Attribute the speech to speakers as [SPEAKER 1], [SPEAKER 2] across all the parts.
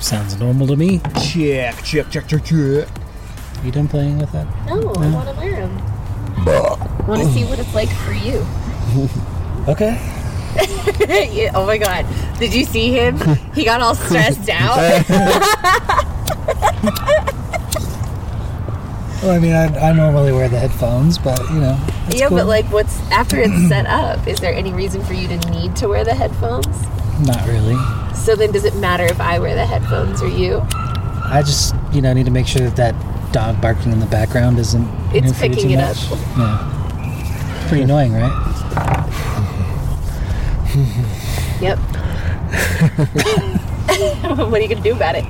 [SPEAKER 1] Sounds normal to me.
[SPEAKER 2] Check, check, check, check, check.
[SPEAKER 1] You done playing with it?
[SPEAKER 3] No, I want to wear them. I want to see what it's like for you.
[SPEAKER 1] Okay.
[SPEAKER 3] Yeah, oh my god. Did you see him? He got all stressed out.
[SPEAKER 1] Well, I mean, I, I normally wear the headphones, but you know. it's
[SPEAKER 3] yeah,
[SPEAKER 1] cool.
[SPEAKER 3] but like, what's after it's set up? Is there any reason for you to need to wear the headphones?
[SPEAKER 1] Not really.
[SPEAKER 3] So then, does it matter if I wear the headphones or you?
[SPEAKER 1] I just, you know, need to make sure that that dog barking in the background isn't.
[SPEAKER 3] It's
[SPEAKER 1] interfering
[SPEAKER 3] picking
[SPEAKER 1] too
[SPEAKER 3] it
[SPEAKER 1] much.
[SPEAKER 3] up.
[SPEAKER 1] Yeah. Pretty annoying, right?
[SPEAKER 3] Yep. what are you gonna do about it?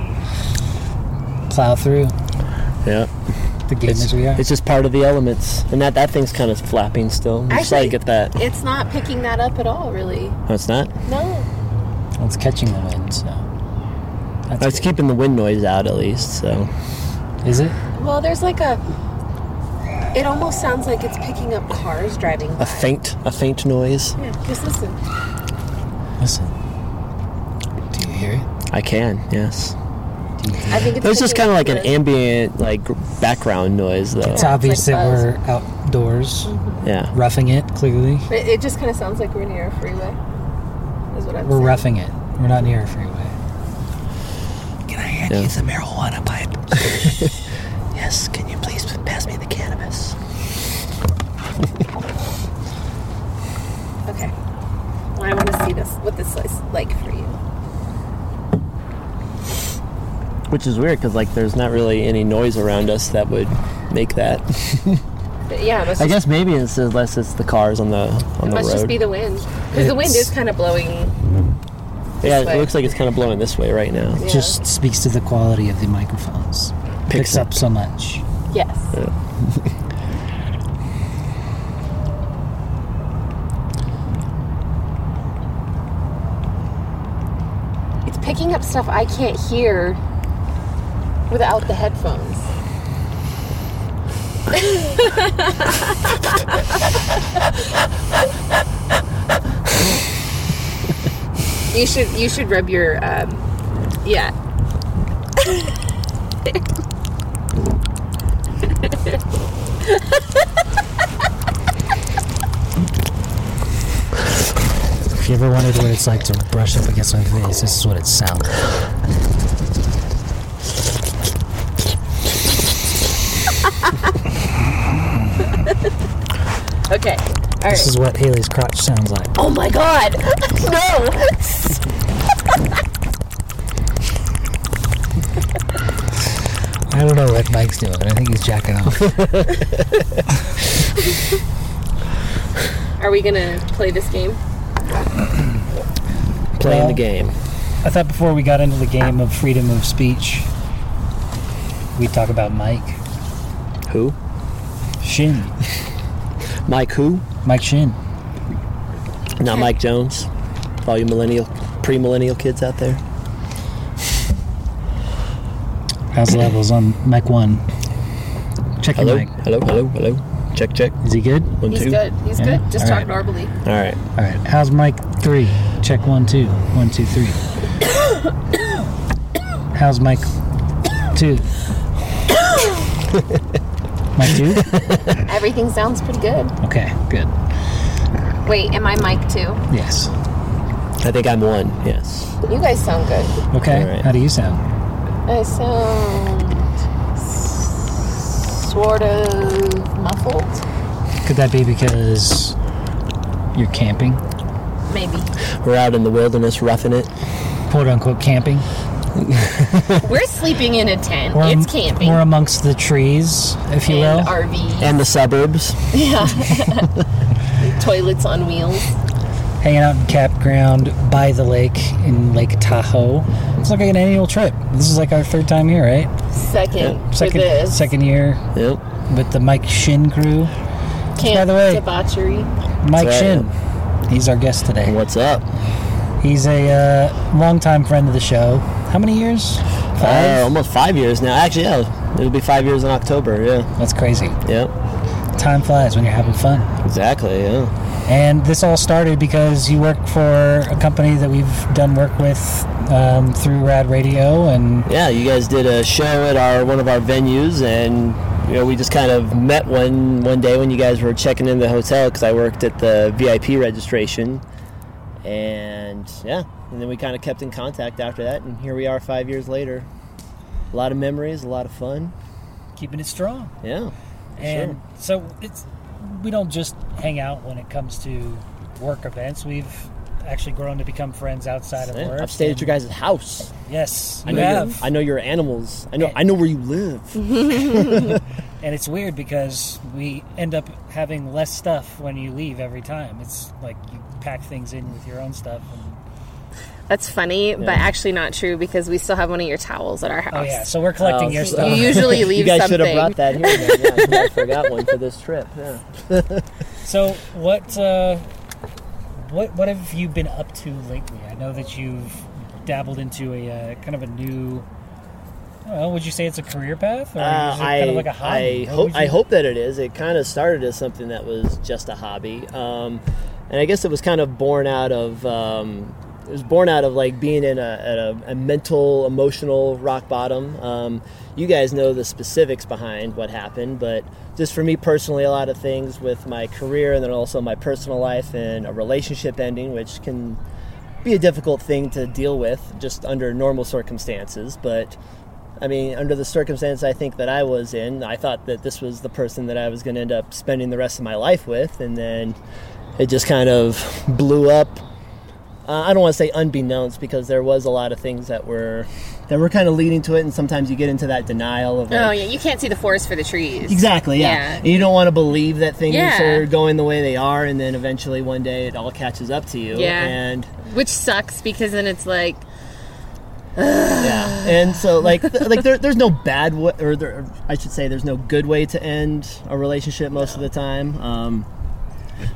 [SPEAKER 1] Plow through
[SPEAKER 4] Yeah.
[SPEAKER 1] the game
[SPEAKER 4] It's,
[SPEAKER 1] as we are.
[SPEAKER 4] it's just part of the elements. And that, that thing's kind of flapping still. You just
[SPEAKER 3] Actually-
[SPEAKER 4] gotta get that.
[SPEAKER 3] It's not picking that up at all, really.
[SPEAKER 4] No, it's not.
[SPEAKER 3] No.
[SPEAKER 1] Well, it's catching the wind, so. That's
[SPEAKER 4] Oh, It's
[SPEAKER 1] good.
[SPEAKER 4] keeping the wind noise out at least, so.
[SPEAKER 1] Is it?
[SPEAKER 3] Well, there's like a. It almost sounds like it's picking up cars driving.
[SPEAKER 4] A faint, a faint noise.
[SPEAKER 3] Yeah, just listen.
[SPEAKER 1] Listen. Do you hear it?
[SPEAKER 4] I can, yes.
[SPEAKER 3] I think it's.
[SPEAKER 4] There's just kind
[SPEAKER 3] picking
[SPEAKER 4] of
[SPEAKER 3] up
[SPEAKER 4] like an
[SPEAKER 3] the-
[SPEAKER 4] ambient, like background noise, though.
[SPEAKER 1] It's
[SPEAKER 3] Yeah,
[SPEAKER 1] obvious
[SPEAKER 3] it's like
[SPEAKER 1] that
[SPEAKER 3] buzz. Mm-hmm.
[SPEAKER 1] we're outdoors,
[SPEAKER 4] Yeah.
[SPEAKER 1] roughing it. Clearly,
[SPEAKER 3] It, it just kind of sounds like we're near a freeway. Is what I'm
[SPEAKER 1] we're
[SPEAKER 3] saying.
[SPEAKER 1] roughing it. We're not near a freeway. Can I hand
[SPEAKER 4] you Yeah.
[SPEAKER 1] the marijuana pipe?
[SPEAKER 4] Yes, can you please pass me the cannabis?
[SPEAKER 3] Okay. Well, I want to see this. What this is like for you.
[SPEAKER 4] Which is weird because like there's not really any noise around us that would make that.
[SPEAKER 3] But yeah, it must, just,
[SPEAKER 4] I guess maybe it's unless it's the cars on the on
[SPEAKER 3] it
[SPEAKER 4] the
[SPEAKER 3] must
[SPEAKER 4] road.
[SPEAKER 3] just be the wind. Because the wind
[SPEAKER 1] It's-
[SPEAKER 3] is kind of blowing.
[SPEAKER 4] yeah,
[SPEAKER 3] way.
[SPEAKER 4] it looks like it's kind of blowing this way right now.
[SPEAKER 3] Yeah.
[SPEAKER 1] Just speaks to the quality of the microphones. Picks,
[SPEAKER 4] Picks
[SPEAKER 1] up.
[SPEAKER 4] up.
[SPEAKER 1] so much.
[SPEAKER 3] Yes. it's picking up stuff I can't hear without the headphones. you should you should rub your um, yeah.
[SPEAKER 1] If you ever wondered what it's like to brush up against my face, this is what it sounds like.
[SPEAKER 3] Okay. All
[SPEAKER 1] This
[SPEAKER 3] right.
[SPEAKER 1] is what Haley's crotch sounds like.
[SPEAKER 3] Oh my god! No!
[SPEAKER 1] I don't know what Mike's doing. I think he's jacking off.
[SPEAKER 3] Are we gonna play this game?
[SPEAKER 4] Playing
[SPEAKER 1] Well-
[SPEAKER 4] the game.
[SPEAKER 1] I thought before we got into the game of freedom of speech, we'd talk about Mike
[SPEAKER 4] Who?
[SPEAKER 1] Shin.
[SPEAKER 4] Mike who?
[SPEAKER 1] Mike Shin.
[SPEAKER 4] Not Mike Jones. For all you millennial pre-millennial kids out there.
[SPEAKER 1] How's the levels on Mike 1? Check your
[SPEAKER 4] Hello.
[SPEAKER 1] mic.
[SPEAKER 4] Hello. Hello. Hello. Check. Check.
[SPEAKER 1] Is he good?
[SPEAKER 4] One
[SPEAKER 3] He's
[SPEAKER 4] two.
[SPEAKER 3] good. He's
[SPEAKER 1] Yeah?
[SPEAKER 3] good. Just
[SPEAKER 1] All
[SPEAKER 3] talk
[SPEAKER 1] right.
[SPEAKER 3] normally.
[SPEAKER 4] All right.
[SPEAKER 1] All right. How's Mike 3? Check 1, 2. 1, 2, 3. How's Mike 2? Mike 2?
[SPEAKER 3] Everything sounds pretty good.
[SPEAKER 1] Okay, good.
[SPEAKER 3] Wait, am I mic too?
[SPEAKER 1] Yes.
[SPEAKER 4] I think I'm one. Yes.
[SPEAKER 3] You guys sound good.
[SPEAKER 1] Okay,
[SPEAKER 4] All right.
[SPEAKER 1] how do you sound?
[SPEAKER 3] I sound s- sort of muffled.
[SPEAKER 1] Could that be because you're camping?
[SPEAKER 3] Maybe.
[SPEAKER 4] We're out in the wilderness, roughing it.
[SPEAKER 1] Quote unquote camping?
[SPEAKER 3] We're sleeping in a tent.
[SPEAKER 1] We're-
[SPEAKER 3] it's camping.
[SPEAKER 1] We're amongst the trees, if you will.
[SPEAKER 3] and RV.
[SPEAKER 4] And the suburbs.
[SPEAKER 3] Toilets on wheels.
[SPEAKER 1] hanging out in campground by the lake in Lake Tahoe. It's like an annual trip. This is like our third time here, right?
[SPEAKER 3] Second for
[SPEAKER 1] Second
[SPEAKER 3] this.
[SPEAKER 1] second year
[SPEAKER 4] Yep.
[SPEAKER 1] with the Mike Shin crew.
[SPEAKER 3] Camp
[SPEAKER 1] by the way-
[SPEAKER 3] debauchery.
[SPEAKER 1] Mike
[SPEAKER 4] That's
[SPEAKER 1] Shin.
[SPEAKER 4] right.
[SPEAKER 1] He's our guest today.
[SPEAKER 4] What's up?
[SPEAKER 1] He's a uh, longtime friend of the show. How many years?
[SPEAKER 4] Uh, almost five years now. Actually, yeah, it'll be five years in October. Yeah,
[SPEAKER 1] That's crazy.
[SPEAKER 4] yeah,
[SPEAKER 1] Time flies when you're having fun.
[SPEAKER 4] exactly. Yeah,
[SPEAKER 1] And this all started because you work for a company that we've done work with um, through Rad Radio, and
[SPEAKER 4] Yeah, you guys did a show at our one of our venues, and you know we just kind of met one one day when you guys were checking in the hotel because I worked at the VIP registration, and yeah, and then we kind of kept in contact after that, and here we are five years later. A lot of memories, a lot of fun.
[SPEAKER 1] keeping it strong.
[SPEAKER 4] Yeah, for
[SPEAKER 1] And
[SPEAKER 4] sure.
[SPEAKER 1] so it's we don't just hang out when it comes to work events. We've actually grown to become friends outside of
[SPEAKER 4] Yeah,
[SPEAKER 1] work.
[SPEAKER 4] I've stayed at
[SPEAKER 1] and-
[SPEAKER 4] your guys' house.
[SPEAKER 1] Yes,
[SPEAKER 4] I
[SPEAKER 1] you
[SPEAKER 4] know.
[SPEAKER 1] have.
[SPEAKER 4] Your, I know your animals. I know. I know where you live.
[SPEAKER 1] And it's weird because we end up having less stuff when you leave every time. It's like you pack things in with your own stuff. And, oh,
[SPEAKER 5] That's funny, but actually not true because we still have one of your towels at our house.
[SPEAKER 1] oh yeah, so we're collecting
[SPEAKER 4] Oh,
[SPEAKER 1] your
[SPEAKER 4] so-
[SPEAKER 1] stuff.
[SPEAKER 5] You usually
[SPEAKER 4] you
[SPEAKER 5] leave
[SPEAKER 4] guys
[SPEAKER 5] something.
[SPEAKER 4] should have brought that here. Man. Yeah, I forgot one for this trip. Yeah.
[SPEAKER 1] So what uh, what what have you been up to lately? I know that you've dabbled into a uh, kind of a new. I don't know, would you say it's a career path, or
[SPEAKER 4] Uh,
[SPEAKER 1] is it
[SPEAKER 4] I,
[SPEAKER 1] kind of like a hobby?
[SPEAKER 4] I
[SPEAKER 1] What
[SPEAKER 4] hope
[SPEAKER 1] would
[SPEAKER 4] I
[SPEAKER 1] you-
[SPEAKER 4] hope that it is. It kind of started as something that was just a hobby, um, and I guess it was kind of born out of um, it was born out of like being in a, at a, a mental, emotional rock bottom. Um, you guys know the specifics behind what happened, but just for me personally, a lot of things with my career and then also my personal life and a relationship ending, which can be a difficult thing to deal with just under normal circumstances, but. I mean, under the circumstance I think that I was in, I thought that this was the person that I was going to end up spending the rest of my life with, and then it just kind of blew up. Uh, I don't want to say unbeknownst because there was a lot of things that were that were kind of leading to it, and sometimes you get into that denial of like,
[SPEAKER 5] Oh yeah, you can't see the forest for the trees.
[SPEAKER 4] Exactly, yeah.
[SPEAKER 5] Yeah.
[SPEAKER 4] And you don't want to believe that things
[SPEAKER 5] Yeah.
[SPEAKER 4] are going the way they are, and then eventually one day it all catches up to you.
[SPEAKER 5] Yeah.
[SPEAKER 4] And
[SPEAKER 5] Which sucks because then it's like
[SPEAKER 4] yeah and so like th- like there, there's no bad way or there, i should say there's no good way to end a relationship most of the time um,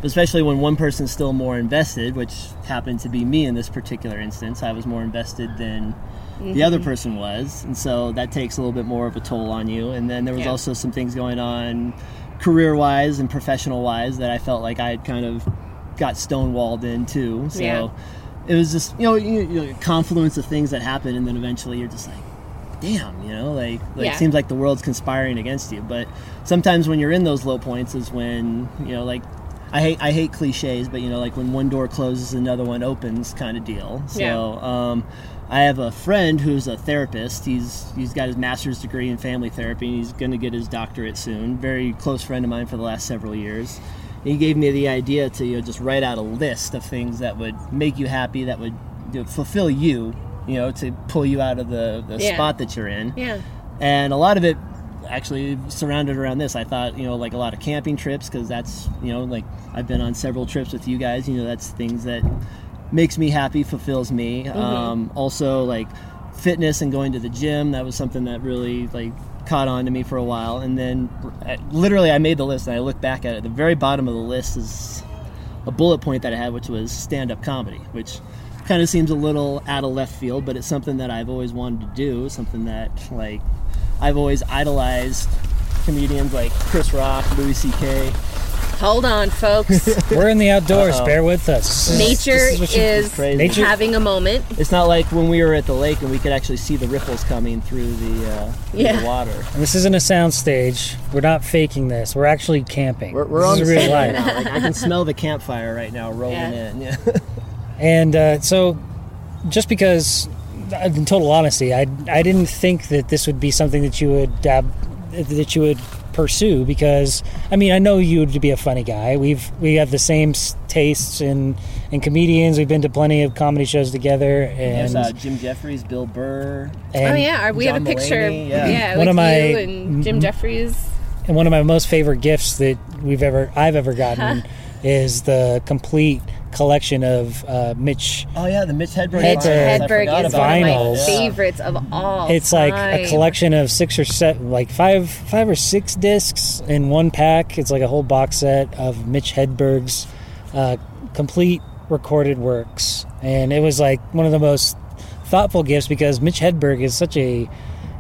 [SPEAKER 4] especially when one person's still more invested which happened to be me in this particular instance i was more invested than the other person was and so that takes a little bit more of a toll on you and then there was
[SPEAKER 5] Yeah.
[SPEAKER 4] also some things going on career wise and professional wise that i felt like i had kind of got stonewalled in too so
[SPEAKER 5] Yeah.
[SPEAKER 4] it was just you know, you, you know confluence of things that happen and then eventually you're just like damn you know like, like
[SPEAKER 5] Yeah.
[SPEAKER 4] it seems like the world's conspiring against you but sometimes when you're in those low points is when you know like I hate I hate cliches but you know like when one door closes another one opens kind of deal so
[SPEAKER 5] Yeah.
[SPEAKER 4] um, I have a friend who's a therapist he's he's got his master's degree in family therapy and he's gonna get his doctorate soon very close friend of mine for the last several years he gave me the idea to you know just write out a list of things that would make you happy that would you know, fulfill you you know to pull you out of the, the
[SPEAKER 5] Yeah.
[SPEAKER 4] spot that you're in
[SPEAKER 5] yeah,
[SPEAKER 4] and a lot of it actually surrounded around this i thought you know like a lot of camping trips because that's you know like i've been on several trips with you guys you know that's things that makes me happy fulfills me um, also like fitness and going to the gym that was something that really like caught on to me for a while and then uh, literally i made the list and i looked back at it the very bottom of the list is a bullet point that I had, which was stand up comedy, which kind of seems a little out of left field, but it's something that I've always wanted to do. Something that, like, I've always idolized comedians like Chris Rock, Louis C.K.
[SPEAKER 5] hold on, folks.
[SPEAKER 1] We're in the outdoors. Bear with us. This is-
[SPEAKER 5] Nature
[SPEAKER 1] this what you-
[SPEAKER 5] is
[SPEAKER 4] crazy.
[SPEAKER 1] Nature-
[SPEAKER 5] having a moment.
[SPEAKER 4] It's not like when we were at the lake and we could actually see the ripples coming through the, uh, through
[SPEAKER 5] Yeah.
[SPEAKER 4] the water.
[SPEAKER 1] This isn't a soundstage. We're not faking this. We're actually camping.
[SPEAKER 4] We're, we're
[SPEAKER 1] this
[SPEAKER 4] on
[SPEAKER 1] is
[SPEAKER 4] the
[SPEAKER 1] real
[SPEAKER 4] sand
[SPEAKER 1] life.
[SPEAKER 4] now. Like, I can smell the campfire right now rolling
[SPEAKER 5] Yeah.
[SPEAKER 4] in. Yeah.
[SPEAKER 1] And uh, so, just because, uh, in total honesty, I I didn't think that this would be something that you would dab, that you would pursue because I mean I know you would be a funny guy. We've we have the same s- tastes in in comedians. We've been to plenty of comedy shows together. And,
[SPEAKER 4] There's uh, Jim Jeffries, Bill Burr.
[SPEAKER 1] and
[SPEAKER 5] oh yeah, are- we
[SPEAKER 4] John
[SPEAKER 5] have a picture.
[SPEAKER 4] Mulaney, yeah.
[SPEAKER 1] One
[SPEAKER 5] with
[SPEAKER 1] of my-
[SPEAKER 5] you and Jim Jeffries.
[SPEAKER 1] and one of my most favorite gifts that we've ever I've ever gotten is the complete collection of uh, Mitch.
[SPEAKER 4] Oh yeah, the Mitch Hedberg.
[SPEAKER 1] Hedberg.
[SPEAKER 4] lines. I
[SPEAKER 5] Hedberg
[SPEAKER 4] forgot
[SPEAKER 5] is
[SPEAKER 4] about
[SPEAKER 5] one
[SPEAKER 1] vinyls.
[SPEAKER 4] that.
[SPEAKER 5] of my
[SPEAKER 4] Yeah.
[SPEAKER 5] favorites of all.
[SPEAKER 1] It's like a
[SPEAKER 5] time.
[SPEAKER 1] collection of six or seven, like five, five or six discs in one pack. It's like a whole box set of Mitch Hedberg's uh, complete recorded works, and it was like one of the most thoughtful gifts because Mitch Hedberg is such a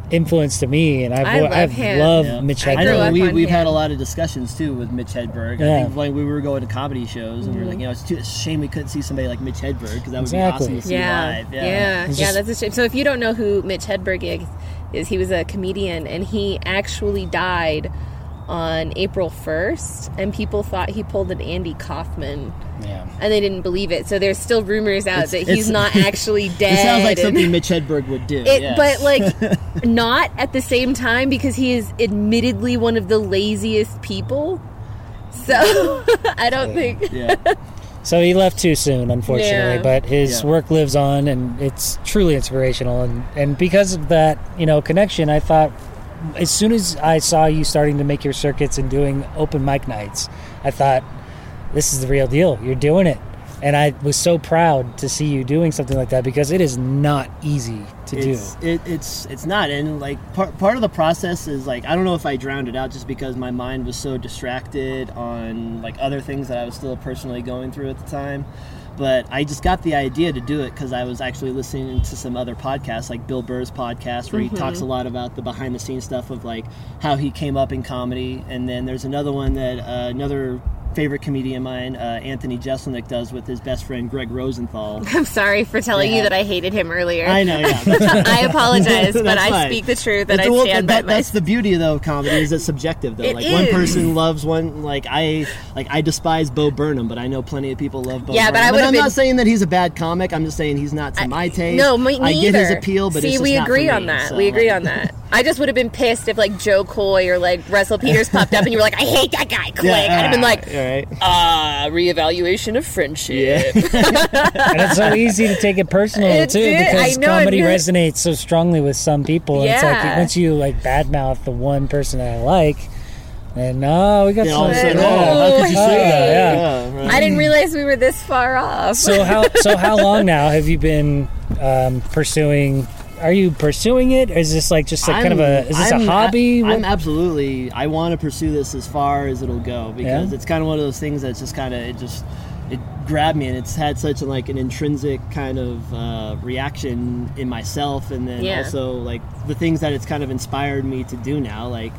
[SPEAKER 1] influence to me, and I've,
[SPEAKER 3] I love
[SPEAKER 1] I've
[SPEAKER 3] him.
[SPEAKER 1] loved
[SPEAKER 4] Yeah.
[SPEAKER 1] Mitch
[SPEAKER 3] I
[SPEAKER 1] Hedberg.
[SPEAKER 4] I
[SPEAKER 3] grew
[SPEAKER 4] know
[SPEAKER 3] up
[SPEAKER 4] we,
[SPEAKER 3] on
[SPEAKER 4] we've
[SPEAKER 3] him.
[SPEAKER 4] had a lot of discussions too with Mitch Hedberg. I
[SPEAKER 1] Yeah.
[SPEAKER 4] think like we were going to comedy shows and we were
[SPEAKER 3] Mm-hmm.
[SPEAKER 4] like, you know, it's too, it's a shame we couldn't see somebody like Mitch Hedberg because that would
[SPEAKER 1] Exactly.
[SPEAKER 4] be awesome to see
[SPEAKER 3] yeah,
[SPEAKER 4] live.
[SPEAKER 3] yeah, yeah,
[SPEAKER 1] It's just-
[SPEAKER 3] That's a shame. So if you don't know who Mitch Hedberg is, is he was a comedian and he actually died on April first, and people thought he pulled an Andy Kaufman,
[SPEAKER 1] Yeah.
[SPEAKER 3] and they didn't believe it. So there's still rumors out that
[SPEAKER 4] it's-
[SPEAKER 3] he's not actually dead.
[SPEAKER 4] It sounds like
[SPEAKER 3] and-
[SPEAKER 4] something Mitch Hedberg would do.
[SPEAKER 3] It,
[SPEAKER 4] yeah.
[SPEAKER 3] But like, not at the same time because he is admittedly one of the laziest people. So I don't think.
[SPEAKER 4] yeah.
[SPEAKER 1] So he left too soon, unfortunately.
[SPEAKER 3] Yeah.
[SPEAKER 1] But his
[SPEAKER 4] Yeah.
[SPEAKER 1] work lives on, and it's truly inspirational. And and because of that, you know, connection, I thought as soon as I saw you starting to make your circuits and doing open mic nights, I thought this is the real deal. You're doing it. And I was so proud to see you doing something like that because it is not easy to
[SPEAKER 4] it's,
[SPEAKER 1] do.
[SPEAKER 4] It, it's it's not, and like part part of the process is like I don't know if I drowned it out just because my mind was so distracted on like other things that I was still personally going through at the time. But I just got the idea to do it because I was actually listening to some other podcasts, like Bill Burr's podcast, where he talks a lot about the behind the scenes stuff of like how he came up in comedy, and then there's another one that uh, another favorite comedian of mine, uh, Anthony Jeselnik, does with his best friend Greg Rosenthal.
[SPEAKER 3] I'm sorry for telling you
[SPEAKER 4] Yeah.
[SPEAKER 3] that I hated him earlier.
[SPEAKER 4] I know, yeah.
[SPEAKER 3] I apologize, but
[SPEAKER 4] That's
[SPEAKER 3] I
[SPEAKER 4] fine.
[SPEAKER 3] speak the truth and I
[SPEAKER 4] It's- well,
[SPEAKER 3] stand
[SPEAKER 4] that-
[SPEAKER 3] by my.
[SPEAKER 4] That's the beauty though of comedy is it's subjective though.
[SPEAKER 3] It
[SPEAKER 4] like one
[SPEAKER 3] is.
[SPEAKER 4] person loves one. Like I, like I despise Bo Burnham, but I know plenty of people love Bo.
[SPEAKER 3] Yeah, but
[SPEAKER 4] Burnham.
[SPEAKER 3] I would've
[SPEAKER 4] I'm
[SPEAKER 3] been-
[SPEAKER 4] not saying that he's a bad comic. I'm just saying he's not to my taste.
[SPEAKER 3] No, me
[SPEAKER 4] I get his
[SPEAKER 3] neither.
[SPEAKER 4] appeal, but
[SPEAKER 3] see,
[SPEAKER 4] it's just
[SPEAKER 3] we
[SPEAKER 4] not for
[SPEAKER 3] agree
[SPEAKER 4] me,
[SPEAKER 3] on that.
[SPEAKER 4] so,
[SPEAKER 3] we agree
[SPEAKER 4] like,
[SPEAKER 3] on that. I just would have been pissed if like Joe Coy or like Russell Peters popped up and you were like, I hate that guy. Click. I'd have
[SPEAKER 4] uh,
[SPEAKER 3] been like,
[SPEAKER 4] all right.
[SPEAKER 3] ah, reevaluation of friendship.
[SPEAKER 1] and it's so easy to take it personal
[SPEAKER 3] It
[SPEAKER 1] too
[SPEAKER 3] did.
[SPEAKER 1] because
[SPEAKER 3] I know, I
[SPEAKER 1] comedy
[SPEAKER 3] knew it.
[SPEAKER 1] resonates so strongly with some people. And it's like
[SPEAKER 3] Yeah.
[SPEAKER 1] once you like badmouth the one person that I like, and oh, we got
[SPEAKER 4] Yeah, all of a
[SPEAKER 1] something.
[SPEAKER 4] sudden, oh, how could you say
[SPEAKER 1] Oh,
[SPEAKER 4] that?
[SPEAKER 1] yeah.
[SPEAKER 4] right.
[SPEAKER 3] I didn't realize we were this far off.
[SPEAKER 1] So how so how long now have you been um, pursuing? Are you pursuing it? Or is this like just like kind of a is this
[SPEAKER 4] I'm-
[SPEAKER 1] a hobby?
[SPEAKER 4] I, am
[SPEAKER 1] What-
[SPEAKER 4] absolutely. I want to pursue this as far as it'll go because
[SPEAKER 1] Yeah?
[SPEAKER 4] it's kind of one of those things that's just kind of it just it grabbed me and it's had such a, like an intrinsic kind of uh, reaction in myself and then
[SPEAKER 3] Yeah.
[SPEAKER 4] also like the things that it's kind of inspired me to do now like.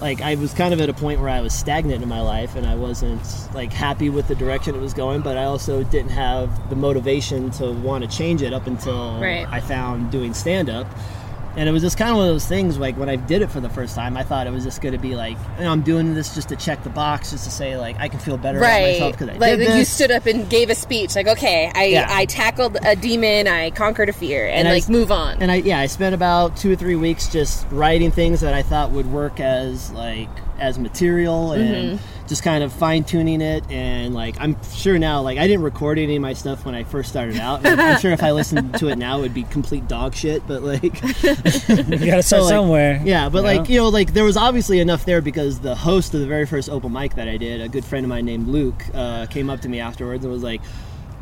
[SPEAKER 4] Like I was kind of at a point where I was stagnant in my life, and I wasn't like happy with the direction it was going. But I also didn't have the motivation to want to change it up until
[SPEAKER 3] Right.
[SPEAKER 4] I found doing stand up. And it was just kind of one of those things, like when I did it for the first time, I thought it was just going to be like, you know, I'm doing this just to check the box, just to say, like, I can feel better
[SPEAKER 3] right.
[SPEAKER 4] about uh, myself because I
[SPEAKER 3] like
[SPEAKER 4] did
[SPEAKER 3] when you
[SPEAKER 4] this.
[SPEAKER 3] stood up and gave a speech, like, okay, I,
[SPEAKER 4] Yeah.
[SPEAKER 3] I tackled a demon, I conquered a fear, and,
[SPEAKER 4] And I
[SPEAKER 3] like
[SPEAKER 4] s-
[SPEAKER 3] move on.
[SPEAKER 4] and I, yeah, I spent about two or three weeks just writing things that I thought would work as, like, as material
[SPEAKER 3] Mm-hmm.
[SPEAKER 4] and just kind of fine tuning it. And, like, I'm sure now, like, I didn't record any of my stuff when I first started out. And I'm sure if I listened to it now, it would be complete dog shit, but, like,
[SPEAKER 1] you got to start
[SPEAKER 4] So, like,
[SPEAKER 1] somewhere.
[SPEAKER 4] Yeah, but
[SPEAKER 1] you
[SPEAKER 4] like
[SPEAKER 1] know?
[SPEAKER 4] you know, like there was obviously enough there because the host of the very first open mic that I did, a good friend of mine named Luke, uh, came up to me afterwards and was like,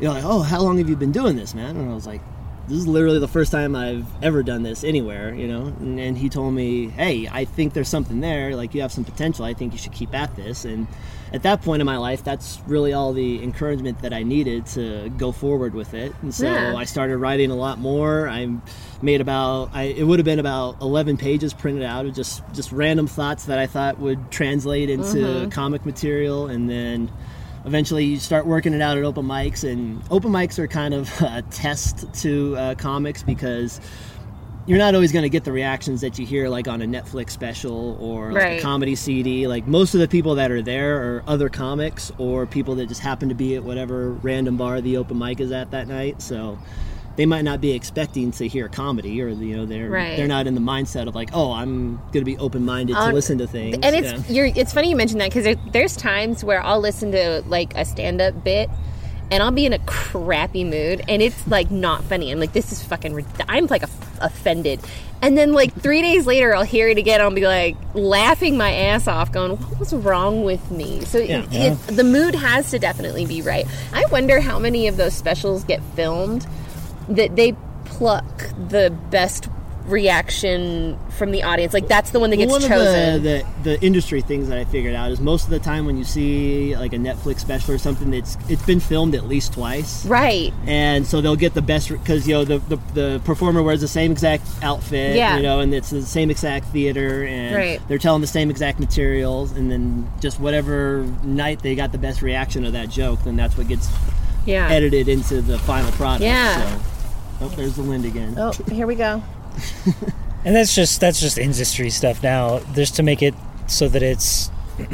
[SPEAKER 4] "You know, like, oh, how long have you been doing this, man?" And I was like, "This is literally the first time I've ever done this anywhere," you know. And, and he told me, "Hey, I think there's something there. Like you have some potential. I think you should keep at this." And at that point in my life, that's really all the encouragement that I needed to go forward with it. And so
[SPEAKER 3] Yeah.
[SPEAKER 4] I started writing a lot more. I made about I, it would have been about 11 pages printed out of just just random thoughts that I thought would translate into
[SPEAKER 3] Mm-hmm.
[SPEAKER 4] comic material and then eventually you start working it out at open mics and open mics are kind of a test to uh, comics because you're not always going to get the reactions that you hear like on a Netflix special or like
[SPEAKER 3] Right.
[SPEAKER 4] a comedy CD. Like most of the people that are there are other comics or people that just happen to be at whatever random bar the open mic is at that night. So they might not be expecting to hear comedy or you know they're
[SPEAKER 3] Right.
[SPEAKER 4] they're not in the mindset of like oh I'm going to be open minded to
[SPEAKER 3] Um,
[SPEAKER 4] listen to things.
[SPEAKER 3] and it's
[SPEAKER 4] Yeah.
[SPEAKER 3] you're it's funny you mentioned that because there, there's times where I'll listen to like a stand up bit and I'll be in a crappy mood and it's like not funny. I'm like this is fucking rid- I'm like off- offended. And then like 3 days later I'll hear it again I'll be like laughing my ass off going what was wrong with me. So it-
[SPEAKER 4] Yeah.
[SPEAKER 3] it, the mood has to definitely be right. I wonder how many of those specials get filmed that they pluck the best reaction from the audience. Like that's the one that gets
[SPEAKER 4] Well, one
[SPEAKER 3] chosen.
[SPEAKER 4] of the, the, the industry things that I figured out is most of the time when you see like a Netflix special or something, it's it's been filmed at least twice,
[SPEAKER 3] right.
[SPEAKER 4] and so they'll get the best because you know the, the the performer wears the same exact outfit,
[SPEAKER 3] Yeah.
[SPEAKER 4] you know, and it's the same exact theater, and
[SPEAKER 3] Right.
[SPEAKER 4] they're telling the same exact materials, and then just whatever night they got the best reaction of that joke, then that's what gets
[SPEAKER 3] Yeah.
[SPEAKER 4] edited into the final product.
[SPEAKER 3] Yeah.
[SPEAKER 4] So. Oh, there's the wind again.
[SPEAKER 3] Oh, here we go.
[SPEAKER 1] and that's just that's just industry stuff now just to make it so that it's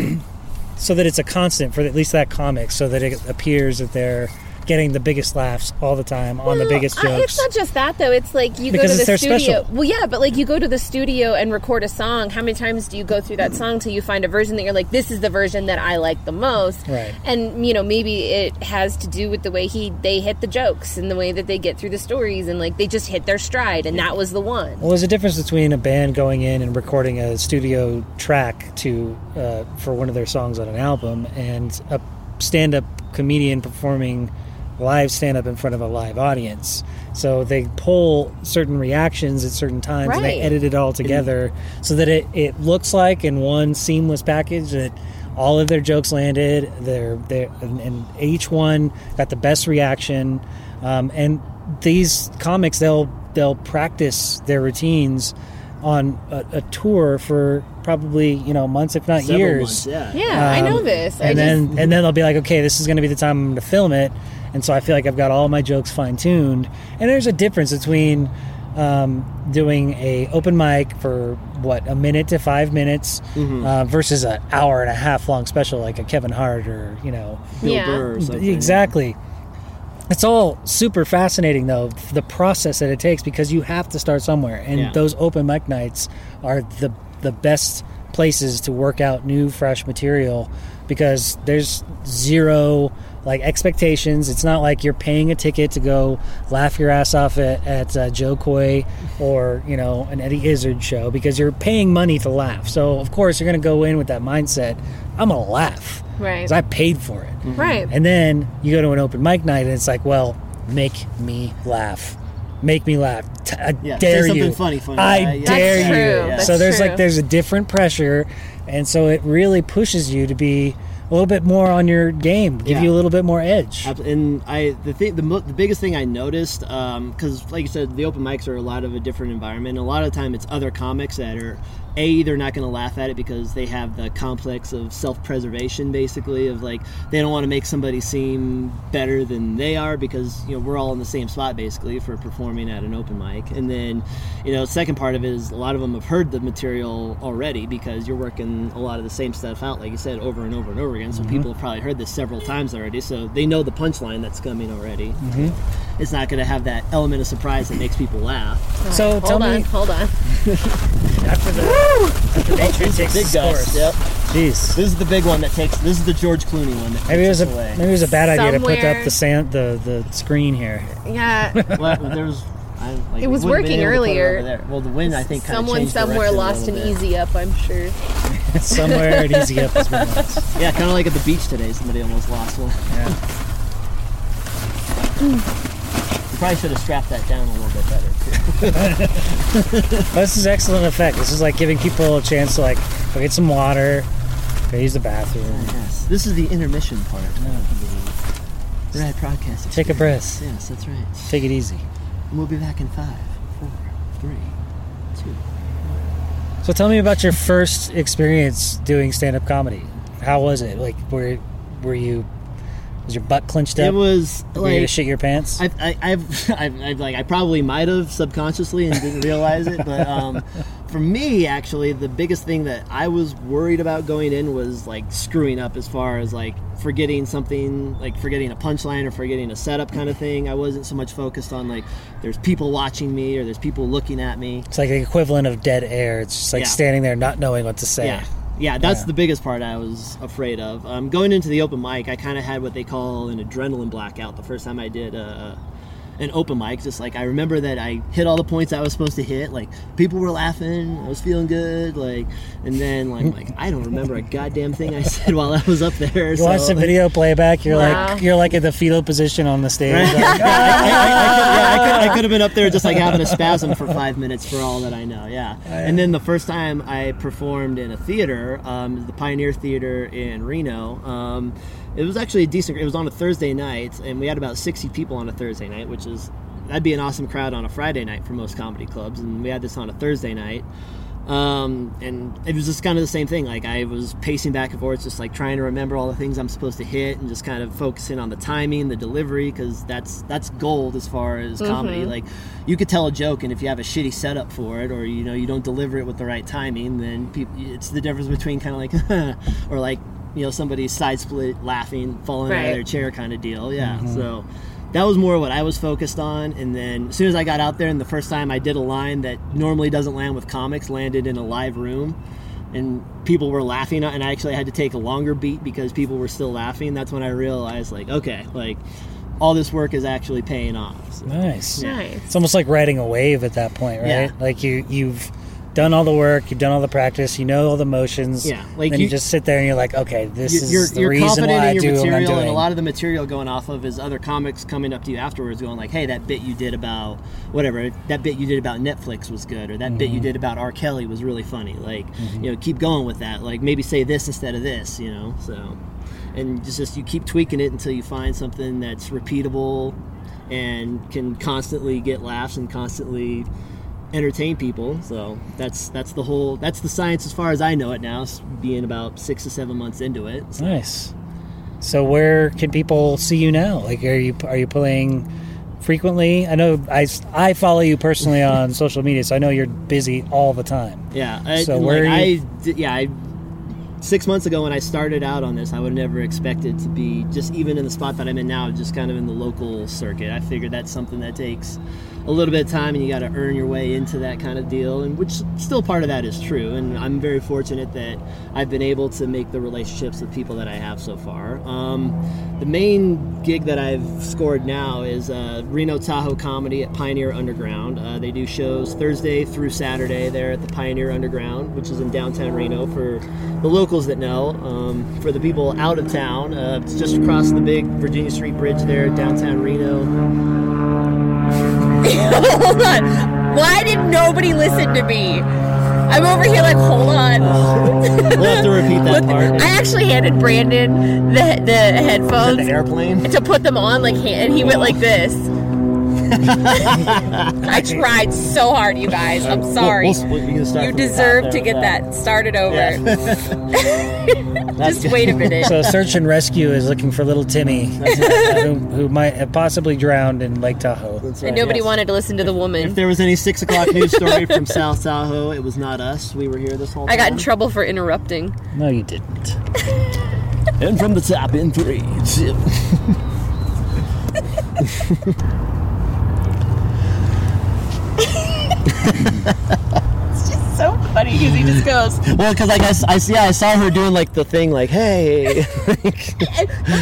[SPEAKER 1] so that it's a constant for at least that comic so that it appears that they're getting the biggest laughs all the time on the
[SPEAKER 3] Well,
[SPEAKER 1] biggest
[SPEAKER 3] I-
[SPEAKER 1] jokes
[SPEAKER 3] it's not just that though. It's like you
[SPEAKER 1] Because
[SPEAKER 3] go to
[SPEAKER 1] it's
[SPEAKER 3] the
[SPEAKER 1] their
[SPEAKER 3] studio.
[SPEAKER 1] special.
[SPEAKER 3] Well, yeah, but like you go to the studio and record a song. How many times do you go through that song till you find a version that you're like, this is the version that I like the most?
[SPEAKER 1] Right.
[SPEAKER 3] And you know, maybe it has to do with the way he they hit the jokes and the way that they get through the stories and like they just hit their stride and that was the one.
[SPEAKER 1] Well, there's a difference between a band going in and recording a studio track to uh, for one of their songs on an album, and a stand-up comedian performing live stand-up in front of a live audience. So they pull certain reactions at certain times, and they
[SPEAKER 3] Right.
[SPEAKER 1] edit it all together so that it, it looks like in one seamless package that all of their jokes landed. Their their and, and each one got the best reaction. Um, and these comics, they'll they'll practice their routines on a, a tour for probably you know months, if not
[SPEAKER 4] Several
[SPEAKER 1] years.
[SPEAKER 4] months, yeah.
[SPEAKER 3] Yeah, I
[SPEAKER 1] Um,
[SPEAKER 3] know this. I
[SPEAKER 1] And then and then they'll be like, okay, this is going to be the time I'm going to film it. And so I feel like I've got all my jokes fine tuned. And there's a difference between um, doing a open mic for what a minute to five minutes uh, versus an hour and a half long special like a Kevin Hart or you know
[SPEAKER 4] Bill
[SPEAKER 3] Yeah.
[SPEAKER 4] Burr or something.
[SPEAKER 1] Exactly. It's all super fascinating, though, the process that it takes because you have to start somewhere, and
[SPEAKER 4] Yeah.
[SPEAKER 1] those open mic nights are the the best places to work out new, fresh material because there's zero like expectations. It's not like you're paying a ticket to go laugh your ass off at, at uh, Joe Coy or you know an Eddie Izzard show because you're paying money to laugh. So of course you're going to go in with that mindset. I'm going to laugh
[SPEAKER 3] Right.
[SPEAKER 1] 'cause I paid for it.
[SPEAKER 4] Mm-hmm.
[SPEAKER 3] right.
[SPEAKER 1] And then you go to an open mic night, and it's like, well, make me laugh, make me laugh. T- I
[SPEAKER 4] Yeah, say
[SPEAKER 1] dare
[SPEAKER 4] something
[SPEAKER 1] you.
[SPEAKER 4] funny, funny,
[SPEAKER 1] I
[SPEAKER 4] right? Yeah.
[SPEAKER 1] dare
[SPEAKER 3] That's
[SPEAKER 1] you.
[SPEAKER 3] true. That's
[SPEAKER 1] so there's like
[SPEAKER 3] true.
[SPEAKER 1] there's a different pressure, and so it really pushes you to be a little bit more on your game, give
[SPEAKER 4] Yeah.
[SPEAKER 1] you a little bit more edge.
[SPEAKER 4] Ab- And I the thing the, mo- the biggest thing I noticed because like you said the open mics are a lot of a different environment. A lot of the time it's other comics that are a they're not going to laugh at it because they have the complex of self preservation basically of like they don't want to make somebody seem better than they are because you know we're all in the same spot basically for performing at an open mic. And then you know second part of it is a lot of them have heard the material already because you're working a lot of the same stuff out like you said over and over and over again. So
[SPEAKER 1] Mm-hmm.
[SPEAKER 4] people have probably heard this several times already, so they know the punchline that's coming already.
[SPEAKER 1] Mm-hmm.
[SPEAKER 4] It's not going to have that element of surprise that makes people laugh.
[SPEAKER 1] so tell
[SPEAKER 3] Hold on,
[SPEAKER 1] me
[SPEAKER 3] hold on.
[SPEAKER 1] after the after nature takes
[SPEAKER 4] Big
[SPEAKER 1] its
[SPEAKER 4] dust.
[SPEAKER 1] course.
[SPEAKER 4] Yep.
[SPEAKER 1] Jeez.
[SPEAKER 4] This is the big one that takes. This is the George Clooney one. That
[SPEAKER 1] Maybe it was a
[SPEAKER 4] takes us away.
[SPEAKER 1] maybe it was a bad idea to put up
[SPEAKER 3] Somewhere-
[SPEAKER 1] the sand the, the screen here.
[SPEAKER 3] Yeah.
[SPEAKER 4] Well, there was. I, like,
[SPEAKER 3] It was
[SPEAKER 4] wouldn't have
[SPEAKER 3] working
[SPEAKER 4] been able to put it
[SPEAKER 3] earlier.
[SPEAKER 4] over there. Well, the wind I think kinda
[SPEAKER 3] Someone
[SPEAKER 4] changed
[SPEAKER 3] somewhere
[SPEAKER 4] direction a
[SPEAKER 3] lost an
[SPEAKER 4] little bit.
[SPEAKER 3] easy up, I'm sure.
[SPEAKER 1] Somewhere at Easy Up has been lost.
[SPEAKER 4] Yeah, kind of like at the beach today. Somebody almost lost one.
[SPEAKER 1] Yeah.
[SPEAKER 4] You probably should have strapped that down a little bit better. Too.
[SPEAKER 1] This is excellent effect. This is like giving people a chance to like go get some water, go use the bathroom,
[SPEAKER 4] Yes. This is the intermission part. of the Red broadcast.
[SPEAKER 1] take a breath,
[SPEAKER 4] Yes, that's right.
[SPEAKER 1] take it easy.
[SPEAKER 4] And we'll be back in five, four, three, two.
[SPEAKER 1] So tell me about your first experience doing stand-up comedy. How was it? Like, were were you was your butt clenched up?
[SPEAKER 4] It was
[SPEAKER 1] were you gonna
[SPEAKER 4] like
[SPEAKER 1] shit your pants?
[SPEAKER 4] I've, I, I've, I've, I've like I probably might have subconsciously and didn't realize it, but um, for me actually the biggest thing that I was worried about going in was like screwing up as far as like forgetting something like forgetting a punchline or forgetting a setup kind of thing. I wasn't so much focused on like there's people watching me or there's people looking at me.
[SPEAKER 1] it's like the equivalent of dead air. It's just like
[SPEAKER 4] Yeah.
[SPEAKER 1] standing there not knowing what to say.
[SPEAKER 4] Yeah. Yeah, that's
[SPEAKER 1] Yeah.
[SPEAKER 4] the biggest part I was afraid of. Um, going into the open mic, I kind of had what they call an adrenaline blackout the first time I did a, an open mic. Just like I remember that I hit all the points I was supposed to hit. Like people were laughing, I was feeling good. Like and then like like I don't remember a goddamn thing I said while I was up there.
[SPEAKER 1] You watch the
[SPEAKER 4] like,
[SPEAKER 1] video playback. You're
[SPEAKER 3] Wow.
[SPEAKER 1] like you're like in the fetal position on the stage. like,
[SPEAKER 4] "Ah, I could- I could have been up there just like having a spasm for five minutes for all that I know. Yeah. And then the first time I performed in a theater, um, the Pioneer Theater in Reno. Um, it was actually a decent. It was on a Thursday night, and we had about sixty people on a Thursday night, which is that'd be an awesome crowd on a Friday night for most comedy clubs. And we had this on a Thursday night. Um, and it was just kind of the same thing. Like I was pacing back and forth, just like trying to remember all the things I'm supposed to hit, and just kind of focusing on the timing, the delivery, because that's that's gold as far as comedy. Like you could tell a joke, and if you have a shitty setup for it, or you know you don't deliver it with the right timing, then people, it's the difference between kind of like or like you know somebody side split laughing, falling out of
[SPEAKER 3] Right.
[SPEAKER 4] their chair kind of deal. Yeah, so. That was more what I was focused on, and then as soon as I got out there, and the first time I did a line that normally doesn't land with comics, landed in a live room, and people were laughing, and I actually had to take a longer beat because people were still laughing. That's when I realized, like, okay, like all this work is actually paying off. So,
[SPEAKER 1] nice.
[SPEAKER 3] Nice.
[SPEAKER 1] It's almost like riding a wave at that point, right?
[SPEAKER 4] Yeah.
[SPEAKER 1] Like you you've done all the work, you've done all the practice, you know all the motions.
[SPEAKER 4] Yeah, like
[SPEAKER 1] then you,
[SPEAKER 4] you-
[SPEAKER 1] just sit there and you're like, okay, this
[SPEAKER 4] you-
[SPEAKER 1] is the reason why I do what I'm
[SPEAKER 4] material,
[SPEAKER 1] doing.
[SPEAKER 4] and a lot of the material going off of is other comics coming up to you afterwards, going like, "Hey, that bit you did about whatever, that bit you did about Netflix was good, or that bit
[SPEAKER 1] Mm-hmm.
[SPEAKER 4] you did about R. Kelly was really funny. Like, you know, keep going with that. Like, maybe say this instead of this. You know, so and just just you keep tweaking it until you find something that's repeatable and can constantly get laughs and constantly entertain people so that's that's the whole that's the science as far as i know it now s- being about six to seven months into it so.
[SPEAKER 1] nice. So where can people see you now? Like, are you are you playing frequently? I know I, I follow you personally on social media, so I know you're busy all the time.
[SPEAKER 4] Yeah. I,
[SPEAKER 1] So
[SPEAKER 4] and,
[SPEAKER 1] where
[SPEAKER 4] like,
[SPEAKER 1] are
[SPEAKER 4] I
[SPEAKER 1] you-
[SPEAKER 4] d- yeah, I six months ago when I started out on this, I would have never expected to be just even in the spot that I'm in now, just kind of in the local circuit. I figured that's something that takes a little bit of time and you got to earn your way into that kind of deal and which still part of that is true and i'm very fortunate that i've been able to make the relationships with people that i have so far um, the main gig that i've scored now is uh, reno tahoe comedy at pioneer underground uh, they do shows thursday through saturday there at the pioneer underground which is in downtown reno for the locals that know um, for the people out of town uh, it's just across the big virginia street bridge there downtown reno
[SPEAKER 3] Hold on. Why did nobody listen to me? I'm over here like, hold on.
[SPEAKER 4] we'll have to repeat that
[SPEAKER 3] Look,
[SPEAKER 4] part
[SPEAKER 3] I actually handed Brandon the the
[SPEAKER 4] At the
[SPEAKER 3] headphones
[SPEAKER 4] airplane
[SPEAKER 3] to put them on, like, he- and he went like this. I tried so hard, you guys. I'm sorry.
[SPEAKER 4] We'll- we'll- we can start
[SPEAKER 3] You
[SPEAKER 4] from the
[SPEAKER 3] deserve
[SPEAKER 4] top
[SPEAKER 3] to
[SPEAKER 4] there
[SPEAKER 3] get
[SPEAKER 4] with
[SPEAKER 3] that started over.
[SPEAKER 4] That's
[SPEAKER 3] Just wait a minute.
[SPEAKER 1] So search and rescue is looking for little Timmy, who, who might have possibly drowned in Lake Tahoe.
[SPEAKER 4] That's
[SPEAKER 3] and
[SPEAKER 4] right,
[SPEAKER 3] nobody
[SPEAKER 4] yes.
[SPEAKER 3] wanted to listen to the
[SPEAKER 4] If
[SPEAKER 3] woman.
[SPEAKER 4] there was any six o'clock news story from South Tahoe, it was not us. We were here this whole time.
[SPEAKER 3] I got in trouble for interrupting.
[SPEAKER 1] No, you didn't.
[SPEAKER 4] And from the top in three, two.
[SPEAKER 3] It's just so funny because he just goes,
[SPEAKER 4] Well, because like I, s- I s- yeah, I saw her doing like the thing, like hey.
[SPEAKER 3] "Why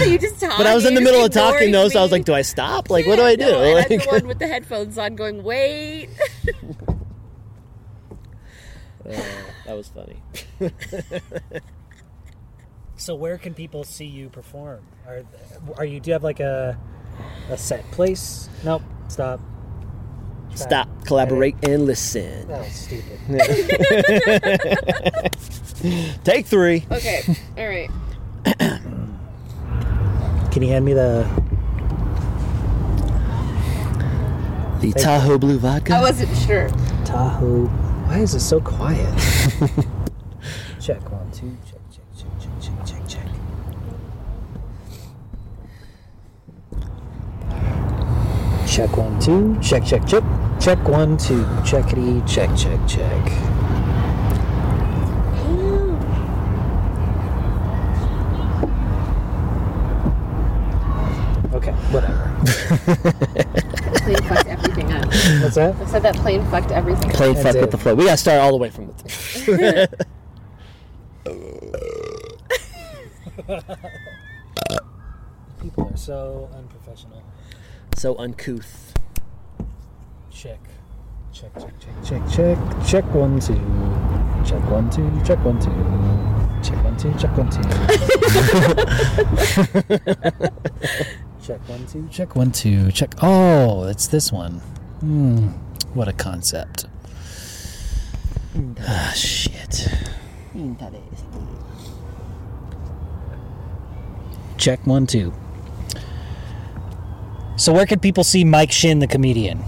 [SPEAKER 3] are you just talking?"
[SPEAKER 4] But I was in the
[SPEAKER 3] You're
[SPEAKER 4] middle of
[SPEAKER 3] just
[SPEAKER 4] talking
[SPEAKER 3] ignoring
[SPEAKER 4] though, so I was
[SPEAKER 3] me."
[SPEAKER 4] like, do I stop? Like, what do I
[SPEAKER 3] Yeah,
[SPEAKER 4] do?
[SPEAKER 3] no, and I'm
[SPEAKER 4] like,
[SPEAKER 3] the one with the headphones on, going, "Wait."
[SPEAKER 4] that was funny.
[SPEAKER 1] So where can people see you perform? Are are you do you have like a a set place? Nope. Stop.
[SPEAKER 4] Stop, collaborate, and listen.
[SPEAKER 1] That was Oh, stupid.
[SPEAKER 4] Take three.
[SPEAKER 3] Okay, all right.
[SPEAKER 1] Can you hand me the?
[SPEAKER 4] The Tahoe Blue Vodka.
[SPEAKER 3] I wasn't sure.
[SPEAKER 1] Tahoe. Why is it so quiet? check one, two, check, check, check, check, check, check, check. Check one, two, check, check, check. Check one, two, checkity, check, check, check. Okay, whatever.
[SPEAKER 5] Plane fucked everything up.
[SPEAKER 1] What's that?
[SPEAKER 5] I said that plane fucked everything up.
[SPEAKER 4] Play
[SPEAKER 1] I
[SPEAKER 4] fuck
[SPEAKER 1] did.
[SPEAKER 4] with the flow. We gotta start all the way from the. Top.
[SPEAKER 1] People are so unprofessional.
[SPEAKER 4] So uncouth.
[SPEAKER 1] Check. Check, check, check, check, check, check one, two. Check one, two, check one, two. Check one, two, check one, two. check one, two, check one, two. Check. Oh, it's this one. Hmm. What a concept. Ah, shit. Check one, two. So, where could people see Mike Shin, the comedian?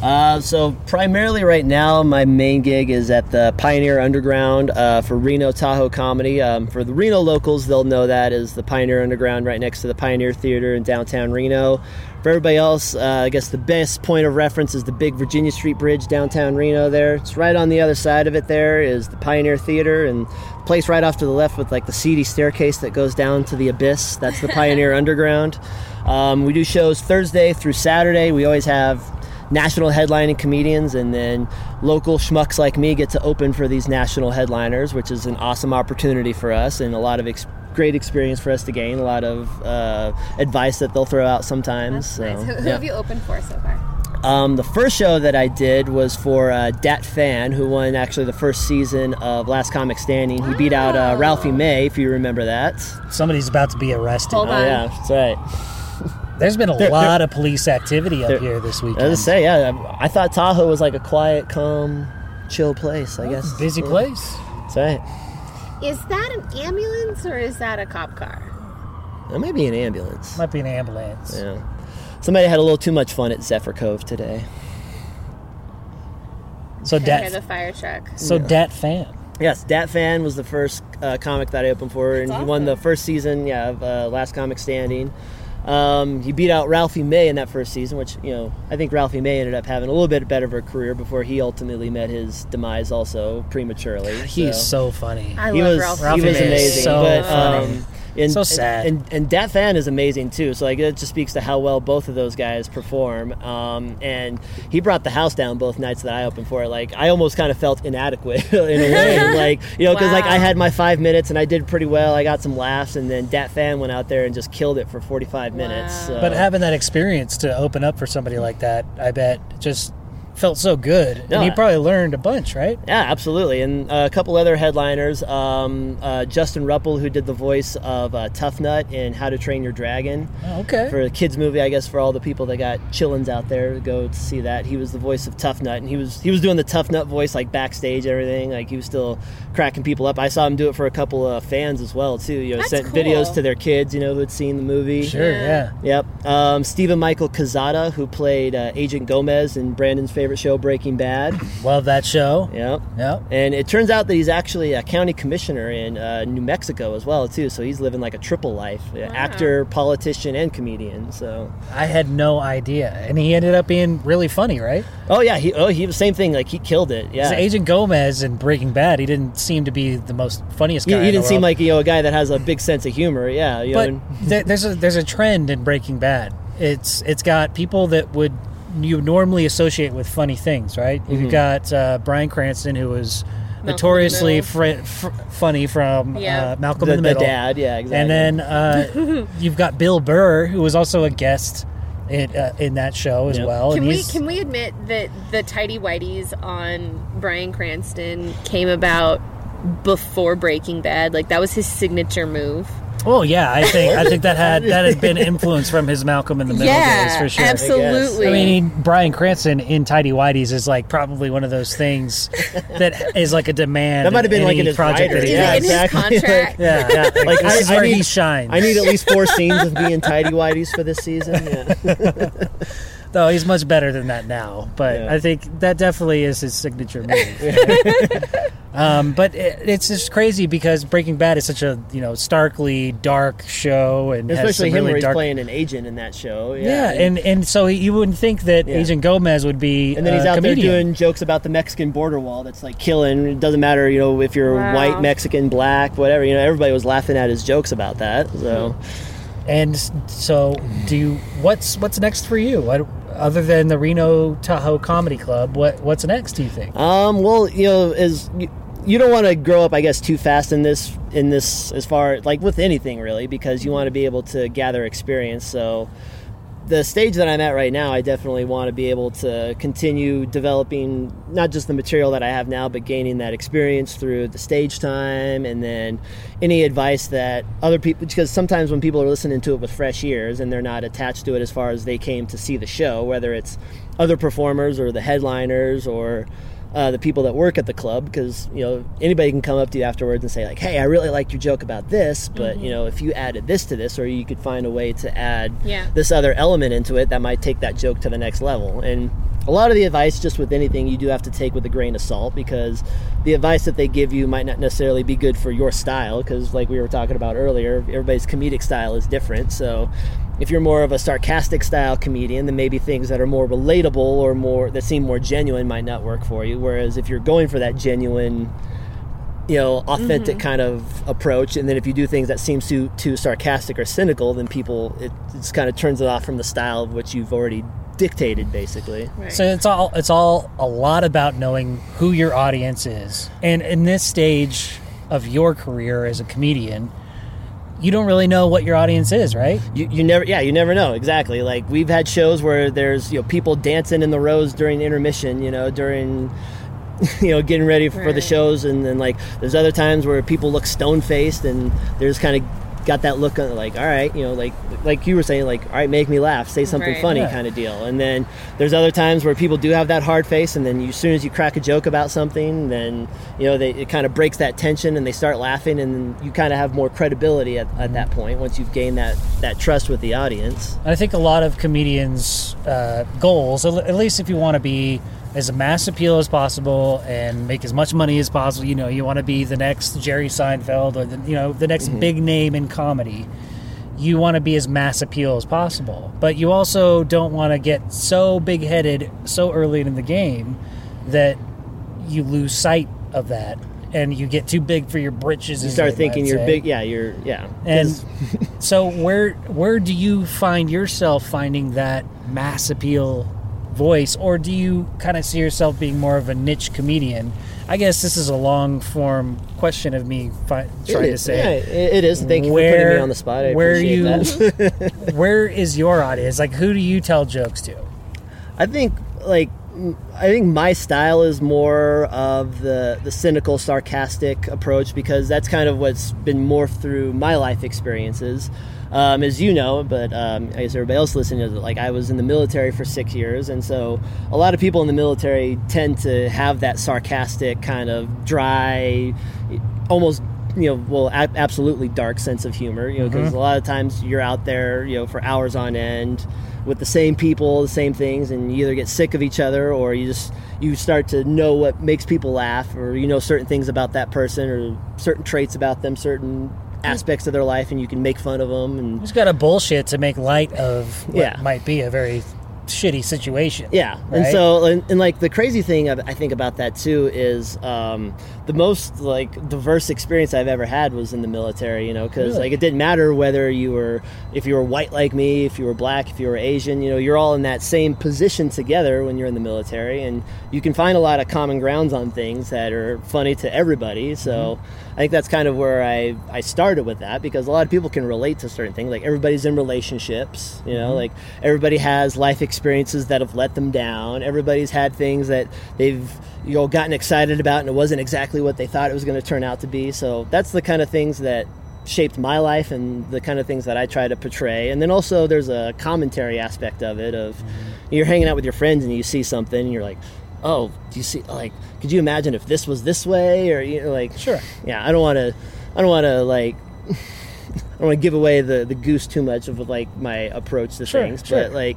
[SPEAKER 4] Uh, so primarily right now, my main gig is at the Pioneer Underground uh, for Reno Tahoe comedy. Um, for the Reno locals, they'll know that as the Pioneer Underground, right next to the Pioneer Theater in downtown Reno. For everybody else, uh, I guess the best point of reference is the big Virginia Street Bridge downtown Reno. There, it's right on the other side of it. There is the Pioneer Theater and the place right off to the left with like the seedy staircase that goes down to the abyss. That's the Pioneer Underground. Um, we do shows Thursday through Saturday. We always have national headlining comedians, and then local schmucks like me get to open for these national headliners, which is an awesome opportunity for us and a lot of ex- great experience for us to gain. A lot of uh, advice that they'll throw out sometimes. so,
[SPEAKER 3] Nice. Who, who
[SPEAKER 4] yeah.
[SPEAKER 3] have you opened for so far?
[SPEAKER 4] Um, the first show that I did was for uh, Dat Fan, who won actually the first season of Last Comic Standing. He beat out uh, Ralphie May, if you remember that.
[SPEAKER 1] Somebody's about to be arrested.
[SPEAKER 3] Hold
[SPEAKER 4] Oh,
[SPEAKER 3] on.
[SPEAKER 4] yeah, that's right.
[SPEAKER 1] There's been a lot of police activity up here this
[SPEAKER 4] I
[SPEAKER 1] weekend.
[SPEAKER 4] was gonna say, yeah, I, I thought Tahoe was like a quiet, calm, chill place. I guess
[SPEAKER 1] Oh, busy
[SPEAKER 4] Yeah,
[SPEAKER 1] place.
[SPEAKER 4] That's right.
[SPEAKER 3] Is that an ambulance or is that a cop car?
[SPEAKER 4] That might be an ambulance.
[SPEAKER 1] Might be an ambulance.
[SPEAKER 4] Yeah. Somebody had a little too much fun at Zephyr Cove today. Oh,
[SPEAKER 1] So
[SPEAKER 3] I hear
[SPEAKER 1] dat,
[SPEAKER 3] the fire truck.
[SPEAKER 1] so dat fan.
[SPEAKER 4] Yes, Dat Fan was the first uh, comic that I opened for, and he won
[SPEAKER 3] awesome.
[SPEAKER 4] the first season yeah, of uh, Last Comic Standing. Um, he beat out Ralphie May in that first season, which you know I think Ralphie May ended up having a little bit better of a career before he ultimately met his demise, also prematurely.
[SPEAKER 1] He is so funny.
[SPEAKER 3] I
[SPEAKER 4] he
[SPEAKER 3] love
[SPEAKER 4] was
[SPEAKER 3] Ralph.
[SPEAKER 1] Ralphie
[SPEAKER 4] he was
[SPEAKER 1] May is
[SPEAKER 4] amazing.
[SPEAKER 1] so
[SPEAKER 4] but,
[SPEAKER 1] funny.
[SPEAKER 4] um, and,
[SPEAKER 1] So sad.
[SPEAKER 4] And, and, and Dat Fan is amazing too. So like it just speaks to how well both of those guys perform. Um, and he brought the house down both nights that I opened for. it. Like I almost kind of felt inadequate in a way. like you know because like
[SPEAKER 3] Wow.
[SPEAKER 4] I had my five minutes and I did pretty well. I got some laughs and then Dat Fan went out there and just killed it for forty five minutes.
[SPEAKER 3] Wow.
[SPEAKER 4] So.
[SPEAKER 1] But having that experience to open up for somebody like that, I bet just felt so good.
[SPEAKER 4] No,
[SPEAKER 1] and you
[SPEAKER 4] I-
[SPEAKER 1] probably learned a bunch, right?
[SPEAKER 4] Yeah, absolutely. And uh, a couple other headliners. Um, uh, Justin Ruppel, who did the voice of uh, Tough Nut in How to Train Your Dragon.
[SPEAKER 1] Oh, okay.
[SPEAKER 4] For a kids movie, I guess for all the people that got chillins out there, go to see that. He was the voice of Tough Nut, and he was he was doing the Tough Nut voice like backstage, and everything. Like he was still cracking people up. I saw him do it for a couple of fans as well too. You know,
[SPEAKER 3] That's
[SPEAKER 4] sent
[SPEAKER 3] cool.
[SPEAKER 4] videos to their kids, you know, who had seen the movie.
[SPEAKER 1] sure, yeah.
[SPEAKER 4] Yep. Um, Stephen Michael Cazada, who played uh, Agent Gomez in Brandon's favorite show, Breaking Bad.
[SPEAKER 1] Love that show.
[SPEAKER 4] Yep.
[SPEAKER 1] Yep.
[SPEAKER 4] And it turns out that he's actually a county commissioner in uh, New Mexico as well too. So he's living like a triple life: uh, actor, politician, and comedian. So
[SPEAKER 1] I had no idea. And he ended up being really funny, right?
[SPEAKER 4] oh yeah, he oh he was same thing. Like he killed it.
[SPEAKER 1] 'Cause
[SPEAKER 4] Yeah.
[SPEAKER 1] Agent Gomez in Breaking Bad, he didn't seem to be the most funniest
[SPEAKER 4] He,
[SPEAKER 1] guy.
[SPEAKER 4] he
[SPEAKER 1] in the
[SPEAKER 4] didn't seem
[SPEAKER 1] world.
[SPEAKER 4] like you know a guy that has a big sense of humor. Yeah. You
[SPEAKER 1] But
[SPEAKER 4] know, and-
[SPEAKER 1] there, there's a there's a trend in Breaking Bad. It's it's got people that would you would normally associate with funny things, right?
[SPEAKER 4] Mm-hmm.
[SPEAKER 1] You've got uh, Brian Cranston, who was notoriously fr- fr- funny from
[SPEAKER 3] Yeah.
[SPEAKER 1] uh, Malcolm
[SPEAKER 4] the,
[SPEAKER 1] in the
[SPEAKER 4] the
[SPEAKER 1] Middle,
[SPEAKER 4] dad. Yeah. Exactly.
[SPEAKER 1] and then uh, you've got Bill Burr, who was also a guest in, uh, in that show as
[SPEAKER 4] Yep.
[SPEAKER 1] well.
[SPEAKER 3] Can
[SPEAKER 1] and
[SPEAKER 3] we
[SPEAKER 1] he's-
[SPEAKER 3] can we admit that the tidy whities on Brian Cranston came about before Breaking Bad? Like that was his signature move.
[SPEAKER 1] Oh yeah, I think I think that had that had been influenced from his Malcolm in the Middle days for sure.
[SPEAKER 3] absolutely.
[SPEAKER 1] I mean, he- Brian Cranston in Tidy Whitey's is like probably one of those things that is like a demand.
[SPEAKER 4] That might have been, like,
[SPEAKER 1] any
[SPEAKER 4] in his
[SPEAKER 1] project that
[SPEAKER 4] writer,
[SPEAKER 1] he
[SPEAKER 3] is
[SPEAKER 4] yeah,
[SPEAKER 3] it
[SPEAKER 1] does.
[SPEAKER 3] in
[SPEAKER 4] exactly.
[SPEAKER 3] his contract?
[SPEAKER 1] Yeah, yeah. Like,
[SPEAKER 4] Like,
[SPEAKER 1] this
[SPEAKER 4] I-
[SPEAKER 1] is
[SPEAKER 4] I
[SPEAKER 1] where he
[SPEAKER 4] need-
[SPEAKER 1] shines.
[SPEAKER 4] I need at least four scenes of being tidy whities for this season. Yeah.
[SPEAKER 1] Though he's much better than that now, but
[SPEAKER 4] Yeah.
[SPEAKER 1] I think that definitely is his signature move. um, but it, it's just crazy because Breaking Bad is such a you know starkly dark show, and has some
[SPEAKER 4] Especially him
[SPEAKER 1] really
[SPEAKER 4] where he's
[SPEAKER 1] dark.
[SPEAKER 4] playing an agent in that show.
[SPEAKER 1] yeah, and and so you wouldn't think that
[SPEAKER 4] Yeah.
[SPEAKER 1] Agent Gomez would be
[SPEAKER 4] And then he's
[SPEAKER 1] a
[SPEAKER 4] out
[SPEAKER 1] uh, comedian.
[SPEAKER 4] there doing jokes about the Mexican border wall that's like killing. It doesn't matter, you know, if you're
[SPEAKER 3] Wow.
[SPEAKER 4] white, Mexican, black, whatever. You know, everybody was laughing at his jokes about that. So
[SPEAKER 1] And so, do you, what's what's next for you? What, other than the Reno Tahoe Comedy Club, what what's next? Do you think?
[SPEAKER 4] Um, well, you know, is you, you don't want to grow up, I guess, too fast in this in this as far like with anything really, because you want to be able to gather experience. So the stage that I'm at right now, I definitely want to be able to continue developing not just the material that I have now, but gaining that experience through the stage time and then any advice that other people, because sometimes when people are listening to it with fresh ears and they're not attached to it as far as they came to see the show, whether it's other performers or the headliners or uh, the people that work at the club because you know anybody can come up to you afterwards and say like hey i really liked your joke about this but you know if you added this to this or you could find a way to add
[SPEAKER 3] Yeah.
[SPEAKER 4] this other element into it that might take that joke to the next level and a lot of the advice just with anything you do have to take with a grain of salt because the advice that they give you might not necessarily be good for your style because like we were talking about earlier everybody's comedic style is different so if you're more of a sarcastic style comedian, then maybe things that are more relatable or more that seem more genuine might not work for you. Whereas if you're going for that genuine, you know, authentic
[SPEAKER 3] Mm-hmm.
[SPEAKER 4] kind of approach, and then if you do things that seem too too sarcastic or cynical, then people it just kind of turns it off from the style of what you've already dictated, basically.
[SPEAKER 3] Right.
[SPEAKER 1] So it's all it's all a lot about knowing who your audience is. And in this stage of your career as a comedian, you don't really know what your audience is, right?
[SPEAKER 4] you, you never yeah you never know exactly like we've had shows where there's you know people dancing in the rows during intermission you know during you know getting ready for the
[SPEAKER 3] Right.
[SPEAKER 4] shows and then like there's other times where people look stone faced and they're just kind of got that look on like all right you know like like you were saying like all right make me laugh say something
[SPEAKER 3] Right.
[SPEAKER 4] funny
[SPEAKER 1] Yeah.
[SPEAKER 4] kind of deal and then there's other times where people do have that hard face and then you, as soon as you crack a joke about something then you know they, it kind of breaks that tension and they start laughing and you kind of have more credibility at, at that point once you've gained that that trust with the audience
[SPEAKER 1] And I think a lot of comedians' uh, goals, at at least if you want to be as a mass appeal as possible and make as much money as possible, you know, you want to be the next Jerry Seinfeld or the, you know the next
[SPEAKER 4] Mm-hmm.
[SPEAKER 1] big name in comedy. You want to be as mass appeal as possible, but you also don't want to get so big headed so early in the game that you lose sight of that and you get too big for your britches.
[SPEAKER 4] you start thinking you're big yeah you're yeah
[SPEAKER 1] And so where where do you find yourself finding that mass appeal voice or do you kind of see yourself being more of a niche comedian? I guess this is a long form question of me fi- trying
[SPEAKER 4] It
[SPEAKER 1] to
[SPEAKER 4] is-
[SPEAKER 1] say
[SPEAKER 4] yeah, it- it is thank you for putting
[SPEAKER 1] where-
[SPEAKER 4] me on the spot I
[SPEAKER 1] where
[SPEAKER 4] appreciate
[SPEAKER 1] you-
[SPEAKER 4] that.
[SPEAKER 1] where is your audience? Like who do you tell jokes to?
[SPEAKER 4] I think like m- I think my style is more of the the cynical, sarcastic approach because that's kind of what's been morphed through my life experiences. Um, as you know, but um, I guess everybody else listening knows that like I was in the military for six years, and so a lot of people in the military tend to have that sarcastic kind of dry, almost you know well a- absolutely dark sense of humor you know because a lot of times you're out there you know for hours on end with the same people the same things and you either get sick of each other or you just you start to know what makes people laugh or you know certain things about that person or certain traits about them certain aspects of their life and you can make fun of them and
[SPEAKER 1] You just got to bullshit to make light of what
[SPEAKER 4] Yeah.
[SPEAKER 1] might be a very shitty situation.
[SPEAKER 4] Yeah, and
[SPEAKER 1] Right?
[SPEAKER 4] so and, and like the crazy thing of- I think about that too is um, the most like diverse experience I've ever had was in the military. You know, because
[SPEAKER 1] Really?
[SPEAKER 4] like it didn't matter whether you were if you were white like me, if you were black, if you were Asian. You know, you're all in that same position together when you're in the military, and you can find a lot of common grounds on things that are funny to everybody. So
[SPEAKER 1] Mm-hmm.
[SPEAKER 4] I think that's kind of where I I started with that because a lot of people can relate to certain things. Like everybody's in relationships. You know, like everybody has life experiences that have let them down. Everybody's had things that they've you know gotten excited about and it wasn't exactly what they thought it was going to turn out to be. So that's the kind of things that shaped my life and the kind of things that I try to portray. And then also there's a commentary aspect of it of you're hanging out with your friends and you see something and you're like, "Oh, do you see like could you imagine if this was this way or you know like
[SPEAKER 1] Sure.
[SPEAKER 4] Yeah, I don't want to I don't want to like I don't want to give away the, the goose too much of like my approach to
[SPEAKER 1] Sure,
[SPEAKER 4] things,
[SPEAKER 1] sure.
[SPEAKER 4] but like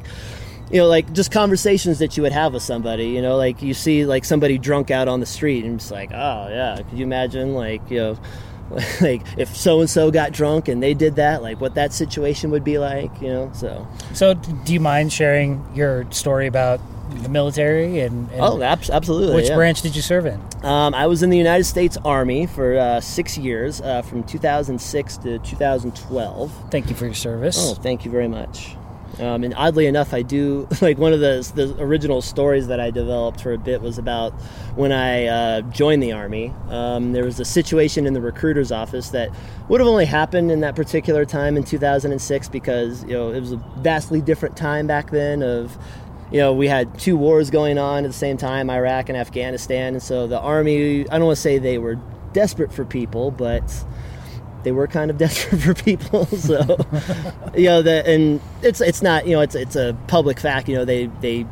[SPEAKER 4] you know, like just conversations that you would have with somebody. You know, like you see like somebody drunk out on the street, and it's like, oh yeah, could you imagine like you know, like if so and so got drunk and they did that, like what that situation would be like. You know, so
[SPEAKER 1] So d- do you mind sharing your story about the military and, and
[SPEAKER 4] oh, abs- absolutely.
[SPEAKER 1] which
[SPEAKER 4] yeah.
[SPEAKER 1] branch did you serve in?
[SPEAKER 4] Um, I was in the United States Army for uh, six years, uh, from 2006 to 2012.
[SPEAKER 1] Thank you for your service.
[SPEAKER 4] Oh, thank Oh, you very much. Um, and oddly enough, I do like one of the the original stories that I developed for a bit was about when I uh, joined the army. Um, there was a situation in the recruiter's office that would have only happened in that particular time in 2006 because you know it was a vastly different time back then of you know, we had two wars going on at the same time, Iraq and Afghanistan, and so the army, I don't want to say they were desperate for people, but they were kind of desperate for people. so, you know, the, and it's it's not, you know, it's it's a public fact, you know, they they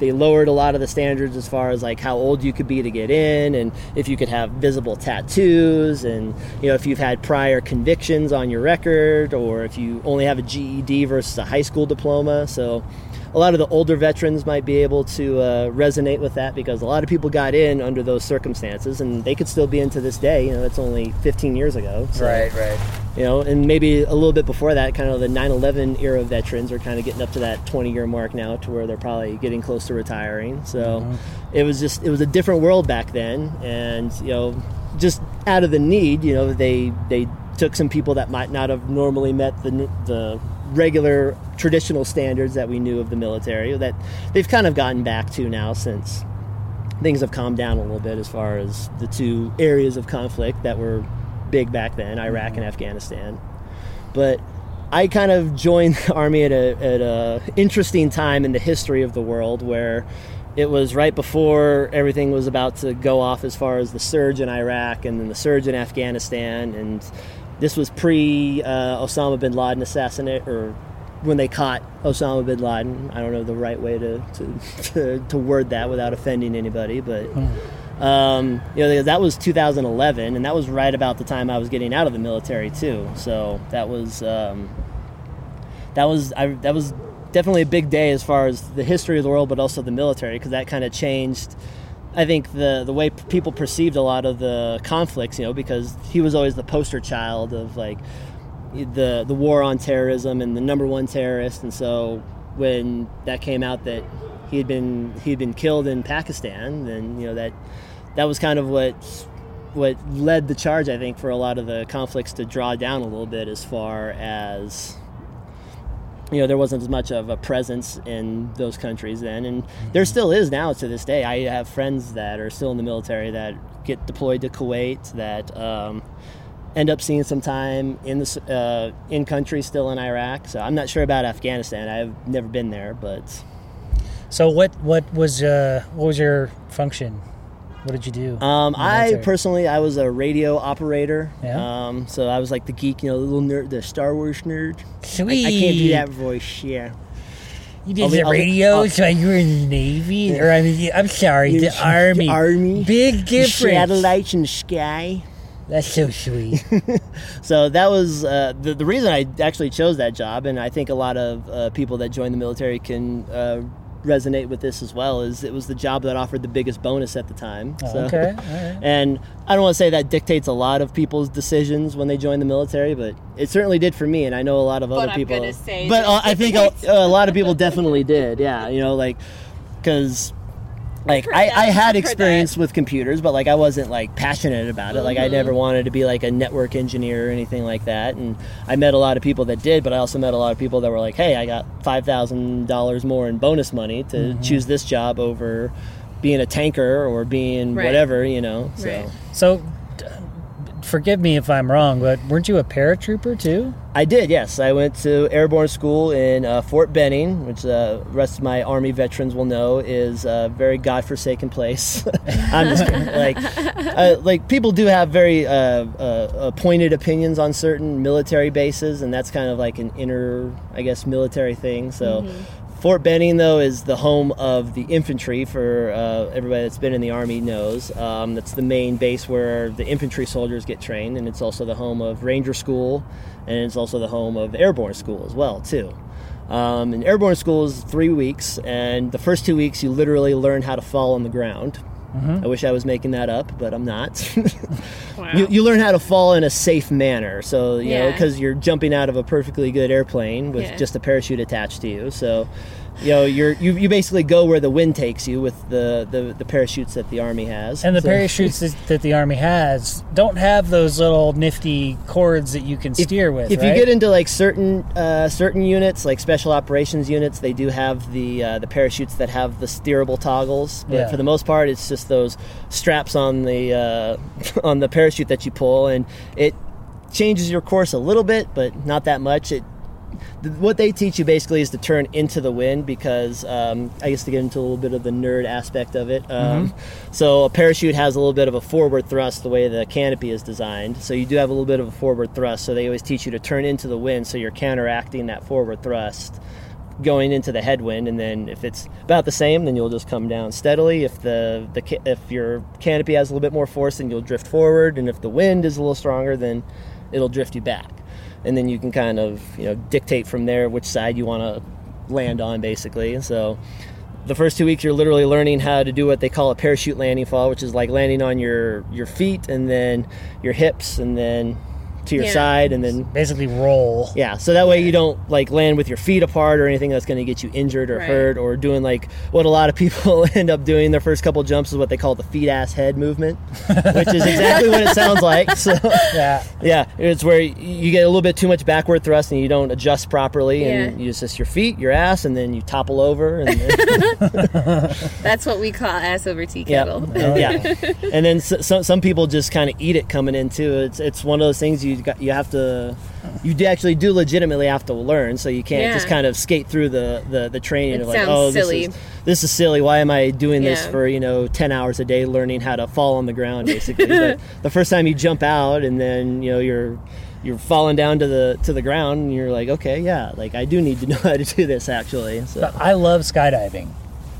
[SPEAKER 4] they lowered a lot of the standards as far as like how old you could be to get in and if you could have visible tattoos and you know if you've had prior convictions on your record or if you only have a GED versus a high school diploma so a lot of the older veterans might be able to uh, resonate with that because a lot of people got in under those circumstances and they could still be in to this day. You know, it's only 15 years ago. So,
[SPEAKER 6] Right, right.
[SPEAKER 4] You know, and maybe a little bit before that, kind of the 9 11 era veterans are kind of getting up to that 20 year mark now to where they're probably getting close to retiring. So it was just, it was a different world back then. And, you know, just out of the need, you know, they, they, took some people that might not have normally met the, the regular traditional standards that we knew of the military that they've kind of gotten back to now since things have calmed down a little bit as far as the two areas of conflict that were big back then Iraq and Afghanistan but I kind of joined the army at a at a interesting time in the history of the world where it was right before everything was about to go off as far as the surge in Iraq and then the surge in Afghanistan and this was pre uh, Osama bin Laden assassinate or when they caught Osama bin Laden. I don't know the right way to to, to, to word that without offending anybody, but um, you know that was 2011 and that was right about the time i was getting out of the military too so that was um, that was I, that was definitely a big day as far as the history of the world but also the military because that kind of changed i think the the way p- people perceived a lot of the conflicts you know because he was always the poster child of like the the war on terrorism and the number one terrorist and so when that came out that he had been he had been killed in Pakistan then you know that that was kind of what what led the charge I think for a lot of the conflicts to draw down a little bit as far as you know there wasn't as much of a presence in those countries then and there still is now to this day i have friends that are still in the military that get deployed to kuwait that um, end up seeing some time in this uh, in country still in iraq so i'm not sure about afghanistan i've never been there but
[SPEAKER 1] So what what was uh, what was your function? What did you do?
[SPEAKER 4] Um,
[SPEAKER 1] in the military?
[SPEAKER 4] I personally, I was a radio operator.
[SPEAKER 1] Yeah?
[SPEAKER 4] Um, so I was like the geek, you know, the little nerd, the Star Wars nerd. I, I can't do that voice. Yeah.
[SPEAKER 1] You did
[SPEAKER 4] I'll be-
[SPEAKER 1] the
[SPEAKER 4] I'll be-
[SPEAKER 1] radio,
[SPEAKER 4] I'll-
[SPEAKER 1] so you were in the navy, or I mean, I'm sorry,
[SPEAKER 4] You're
[SPEAKER 1] the army.
[SPEAKER 4] Army.
[SPEAKER 1] Big difference.
[SPEAKER 4] Satellites and sky.
[SPEAKER 1] That's so sweet.
[SPEAKER 4] So that was uh, the, the reason I actually chose that job, and I think a lot of uh, people that join the military can uh, resonate with this as well. Is it was the job that offered the biggest bonus at the time.
[SPEAKER 1] Oh,
[SPEAKER 4] So,
[SPEAKER 1] okay, all right.
[SPEAKER 4] And I don't want to say that dictates a lot of people's decisions when they join the military, but it certainly did for me, and I know a lot of other
[SPEAKER 3] I'm
[SPEAKER 4] people.
[SPEAKER 3] gonna say
[SPEAKER 4] but
[SPEAKER 3] that
[SPEAKER 4] uh, I think a, a lot of people definitely did. Yeah, you know, like because like
[SPEAKER 3] heard
[SPEAKER 4] I,
[SPEAKER 3] that.
[SPEAKER 4] I had
[SPEAKER 3] We've heard
[SPEAKER 4] experience with computers but like i wasn't like passionate about it like i never
[SPEAKER 3] Mm-hmm.
[SPEAKER 4] wanted to be like a network engineer or anything like that and i met a lot of people that did but i also met a lot of people that were like hey i got $5000 more in bonus money to
[SPEAKER 3] Mm-hmm.
[SPEAKER 4] choose this job over being a tanker or being
[SPEAKER 3] Right.
[SPEAKER 4] whatever you know so
[SPEAKER 3] Right.
[SPEAKER 1] So, d- forgive me if I'm wrong, but weren't you a paratrooper too?
[SPEAKER 4] I did, yes. I went to airborne school in uh, Fort Benning, which uh, the rest of my Army veterans will know is a very godforsaken place. I'm just kidding. like, uh, like people do have very uh, uh, uh, pointed opinions on certain military bases, and that's kind of like an inner, I guess, military thing. So. Fort Benning, though, is the home of the infantry. For uh, everybody that's been in the army knows, um, that's the main base where the infantry soldiers get trained, and it's also the home of Ranger School, and it's also the home of Airborne School as well, too. Um, and Airborne School is three weeks, and the first two weeks you literally learn how to fall on the ground. I wish I was making that up, but I'm not. you, you learn how to fall in a safe manner, so you know
[SPEAKER 3] Yeah.
[SPEAKER 4] because you're jumping out of a perfectly good airplane with
[SPEAKER 3] Yeah.
[SPEAKER 4] just a parachute attached to you. So you know, you're you, you basically go where the wind takes you with the, the, the parachutes that the army has.
[SPEAKER 1] And the
[SPEAKER 4] So-
[SPEAKER 1] parachutes that, that the army has don't have those little nifty cords that you can steer with.
[SPEAKER 4] If
[SPEAKER 1] right?
[SPEAKER 4] you get into like certain uh, certain units, like special operations units, they do have the uh, the parachutes that have the steerable toggles. But
[SPEAKER 1] Yeah.
[SPEAKER 4] for the most part, it's just those straps on the uh, on the parachute that you pull, and it changes your course a little bit, but not that much. It th- what they teach you basically is to turn into the wind because um, I guess to get into a little bit of the nerd aspect of it. Um, So a parachute has a little bit of a forward thrust the way the canopy is designed. So you do have a little bit of a forward thrust. So they always teach you to turn into the wind so you're counteracting that forward thrust going into the headwind and then if it's about the same then you'll just come down steadily if the, the ca- if your canopy has a little bit more force then you'll drift forward and if the wind is a little stronger then it'll drift you back and then you can kind of you know dictate from there which side you want to land on basically and so the first two weeks you're literally learning how to do what they call a parachute landing fall which is like landing on your your feet and then your hips and then to your
[SPEAKER 3] Yeah.
[SPEAKER 4] side and then
[SPEAKER 1] basically roll.
[SPEAKER 4] yeah, so that way you don't like land with your feet apart or anything that's going to get you injured or
[SPEAKER 3] Right.
[SPEAKER 4] hurt or doing like what a lot of people end up doing their first couple jumps is what they call the feet ass head movement, which is exactly what it sounds like. So
[SPEAKER 1] Yeah.
[SPEAKER 4] yeah, it's where you get a little bit too much backward thrust and you don't adjust properly and
[SPEAKER 3] Yeah.
[SPEAKER 4] you it's just your feet, your ass, and then you topple over and then,
[SPEAKER 3] That's what we call ass over tea
[SPEAKER 4] yeah, Oh,
[SPEAKER 3] kettle.
[SPEAKER 4] yeah. And then s some some people just kind of eat it coming in too. It's it's one of those things you got you have to. You do actually do legitimately have to learn, so you can't
[SPEAKER 3] Yeah.
[SPEAKER 4] just kind of skate through the the, the training
[SPEAKER 3] It
[SPEAKER 4] of like,
[SPEAKER 3] sounds
[SPEAKER 4] oh,
[SPEAKER 3] silly.
[SPEAKER 4] this is this is silly. Why am I doing this
[SPEAKER 3] Yeah.
[SPEAKER 4] for you know ten hours a day learning how to fall on the ground basically? but the first time you jump out and then you know you're you're falling down to the to the ground and you're like, okay, yeah, like I do need to know how to do this actually. So.
[SPEAKER 1] But I love skydiving.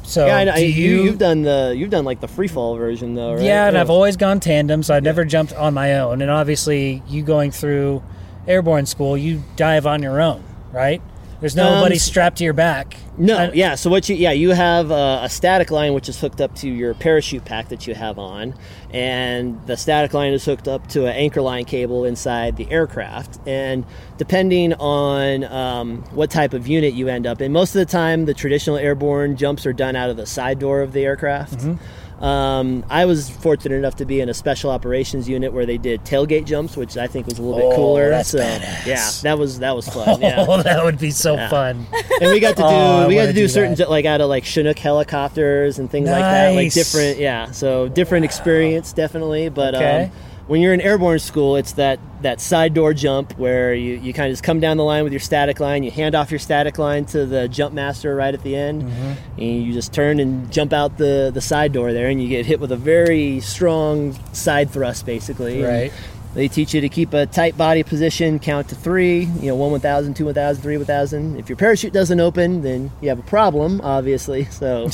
[SPEAKER 1] So
[SPEAKER 4] yeah, I know.
[SPEAKER 1] do
[SPEAKER 4] you, you've done the you've done like the free fall version though, right?
[SPEAKER 1] Yeah, and I've always gone tandem, so I've never jumped on my own. And obviously, you going through airborne school, you dive on your own, right? There's nobody
[SPEAKER 4] Um, s-
[SPEAKER 1] strapped to your back.
[SPEAKER 4] No,
[SPEAKER 1] I-
[SPEAKER 4] yeah. So what you yeah you have uh, a static line which is hooked up to your parachute pack that you have on, and the static line is hooked up to an anchor line cable inside the aircraft. And depending on um, what type of unit you end up in, most of the time the traditional airborne jumps are done out of the side door of the aircraft.
[SPEAKER 1] Mm-hmm.
[SPEAKER 4] Um, I was fortunate enough to be in a special operations unit where they did tailgate jumps, which I think was a little
[SPEAKER 1] Oh,
[SPEAKER 4] bit cooler.
[SPEAKER 1] that's
[SPEAKER 4] so
[SPEAKER 1] badass.
[SPEAKER 4] yeah, that was that was fun. Yeah
[SPEAKER 1] Oh, that would be so fun.
[SPEAKER 4] and we got to do
[SPEAKER 1] Oh, I
[SPEAKER 4] we got
[SPEAKER 1] wanna
[SPEAKER 4] to do,
[SPEAKER 1] do
[SPEAKER 4] certain
[SPEAKER 1] that.
[SPEAKER 4] ju- like out of like Chinook helicopters and things like that, like
[SPEAKER 1] Nice.
[SPEAKER 4] different yeah. So different experience definitely, but
[SPEAKER 1] Okay.
[SPEAKER 4] um, when you're in airborne school, it's that that side door jump where you you kind of just come down the line with your static line, you hand off your static line to the jump master right at the end,
[SPEAKER 1] Mm-hmm.
[SPEAKER 4] and you just turn and jump out the the side door there, and you get hit with a very strong side thrust basically, and
[SPEAKER 1] Right.
[SPEAKER 4] they teach you to keep a tight body position, count to three, you know, one 1,000, two 1,000, three 1,000. If your parachute doesn't open, then you have a problem, obviously. So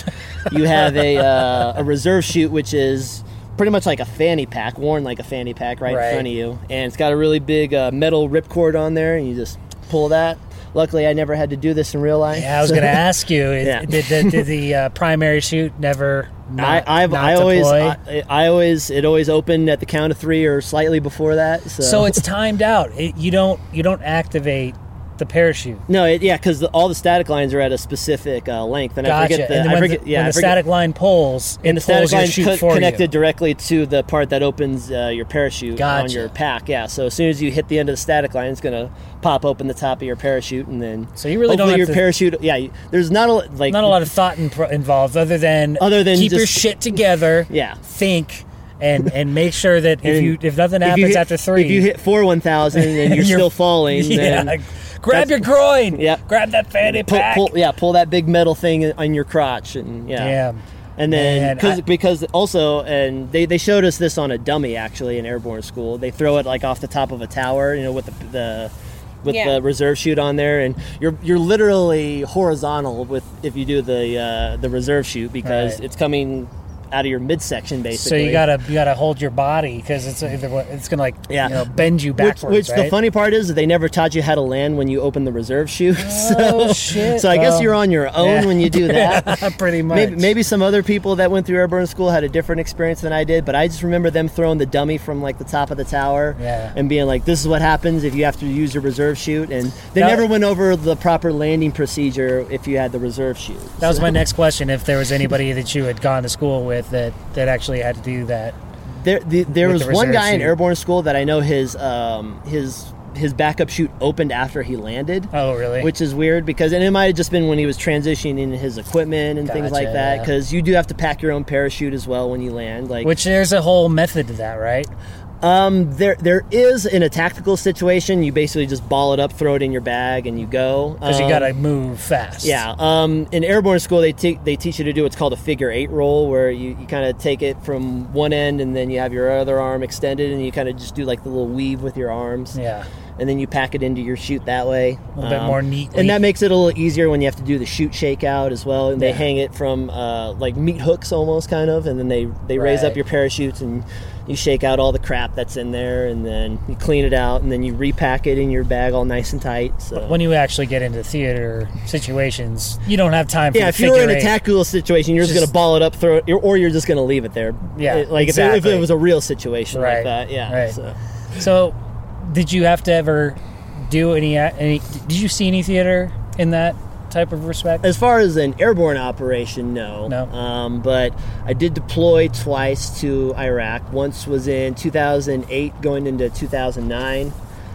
[SPEAKER 4] you have a, uh, a reserve chute, which is pretty much like a fanny pack, worn like a fanny pack right,
[SPEAKER 1] Right.
[SPEAKER 4] in front of you. And it's got a really big uh, metal ripcord on there, and you just pull that. Luckily, I never had to do this in real life.
[SPEAKER 1] Yeah, I was
[SPEAKER 4] so-
[SPEAKER 1] going to ask you. it-
[SPEAKER 4] Yeah.
[SPEAKER 1] Did, the did the uh, primary shoot never? Not,
[SPEAKER 4] I, I've,
[SPEAKER 1] not
[SPEAKER 4] I always,
[SPEAKER 1] deploy?
[SPEAKER 4] I, I always, it always opened at the count of three or slightly before that. So,
[SPEAKER 1] so it's timed out. It, you don't you don't activate the parachute.
[SPEAKER 4] No, it, yeah, because all the static lines are at a specific uh, length, and I
[SPEAKER 1] Gotcha.
[SPEAKER 4] forget the.
[SPEAKER 1] and then
[SPEAKER 4] I
[SPEAKER 1] when
[SPEAKER 4] forget,
[SPEAKER 1] the,
[SPEAKER 4] yeah,
[SPEAKER 1] when
[SPEAKER 4] I
[SPEAKER 1] the
[SPEAKER 4] forget-
[SPEAKER 1] static line pulls, it
[SPEAKER 4] and the
[SPEAKER 1] pulls
[SPEAKER 4] static
[SPEAKER 1] your
[SPEAKER 4] line
[SPEAKER 1] chute
[SPEAKER 4] co-
[SPEAKER 1] for you.
[SPEAKER 4] connected directly to the part that opens uh, your parachute on
[SPEAKER 1] Gotcha.
[SPEAKER 4] your pack. Yeah, so as soon as you hit the end of the static line, it's gonna pop open the top of your parachute, and then
[SPEAKER 1] So you really don't
[SPEAKER 4] hopefully
[SPEAKER 1] have
[SPEAKER 4] your
[SPEAKER 1] to-
[SPEAKER 4] parachute. Yeah, you- there's not a like
[SPEAKER 1] not a lot of thought in, involved other than
[SPEAKER 4] Other than
[SPEAKER 1] keep your
[SPEAKER 4] just-
[SPEAKER 1] shit together
[SPEAKER 4] Yeah.
[SPEAKER 1] think and and make sure that if
[SPEAKER 4] And
[SPEAKER 1] you if nothing
[SPEAKER 4] if you
[SPEAKER 1] happens
[SPEAKER 4] hit-
[SPEAKER 1] after three
[SPEAKER 4] If you hit four one thousand and
[SPEAKER 1] You're-
[SPEAKER 4] you're, still falling,
[SPEAKER 1] yeah,
[SPEAKER 4] then
[SPEAKER 1] grab
[SPEAKER 4] that's-
[SPEAKER 1] your groin
[SPEAKER 4] Yep.
[SPEAKER 1] grab that fanny
[SPEAKER 4] pull,
[SPEAKER 1] pack
[SPEAKER 4] pull, yeah, pull that big metal thing on your crotch, and yeah,
[SPEAKER 1] damn
[SPEAKER 4] And
[SPEAKER 1] Man,
[SPEAKER 4] then, cause,
[SPEAKER 1] I-
[SPEAKER 4] because also, and they, they showed us this on a dummy actually in airborne school. They throw it like off the top of a tower, you know, with the, the with
[SPEAKER 3] Yeah.
[SPEAKER 4] the reserve chute on there, and you're you're literally horizontal with if you do the uh, the reserve chute because
[SPEAKER 1] Right.
[SPEAKER 4] it's coming out of your midsection
[SPEAKER 1] So
[SPEAKER 4] basically.
[SPEAKER 1] you gotta you gotta hold your body because it's it's gonna like
[SPEAKER 4] Yeah.
[SPEAKER 1] you know bend you
[SPEAKER 4] Which,
[SPEAKER 1] backwards.
[SPEAKER 4] which the
[SPEAKER 1] right?
[SPEAKER 4] funny part is that they never taught you how to land when you open the reserve shoe.
[SPEAKER 1] Oh,
[SPEAKER 4] so,
[SPEAKER 1] shit.
[SPEAKER 4] so I guess
[SPEAKER 1] Well,
[SPEAKER 4] you're on your own
[SPEAKER 1] yeah.
[SPEAKER 4] when you do that.
[SPEAKER 1] pretty much.
[SPEAKER 4] Maybe, maybe some other people that went through airborne school had a different experience than I did, but I just remember them throwing the dummy from like the top of the tower
[SPEAKER 1] Yeah.
[SPEAKER 4] and being like, "This is what happens if you have to use your reserve chute." And they
[SPEAKER 1] That-
[SPEAKER 4] never went over the proper landing procedure if you had the reserve chute.
[SPEAKER 1] that was my next question. If there was anybody that you had gone to school with that that actually had to do that,
[SPEAKER 4] There, the, there
[SPEAKER 1] With
[SPEAKER 4] was
[SPEAKER 1] the
[SPEAKER 4] one
[SPEAKER 1] reserve
[SPEAKER 4] guy in
[SPEAKER 1] chute.
[SPEAKER 4] airborne school that I know his um, his his backup chute opened after he landed.
[SPEAKER 1] Oh, really?
[SPEAKER 4] Which is weird because and it might have just been when he was transitioning his equipment and things like
[SPEAKER 1] Gotcha,
[SPEAKER 4] that.
[SPEAKER 1] yeah.
[SPEAKER 4] Because you do have to pack your own parachute as well when you land. Like
[SPEAKER 1] which there's a whole method to that, right?
[SPEAKER 4] Um, there there is in a tactical situation, you basically just ball it up, throw it in your bag, and you go.
[SPEAKER 1] Because
[SPEAKER 4] Um,
[SPEAKER 1] you gotta move fast.
[SPEAKER 4] Yeah. Um, in airborne school, they te- they teach you to do what's called a figure eight roll, where you, you kind of take it from one end and then you have your other arm extended, and you kind of just do like the little weave with your arms.
[SPEAKER 1] yeah.
[SPEAKER 4] And then you pack it into your chute that way. A
[SPEAKER 1] little bit more neatly.
[SPEAKER 4] And that makes it a little easier when you have to do the chute shakeout as well. And they
[SPEAKER 1] Yeah.
[SPEAKER 4] hang it from uh, like meat hooks almost, kind of. And then they, they raise up
[SPEAKER 1] Right.
[SPEAKER 4] your parachutes and you shake out all the crap that's in there. And then you clean it out. And then you repack it in your bag all nice and tight. So.
[SPEAKER 1] When you actually get into theater situations, you don't have time. For
[SPEAKER 4] Yeah,
[SPEAKER 1] the
[SPEAKER 4] if you were in
[SPEAKER 1] figure
[SPEAKER 4] a
[SPEAKER 1] eight.
[SPEAKER 4] tactical situation, you're just,
[SPEAKER 1] Just-
[SPEAKER 4] gonna ball it up, throw it, or you're just gonna leave it there.
[SPEAKER 1] Yeah,
[SPEAKER 4] It- like if it- if, it,
[SPEAKER 1] exactly.
[SPEAKER 4] was a real situation like
[SPEAKER 1] Right,
[SPEAKER 4] that. Yeah.
[SPEAKER 1] right.
[SPEAKER 4] So.
[SPEAKER 1] So, did you have to ever do any? Any? Did you see any theater in that type of respect?
[SPEAKER 4] As far as an airborne operation, no.
[SPEAKER 1] No.
[SPEAKER 4] Um, but I did deploy twice to Iraq. Once was in 2008, going into 2009.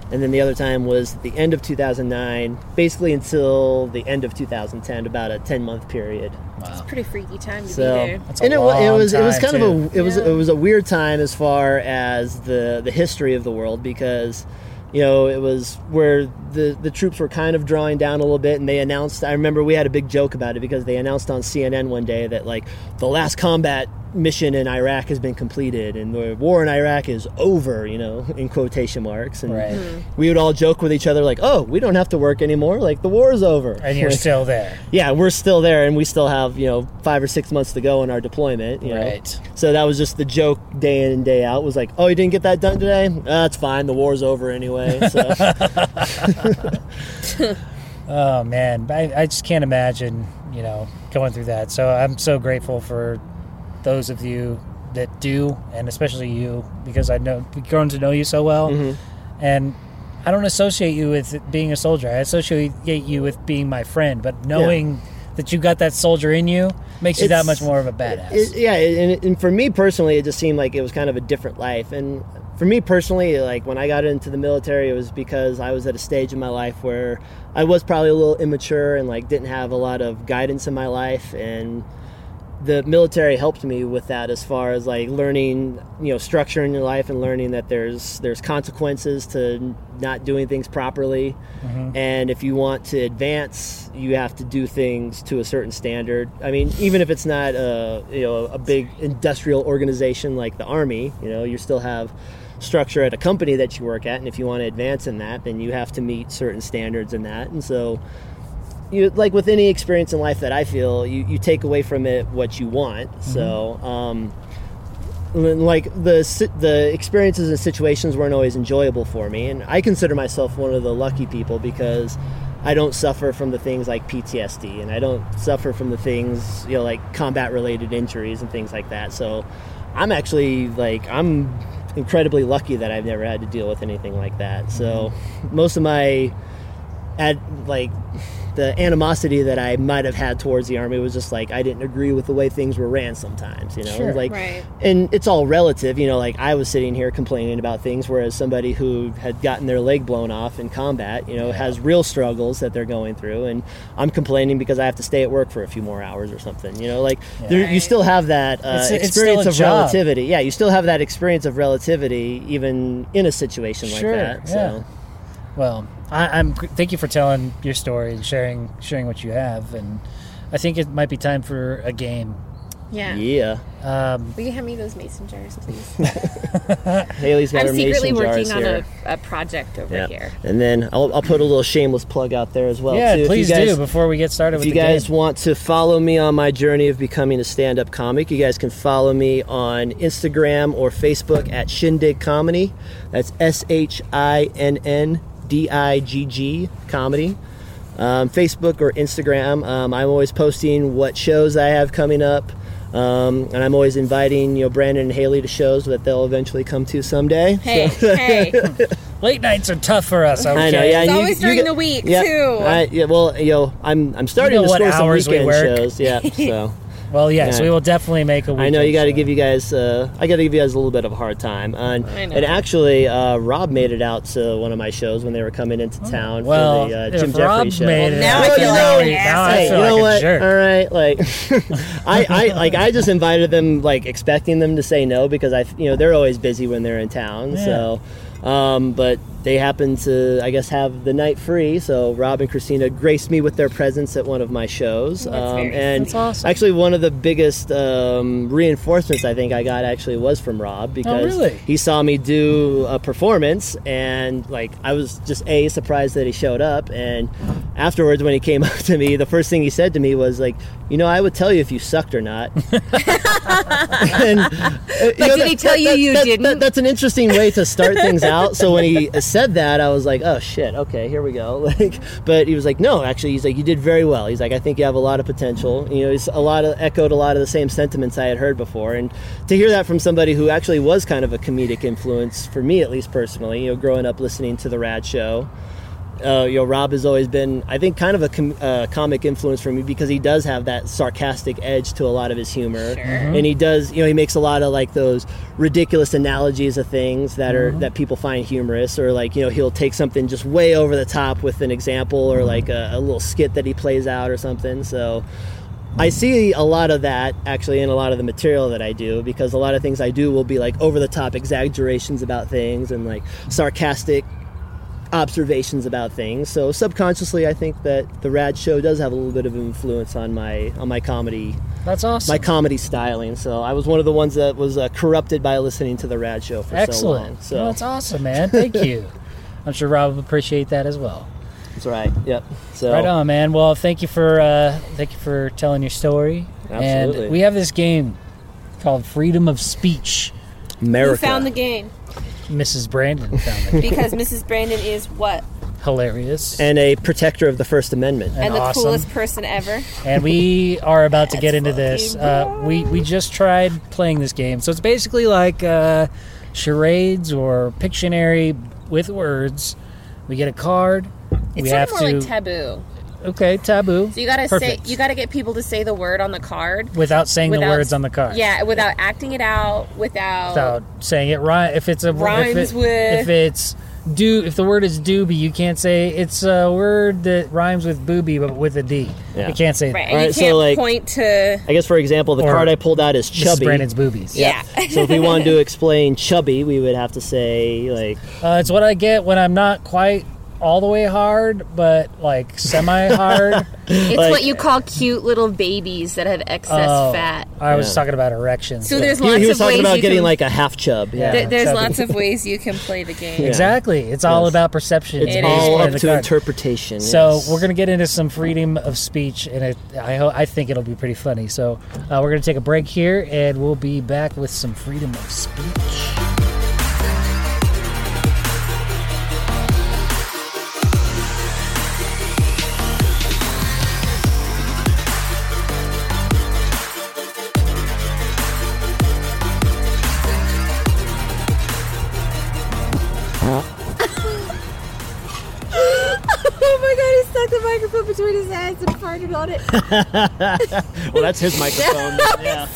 [SPEAKER 4] And then the other time was the end of 2009, basically until the end of 2010, about a 10 month period.
[SPEAKER 3] It's pretty freaky time to
[SPEAKER 4] So,
[SPEAKER 3] be there.
[SPEAKER 1] a
[SPEAKER 4] and it, wa- it
[SPEAKER 1] long
[SPEAKER 4] was it was
[SPEAKER 1] time,
[SPEAKER 4] kind of a it was
[SPEAKER 3] Yeah.
[SPEAKER 4] it was a weird time as far as the the history of the world because you know it was where the the troops were kind of drawing down a little bit and they announced I remember we had a big joke about it because they announced on CNN one day that like the last combat mission in Iraq has been completed and the war in Iraq is over you know in quotation marks and
[SPEAKER 1] Right. Mhm.
[SPEAKER 3] Mm-hmm.
[SPEAKER 4] we would all joke with each other like oh we don't have to work anymore like the war is over
[SPEAKER 1] and you're
[SPEAKER 4] Like,
[SPEAKER 1] still there.
[SPEAKER 4] yeah, we're still there, and we still have you know five or six months to go in our deployment. You know?
[SPEAKER 1] Right.
[SPEAKER 4] So that was just the joke day in and day out was like, oh, you didn't get that done today? That's fine. The war's over anyway. So
[SPEAKER 1] Oh man, I, I just can't imagine, you know, going through that. So I'm so grateful for those of you that do, and especially you, because I know grown to know you so well,
[SPEAKER 4] Mm-hmm.
[SPEAKER 1] and I don't associate you with being a soldier. I associate you with being my friend. But knowing that you got that soldier in you makes you that
[SPEAKER 4] It's-
[SPEAKER 1] much more of a badass.
[SPEAKER 4] it- yeah, and, and for me personally, it just seemed like it was kind of a different life. And for me personally, like when I got into the military, it was because I was at a stage in my life where I was probably a little immature and like didn't have a lot of guidance in my life and. the military helped me with that as far as like learning you know structure in your life and learning that there's there's consequences to not doing things properly and if you want to advance you have to do things to a certain standard i mean even if it's not a you know a big industrial organization like the army you know you still have structure at a company that you work at and if you want to advance in that then you have to meet certain standards in that and so you like with any experience in life that I feel you, you take away from it what you want. So um, l- like the si- the experiences and situations weren't always enjoyable for me, and I consider myself one of the lucky people because I don't suffer from the things like PTSD, and I don't suffer from the things you know like combat related injuries and things like that. So I'm actually like I'm incredibly lucky that I've never had to deal with anything like that. So most of my at like the animosity that I might have had towards the army was just like I didn't agree with the way things were ran sometimes, you know.
[SPEAKER 1] Sure.
[SPEAKER 4] like
[SPEAKER 3] Right.
[SPEAKER 4] and it's all relative, you know, like I was sitting here complaining about things whereas somebody who had gotten their leg blown off in combat, you know, has real struggles that they're going through and I'm complaining because I have to stay at work for a few more hours or something, you know, like there, you
[SPEAKER 3] Right.
[SPEAKER 4] still have that uh,
[SPEAKER 1] It's- it's still
[SPEAKER 4] experience
[SPEAKER 1] a
[SPEAKER 4] of
[SPEAKER 1] job.
[SPEAKER 4] relativity. Yeah, you still have that experience of relativity even in a situation
[SPEAKER 1] Sure,
[SPEAKER 4] like that.
[SPEAKER 1] yeah.
[SPEAKER 4] So
[SPEAKER 1] Well, I, I'm gr- thank you for telling your story and sharing sharing what you have, and I think it might be time for a game.
[SPEAKER 3] Yeah.
[SPEAKER 4] Yeah.
[SPEAKER 1] Um,
[SPEAKER 3] Will you hand me those mason jars, please?
[SPEAKER 4] Haley's got
[SPEAKER 3] I'm
[SPEAKER 4] her
[SPEAKER 3] secretly
[SPEAKER 4] mason jars
[SPEAKER 3] working on
[SPEAKER 4] here.
[SPEAKER 3] a, a project over
[SPEAKER 4] Yeah.
[SPEAKER 3] here.
[SPEAKER 4] And then I'll, I'll put a little shameless plug out there as well.
[SPEAKER 1] yeah,
[SPEAKER 4] too. If you
[SPEAKER 1] please
[SPEAKER 4] guys-
[SPEAKER 1] do before we get started
[SPEAKER 4] If
[SPEAKER 1] with
[SPEAKER 4] you
[SPEAKER 1] the
[SPEAKER 4] guys
[SPEAKER 1] game.
[SPEAKER 4] want to follow me on my journey of becoming a stand up comic, you guys can follow me on Instagram or Facebook at Shindig Comedy. That's S H I N N D I G G Comedy. Um, Facebook or Instagram. Um, I'm always posting what shows I have coming up. Um, and I'm always inviting you know Brandon and Haley to shows that they'll eventually come to someday.
[SPEAKER 3] Hey, hey.
[SPEAKER 1] Late nights are tough for us. Okay?
[SPEAKER 4] I know. Yeah,
[SPEAKER 3] It's
[SPEAKER 4] you-
[SPEAKER 3] always
[SPEAKER 4] you
[SPEAKER 3] during
[SPEAKER 4] get-
[SPEAKER 3] the week,
[SPEAKER 4] yeah,
[SPEAKER 3] too.
[SPEAKER 4] I, yeah, well, you know, I'm I'm starting
[SPEAKER 1] know
[SPEAKER 4] to
[SPEAKER 1] what
[SPEAKER 4] score some
[SPEAKER 1] hours we
[SPEAKER 4] weekend
[SPEAKER 1] work.
[SPEAKER 4] shows. Yeah, so
[SPEAKER 1] Well, yes,
[SPEAKER 4] Yeah.
[SPEAKER 1] we will definitely make a.
[SPEAKER 4] I know you got to
[SPEAKER 1] to
[SPEAKER 4] give you guys. Uh, I got to give you guys a little bit of a hard time. And,
[SPEAKER 3] I know.
[SPEAKER 4] and actually, uh, Rob made it out to one of my shows when they were coming into town
[SPEAKER 1] Well,
[SPEAKER 4] for the uh,
[SPEAKER 1] if
[SPEAKER 4] Jim
[SPEAKER 1] Rob
[SPEAKER 4] Jeffries show.
[SPEAKER 1] made it,
[SPEAKER 3] Oh. Now I
[SPEAKER 1] out,
[SPEAKER 3] feel
[SPEAKER 1] then
[SPEAKER 3] like an
[SPEAKER 1] now I
[SPEAKER 4] Hey,
[SPEAKER 1] feel
[SPEAKER 4] you know
[SPEAKER 1] like a
[SPEAKER 4] what? Er,
[SPEAKER 1] jerk.
[SPEAKER 4] All right, like I, I, like I just invited them, like expecting them to say no because I, you know, they're always busy when they're in town. So, um, but they happened to, I guess, have the night free. So Rob and Christina graced me with their presence at one of my shows. um,
[SPEAKER 3] very-
[SPEAKER 4] and
[SPEAKER 1] That's awesome.
[SPEAKER 4] actually, one of the biggest um, reinforcements I think I got actually was from Rob because
[SPEAKER 1] really?
[SPEAKER 4] he saw me do a performance and like i was just a surprised that he showed up and afterwards when he came up to me the first thing he said to me was like you know i would tell you if you sucked or not and, uh, but
[SPEAKER 3] did he tell you you didn't?
[SPEAKER 4] that's an interesting way to start things out so when he said that i was like oh shit okay here we go like but he was like no actually he's like you did very well he's like i think you have a lot of potential you know he's a lot of echoed a lot of the same sentiments i had heard before and to hear that from somebody who actually was kind of a comedic influence for me at least personally you know growing up listening to the rad show uh, you know, Rob has always been, I think, kind of a com- uh, comic influence for me because he does have that sarcastic edge to a lot of his humor, and he does, you know, he makes a lot of like those ridiculous analogies of things that are that people find humorous, or like you know, he'll take something just way over the top with an example, or like a, a little skit that he plays out or something. So. I see a lot of that actually in a lot of the material that I do because a lot of things I do will be like over the top exaggerations about things and like sarcastic observations about things. So subconsciously, I think that the Rad Show does have a little bit of influence on my on my comedy
[SPEAKER 1] That's awesome.
[SPEAKER 4] my comedy styling. So I was one of the ones that was uh, corrupted by listening to the Rad Show for so long.
[SPEAKER 1] Excellent.
[SPEAKER 4] So
[SPEAKER 1] Well, that's awesome, man. Thank you. I'm sure Rob will appreciate that as well.
[SPEAKER 4] that's right. Yep. So
[SPEAKER 1] Right on, man. Well, thank you for uh, thank you for telling your story.
[SPEAKER 4] Absolutely.
[SPEAKER 1] And we have this game called Freedom of Speech.
[SPEAKER 4] America.
[SPEAKER 3] Who found the game?
[SPEAKER 1] Mrs. Brandon found it
[SPEAKER 3] Because Mrs. Brandon is what?
[SPEAKER 1] hilarious.
[SPEAKER 4] and a protector of the First Amendment.
[SPEAKER 3] And, the
[SPEAKER 1] awesome.
[SPEAKER 3] coolest person ever.
[SPEAKER 1] and we are about to get into this.
[SPEAKER 3] fucking
[SPEAKER 1] Uh, we we just tried playing this game, so it's basically like uh, charades or Pictionary with words. We get a card.
[SPEAKER 3] It
[SPEAKER 1] we have
[SPEAKER 3] sounds more
[SPEAKER 1] to
[SPEAKER 3] like taboo.
[SPEAKER 1] okay taboo.
[SPEAKER 3] So you gotta
[SPEAKER 1] Perfect.
[SPEAKER 3] say you gotta get people to say the word on the card.
[SPEAKER 1] without saying
[SPEAKER 3] without-
[SPEAKER 1] the words on the card.
[SPEAKER 3] Yeah, without acting it out, without
[SPEAKER 1] Without saying it right. If it's a if
[SPEAKER 3] Rhymes
[SPEAKER 1] it,
[SPEAKER 3] with-
[SPEAKER 1] if it's do if the word is doobie, you can't say it's a word that rhymes with booby but with a D.
[SPEAKER 4] Yeah.
[SPEAKER 1] You can't say
[SPEAKER 3] right.
[SPEAKER 1] that.
[SPEAKER 3] And you
[SPEAKER 4] Alright, so,
[SPEAKER 3] can't
[SPEAKER 4] like-
[SPEAKER 3] point to
[SPEAKER 4] I guess for example, the
[SPEAKER 1] Or
[SPEAKER 4] card I pulled out is
[SPEAKER 1] This is
[SPEAKER 4] chubby.
[SPEAKER 1] Brandon's boobies.
[SPEAKER 3] Yeah.
[SPEAKER 4] so if we wanted to explain chubby, we would have to say like
[SPEAKER 1] Uh, it's what I get when I'm not quite all the way hard, but like semi hard.
[SPEAKER 3] It's
[SPEAKER 4] Like-
[SPEAKER 3] what you call cute little babies that have excess
[SPEAKER 1] Oh.
[SPEAKER 3] fat.
[SPEAKER 1] I was
[SPEAKER 4] Yeah.
[SPEAKER 1] talking about erections.
[SPEAKER 3] So there's
[SPEAKER 4] he,
[SPEAKER 3] lots
[SPEAKER 4] he was
[SPEAKER 3] of ways
[SPEAKER 4] talking about
[SPEAKER 3] you
[SPEAKER 4] getting
[SPEAKER 3] can,
[SPEAKER 4] like a half chub. Yeah.
[SPEAKER 3] there- there's
[SPEAKER 1] chubby.
[SPEAKER 3] lots of ways you can play the game.
[SPEAKER 1] exactly. It's all
[SPEAKER 4] Yes.
[SPEAKER 1] about perception.
[SPEAKER 4] It's
[SPEAKER 3] It
[SPEAKER 1] based
[SPEAKER 4] all
[SPEAKER 1] on
[SPEAKER 4] up
[SPEAKER 1] the
[SPEAKER 4] to
[SPEAKER 1] card.
[SPEAKER 4] interpretation.
[SPEAKER 1] So
[SPEAKER 4] yes.
[SPEAKER 1] we're gonna get into some freedom of speech, and it, I ho- I think it'll be pretty funny. So uh, we're gonna take a break here, and we'll be back with some freedom of speech.
[SPEAKER 3] Oh my god, he stuck the microphone between his hands and farted on it.
[SPEAKER 4] Well, that's his microphone. yeah.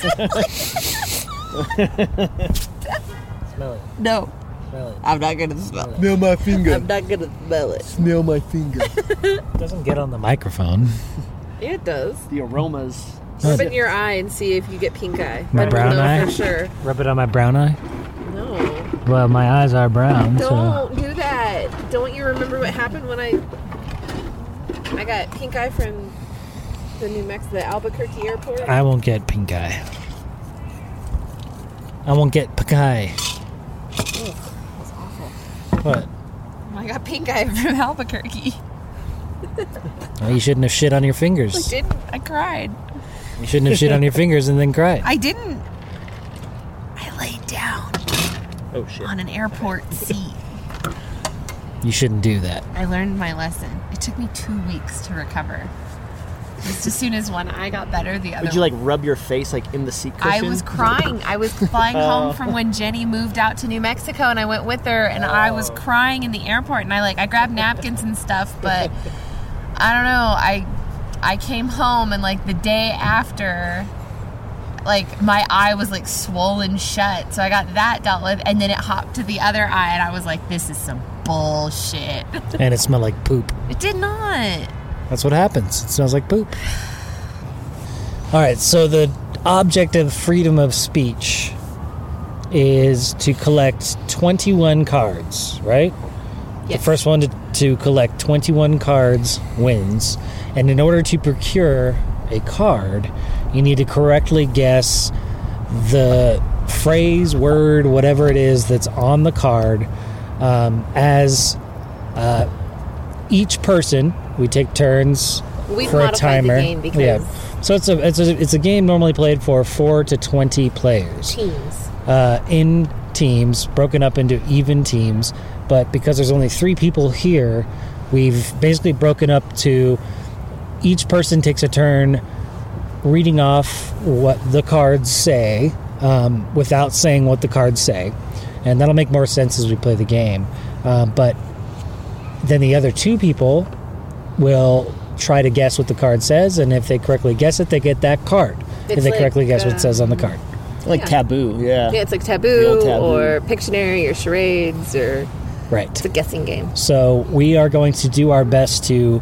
[SPEAKER 1] Smell it.
[SPEAKER 6] No,
[SPEAKER 1] Smell it.
[SPEAKER 6] I'm not gonna smell it.
[SPEAKER 2] Smell my finger.
[SPEAKER 6] I'm not gonna smell it.
[SPEAKER 2] Smell my finger.
[SPEAKER 1] It doesn't get on the microphone.
[SPEAKER 6] It does.
[SPEAKER 4] The aromas.
[SPEAKER 1] Rub
[SPEAKER 6] Open your eye and see if you get pink eye.
[SPEAKER 1] My
[SPEAKER 6] Then we'll
[SPEAKER 1] brown
[SPEAKER 6] know
[SPEAKER 1] eye?
[SPEAKER 6] for sure.
[SPEAKER 1] Rub it on my brown eye.
[SPEAKER 6] No,
[SPEAKER 1] Well, my eyes are brown, so uh,
[SPEAKER 6] don't do that. Don't you remember what happened when I I got pink eye from the New Mexico, the Albuquerque airport?
[SPEAKER 1] I won't get pink eye. I won't get Pakai. What?
[SPEAKER 6] I got pink eye from Albuquerque.
[SPEAKER 1] Well, you shouldn't have shit on your
[SPEAKER 6] I
[SPEAKER 1] fingers.
[SPEAKER 6] didn't. I cried.
[SPEAKER 1] You shouldn't have shit on your fingers and then cry.
[SPEAKER 6] I didn't. I laid down
[SPEAKER 4] Oh shit!
[SPEAKER 6] on an airport seat.
[SPEAKER 1] You shouldn't do that.
[SPEAKER 6] I learned my lesson. It took me two weeks to recover. Just as soon as one eye got better, the other.
[SPEAKER 4] Would you like rub your face like in the seat
[SPEAKER 6] I
[SPEAKER 4] cushion? Oh.
[SPEAKER 6] was crying. I was flying home from when Jenny moved out to New Mexico, and I went with her, and I
[SPEAKER 4] Oh.
[SPEAKER 6] was crying in the airport. And I like I grabbed napkins and stuff, but I don't know. I I came home, and like the day after, like my eye was like swollen shut, so I got that dealt with, and then it hopped to the other eye, and I was like, this is some bullshit.
[SPEAKER 1] And it smelled like poop.
[SPEAKER 6] It did not.
[SPEAKER 1] That's what happens. It smells like poop. All right, so the object of freedom of speech is to collect 21 cards, right? The first one to, to collect 21 cards wins. And in order to procure a card, you need to correctly guess the phrase, word, whatever it is that's on the card um, as uh, each person we take turns
[SPEAKER 5] We've
[SPEAKER 1] for a
[SPEAKER 5] modified the
[SPEAKER 1] timer.
[SPEAKER 5] game because-
[SPEAKER 1] yeah. So it's a, it's a it's a game normally played for four to twenty players
[SPEAKER 5] Teams.
[SPEAKER 1] uh, in teams, broken up into even teams. But because there's only three people here, we've basically broken up to each person takes a turn reading off what the cards say um, without saying what the cards say. And that'll make more sense as we play the game. Uh, but then the other two people will try to guess what the card says, and if they correctly guess it, they get that card. if
[SPEAKER 5] It's
[SPEAKER 1] they
[SPEAKER 5] like, um,
[SPEAKER 1] correctly guess what it says on the card.
[SPEAKER 4] like taboo. Yeah.
[SPEAKER 5] Yeah, it's like
[SPEAKER 4] Real
[SPEAKER 5] taboo,
[SPEAKER 4] taboo.
[SPEAKER 5] or Pictionary or charades or
[SPEAKER 1] Right.
[SPEAKER 5] it's a guessing game.
[SPEAKER 1] So we are going to do our best to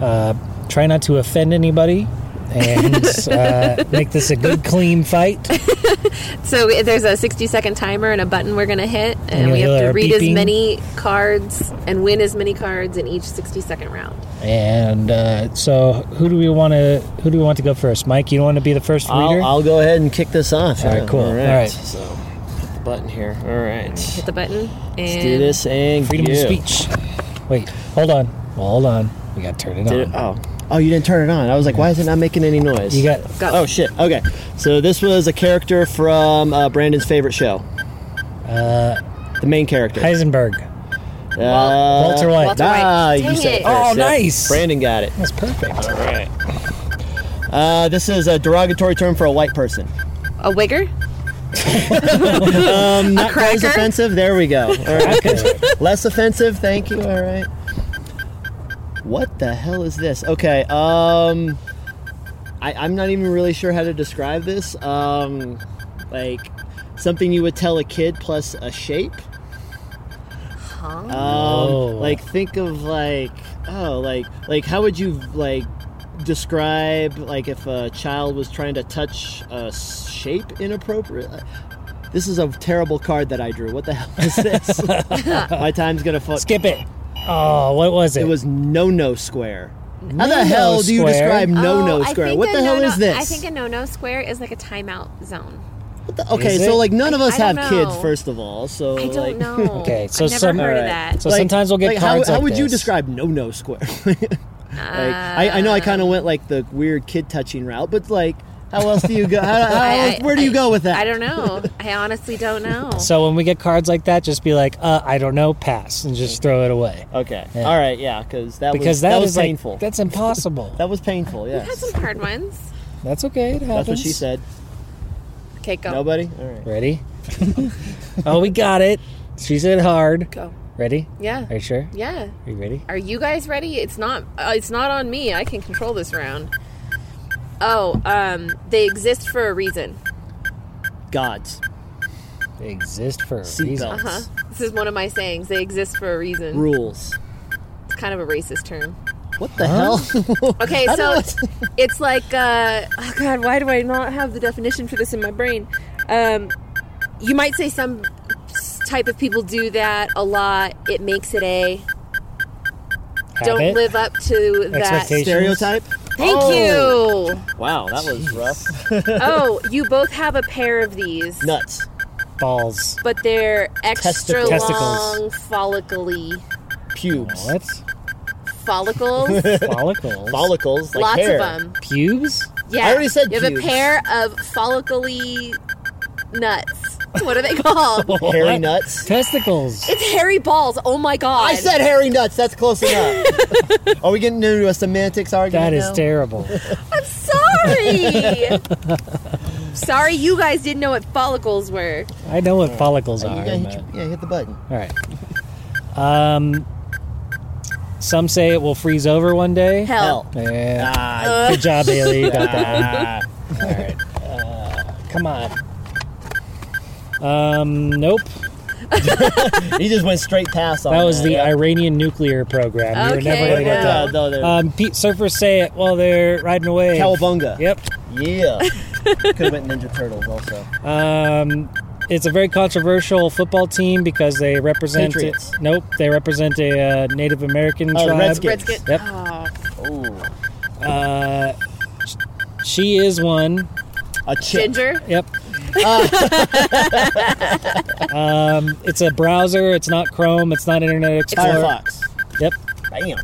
[SPEAKER 1] uh, try not to offend anybody and uh, make this a good, clean fight.
[SPEAKER 5] So there's a 60 second timer and a button we're gonna hit, and
[SPEAKER 1] Yeah,
[SPEAKER 5] we have
[SPEAKER 1] they're
[SPEAKER 5] to read
[SPEAKER 1] beeping.
[SPEAKER 5] as many cards and win as many cards in each 60 second round.
[SPEAKER 1] And uh, so, who do we want to? Who do we want to go first, Mike? You don't want to be the first reader.
[SPEAKER 4] I'll, I'll go ahead and kick this off.
[SPEAKER 1] All right, cool.
[SPEAKER 4] All right.
[SPEAKER 1] All right.
[SPEAKER 4] So, hit the button here. All right. Let's
[SPEAKER 5] Hit the button and
[SPEAKER 4] do this and
[SPEAKER 1] Freedom
[SPEAKER 4] give.
[SPEAKER 1] of speech. Wait, hold on. Well, hold on. We got to turn it
[SPEAKER 4] Did it,
[SPEAKER 1] on.
[SPEAKER 4] oh. Oh, you didn't turn it on. I was like, why is it not making any noise?
[SPEAKER 1] You got
[SPEAKER 5] Go.
[SPEAKER 4] Oh shit. Okay. So this was a character from uh, Brandon's favorite show. Uh, the main character.
[SPEAKER 1] Heisenberg.
[SPEAKER 4] Uh,
[SPEAKER 1] Walter White.
[SPEAKER 5] Walter White.
[SPEAKER 4] Ah, you
[SPEAKER 5] Dang
[SPEAKER 4] said
[SPEAKER 5] it.
[SPEAKER 4] first.
[SPEAKER 1] Oh,
[SPEAKER 4] Yep.
[SPEAKER 1] nice.
[SPEAKER 4] Brandon got it.
[SPEAKER 1] That's perfect.
[SPEAKER 4] All right. Uh, this is a derogatory term for a white person.
[SPEAKER 5] a wigger.
[SPEAKER 4] Not quite as
[SPEAKER 5] cracker?
[SPEAKER 4] offensive. There we go. All right. Less offensive. Thank you. All right. What the hell is this? Okay. Um, I, I'm not even really sure how to describe this. Um, like something you would tell a kid plus a shape.
[SPEAKER 1] Oh.
[SPEAKER 4] Um, like think of like oh like like how would you like describe like if a child was trying to touch a s- shape inappropriate this is a terrible card that i drew what the hell is this my time's gonna fuck
[SPEAKER 1] Skip it. Oh, what was it?
[SPEAKER 4] it was no no square how
[SPEAKER 1] No-no
[SPEAKER 4] the hell do you
[SPEAKER 1] square?
[SPEAKER 4] describe no no
[SPEAKER 5] Oh, I
[SPEAKER 4] square
[SPEAKER 5] think
[SPEAKER 4] what
[SPEAKER 5] a
[SPEAKER 4] the hell
[SPEAKER 5] no-no-
[SPEAKER 4] is this
[SPEAKER 5] I think a no-no square is like a timeout zone.
[SPEAKER 4] What the- okay
[SPEAKER 1] Is
[SPEAKER 4] so
[SPEAKER 1] it?
[SPEAKER 4] like none of us
[SPEAKER 5] I
[SPEAKER 4] have
[SPEAKER 5] don't
[SPEAKER 4] kids
[SPEAKER 5] know.
[SPEAKER 4] first of all so
[SPEAKER 5] I don't
[SPEAKER 4] like
[SPEAKER 5] know.
[SPEAKER 1] Okay, so
[SPEAKER 5] I've never
[SPEAKER 1] some-
[SPEAKER 5] heard
[SPEAKER 4] Alright.
[SPEAKER 5] of that.
[SPEAKER 1] So sometimes we'll get
[SPEAKER 4] like,
[SPEAKER 1] cards
[SPEAKER 4] How,
[SPEAKER 1] like
[SPEAKER 4] how would you
[SPEAKER 1] this.
[SPEAKER 4] describe no no square? like, I, I know I
[SPEAKER 5] Uh,
[SPEAKER 4] kind of went like the weird kid touching route, but like, how else do you go? How, how
[SPEAKER 5] I-
[SPEAKER 4] else,
[SPEAKER 5] I-
[SPEAKER 4] where do you
[SPEAKER 5] I-
[SPEAKER 4] go with that?
[SPEAKER 5] I don't know. I honestly don't know.
[SPEAKER 1] So when we get cards like that, just be like, uh, I don't know, pass, and just throw it away.
[SPEAKER 4] Okay.
[SPEAKER 1] Yeah.
[SPEAKER 4] All right. Yeah. Because that was
[SPEAKER 1] Because
[SPEAKER 4] that,
[SPEAKER 1] that
[SPEAKER 4] was
[SPEAKER 1] is like-
[SPEAKER 4] painful.
[SPEAKER 1] that's impossible.
[SPEAKER 4] that was painful.
[SPEAKER 5] We've had
[SPEAKER 4] Yes.
[SPEAKER 5] some hard ones.
[SPEAKER 1] That's okay. It happens.
[SPEAKER 4] That's what she said.
[SPEAKER 5] Okay, go.
[SPEAKER 4] Nobody. All right.
[SPEAKER 1] Ready? oh, we got it. She said hard.
[SPEAKER 5] Go.
[SPEAKER 1] Ready?
[SPEAKER 5] Yeah.
[SPEAKER 1] Are you sure?
[SPEAKER 5] Yeah.
[SPEAKER 1] Are you ready?
[SPEAKER 5] Are you guys ready? It's not. Uh, it's not on me. I can control this round. Oh, um, they exist for a reason.
[SPEAKER 4] Gods.
[SPEAKER 1] They exist for a reason.
[SPEAKER 4] Seatbelts.
[SPEAKER 5] Huh? Uh-huh. This is one of my sayings. They exist for a reason.
[SPEAKER 4] Rules.
[SPEAKER 5] It's kind of a racist term.
[SPEAKER 4] What the
[SPEAKER 1] Huh?
[SPEAKER 4] hell?
[SPEAKER 5] Okay,
[SPEAKER 4] I
[SPEAKER 5] so
[SPEAKER 4] don't
[SPEAKER 5] it's, it's like, uh, oh God, why do I not have the definition for this in my brain? Um, you might say some s- type of people do that a lot. It makes it a. Don't
[SPEAKER 1] Habit?
[SPEAKER 5] live up to that.
[SPEAKER 1] Expectation.
[SPEAKER 4] Stereotype.
[SPEAKER 5] Thank
[SPEAKER 4] Oh.
[SPEAKER 5] you.
[SPEAKER 4] Wow, that was rough.
[SPEAKER 5] Oh, you both have a pair of these.
[SPEAKER 4] Nuts.
[SPEAKER 1] balls.
[SPEAKER 5] but they're extra
[SPEAKER 4] Testicles.
[SPEAKER 5] long, follicle-y
[SPEAKER 4] pubes,
[SPEAKER 1] What?
[SPEAKER 5] follicles.
[SPEAKER 1] Follicles.
[SPEAKER 4] follicles, like
[SPEAKER 5] Lots
[SPEAKER 4] hair.
[SPEAKER 5] of them.
[SPEAKER 1] Pubes?
[SPEAKER 5] Yeah,
[SPEAKER 4] I already said
[SPEAKER 5] you have
[SPEAKER 4] pubes.
[SPEAKER 5] a pair of follicle-y nuts. What are they called?
[SPEAKER 4] Hairy
[SPEAKER 1] What?
[SPEAKER 4] nuts.
[SPEAKER 1] Testicles.
[SPEAKER 5] it's hairy balls. Oh my god!
[SPEAKER 4] I said hairy nuts. That's close enough. Are we getting into a semantics argument?
[SPEAKER 1] that is
[SPEAKER 4] now?
[SPEAKER 1] terrible.
[SPEAKER 5] I'm sorry. sorry, you guys didn't know what follicles were.
[SPEAKER 1] I know what follicles
[SPEAKER 4] You
[SPEAKER 1] are.
[SPEAKER 4] gotta hit
[SPEAKER 1] but-
[SPEAKER 4] your- yeah, hit the button.
[SPEAKER 1] All right. Um, some say it will freeze over one day.
[SPEAKER 5] Hell,
[SPEAKER 4] Hell.
[SPEAKER 1] Yeah.
[SPEAKER 4] Ah,
[SPEAKER 1] Good job, Bailey. You got that.
[SPEAKER 4] ah.
[SPEAKER 1] All right. Uh, come on. Um, nope.
[SPEAKER 4] he just went straight past on
[SPEAKER 1] That was the
[SPEAKER 4] yeah.
[SPEAKER 1] Iranian nuclear program. You were
[SPEAKER 5] Okay,
[SPEAKER 1] never
[SPEAKER 4] What
[SPEAKER 1] going to
[SPEAKER 4] about
[SPEAKER 1] get that.
[SPEAKER 4] the- the- the
[SPEAKER 1] Um, Pete surfers say it while they're riding away.
[SPEAKER 4] Cowabunga.
[SPEAKER 1] Yep.
[SPEAKER 4] Yeah. Could have went Ninja Turtles also.
[SPEAKER 1] Um, it's a very controversial football team because they represent.
[SPEAKER 4] Patriots.
[SPEAKER 1] Nope, they represent a uh, Native American
[SPEAKER 4] Oh, the
[SPEAKER 1] tribe.
[SPEAKER 4] Redskins.
[SPEAKER 5] Redskins.
[SPEAKER 1] Yep.
[SPEAKER 5] Oh,
[SPEAKER 4] Ooh.
[SPEAKER 1] Uh, sh- she is one.
[SPEAKER 4] A chick.
[SPEAKER 5] ginger.
[SPEAKER 1] Yep. Uh, um, it's a browser. It's not Chrome. It's not Internet Explorer.
[SPEAKER 4] Firefox.
[SPEAKER 1] Yep.
[SPEAKER 4] Bam.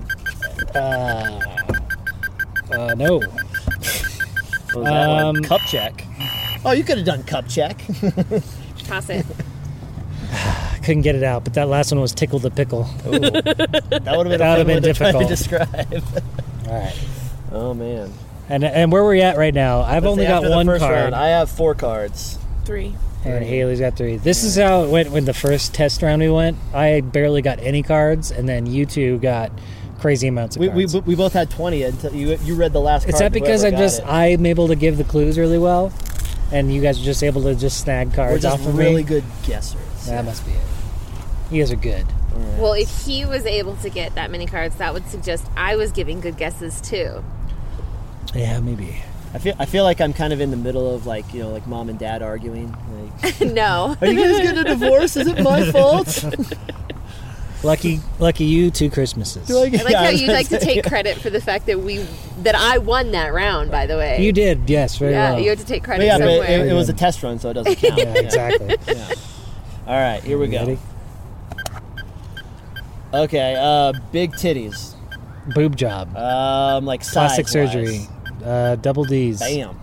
[SPEAKER 1] Uh, no.
[SPEAKER 4] What was that one?
[SPEAKER 1] Um,
[SPEAKER 4] cup check. Oh, you could have done cup check.
[SPEAKER 5] Toss it.
[SPEAKER 1] I couldn't get it out, but that last one was tickle the pickle.
[SPEAKER 4] That would have been,
[SPEAKER 1] That
[SPEAKER 4] a
[SPEAKER 1] would've
[SPEAKER 4] fun
[SPEAKER 1] been
[SPEAKER 4] one to try
[SPEAKER 1] difficult.
[SPEAKER 4] to describe.
[SPEAKER 1] All right.
[SPEAKER 4] Oh man.
[SPEAKER 1] And, and where we're at right now, I've only got
[SPEAKER 4] After the
[SPEAKER 1] one
[SPEAKER 4] first
[SPEAKER 1] card,
[SPEAKER 4] round, I have four cards.
[SPEAKER 5] Three.
[SPEAKER 1] and Haley's got three. This is how it went when the first test round we went. I barely got any cards, and then you two got crazy amounts of
[SPEAKER 4] We, we,
[SPEAKER 1] cards.
[SPEAKER 4] we both had twenty until you you read the last.
[SPEAKER 1] Is
[SPEAKER 4] card
[SPEAKER 1] that
[SPEAKER 4] and
[SPEAKER 1] because I
[SPEAKER 4] whoever got
[SPEAKER 1] just
[SPEAKER 4] it.
[SPEAKER 1] I'm able to give the clues really well, and you guys are just able to just snag cards
[SPEAKER 4] we're just
[SPEAKER 1] off of
[SPEAKER 4] really
[SPEAKER 1] me?
[SPEAKER 4] good guessers.
[SPEAKER 1] That must be it. You guys are good.
[SPEAKER 5] Well, if he was able to get that many cards, that would suggest I was giving good guesses too.
[SPEAKER 1] Yeah, maybe.
[SPEAKER 4] I feel I feel like I'm kind of in the middle of like you know like mom and dad arguing. Like,
[SPEAKER 5] no.
[SPEAKER 4] are you guys getting a divorce? Is it my fault?
[SPEAKER 1] Lucky, lucky you. Two Christmases.
[SPEAKER 5] I like how you like to take credit for the fact that we that I won that round. By the way,
[SPEAKER 1] You did, yes, very
[SPEAKER 5] Yeah,
[SPEAKER 1] well.
[SPEAKER 5] you have to take
[SPEAKER 4] But
[SPEAKER 5] credit
[SPEAKER 4] yeah, but
[SPEAKER 5] somewhere.
[SPEAKER 4] it, it was a test run, so it doesn't count.
[SPEAKER 1] yeah, exactly.
[SPEAKER 4] All right, here we go.
[SPEAKER 1] Ready?
[SPEAKER 4] Okay, uh, big titties.
[SPEAKER 1] Boob job.
[SPEAKER 4] Um, like
[SPEAKER 1] Plastic
[SPEAKER 4] size-wise.
[SPEAKER 1] surgery. Uh, double D's.
[SPEAKER 4] Bam.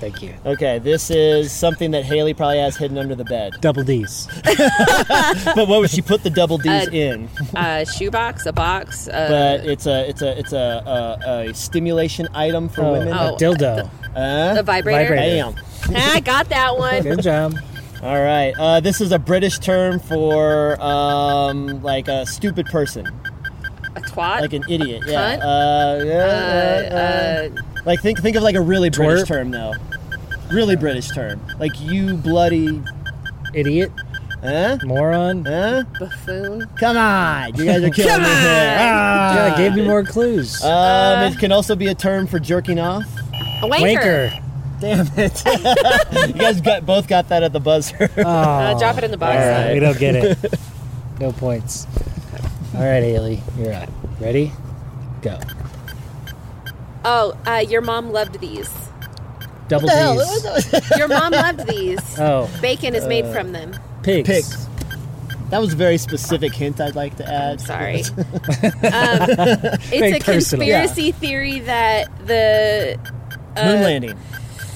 [SPEAKER 1] Thank you.
[SPEAKER 4] Okay, this is something that Haley probably has hidden under the bed.
[SPEAKER 1] Double D's.
[SPEAKER 4] but what would she put the double D's
[SPEAKER 5] Uh,
[SPEAKER 4] in?
[SPEAKER 5] a shoebox, a box.
[SPEAKER 4] But
[SPEAKER 5] Uh,
[SPEAKER 4] it's a it's a it's a a, a stimulation item for
[SPEAKER 1] Oh,
[SPEAKER 4] women.
[SPEAKER 1] a dildo.
[SPEAKER 5] a
[SPEAKER 4] Uh,
[SPEAKER 5] vibrator.
[SPEAKER 1] vibrator.
[SPEAKER 4] bam.
[SPEAKER 5] I got that one.
[SPEAKER 1] Good job.
[SPEAKER 4] All right. Uh, this is a British term for um, like a stupid person,
[SPEAKER 5] A twat.
[SPEAKER 4] like an idiot. Yeah.
[SPEAKER 5] Cunt?
[SPEAKER 4] Uh, yeah, uh,
[SPEAKER 5] uh,
[SPEAKER 4] uh,
[SPEAKER 5] uh,
[SPEAKER 4] Like think think of like a really
[SPEAKER 1] Twerp?
[SPEAKER 4] British term though. Really British term. Like you bloody
[SPEAKER 1] Idiot.
[SPEAKER 4] huh?
[SPEAKER 1] Moron.
[SPEAKER 4] Huh?
[SPEAKER 5] buffoon.
[SPEAKER 4] Come on. You guys are killing me here. Ah!
[SPEAKER 1] Yeah, I gave you more clues.
[SPEAKER 4] Um, it can also be a term for jerking off.
[SPEAKER 5] A wanker.
[SPEAKER 1] Wanker.
[SPEAKER 4] Damn it. you guys got both got that at the buzzer.
[SPEAKER 5] Uh, drop it in the box.
[SPEAKER 1] All right,
[SPEAKER 4] right.
[SPEAKER 1] we don't get it. no points. All right, Haley, you're up. Ready? Go.
[SPEAKER 5] Oh, uh, your mom loved these.
[SPEAKER 1] Double
[SPEAKER 4] the hell?
[SPEAKER 1] D's.
[SPEAKER 5] Your mom loved these.
[SPEAKER 1] Oh,
[SPEAKER 5] Bacon is made from them.
[SPEAKER 1] pigs.
[SPEAKER 4] Pigs. That was a very specific hint I'd like to
[SPEAKER 5] I'm
[SPEAKER 4] add.
[SPEAKER 5] sorry. um,
[SPEAKER 1] Very
[SPEAKER 5] it's a
[SPEAKER 1] personal.
[SPEAKER 5] conspiracy theory that the
[SPEAKER 4] Moon landing.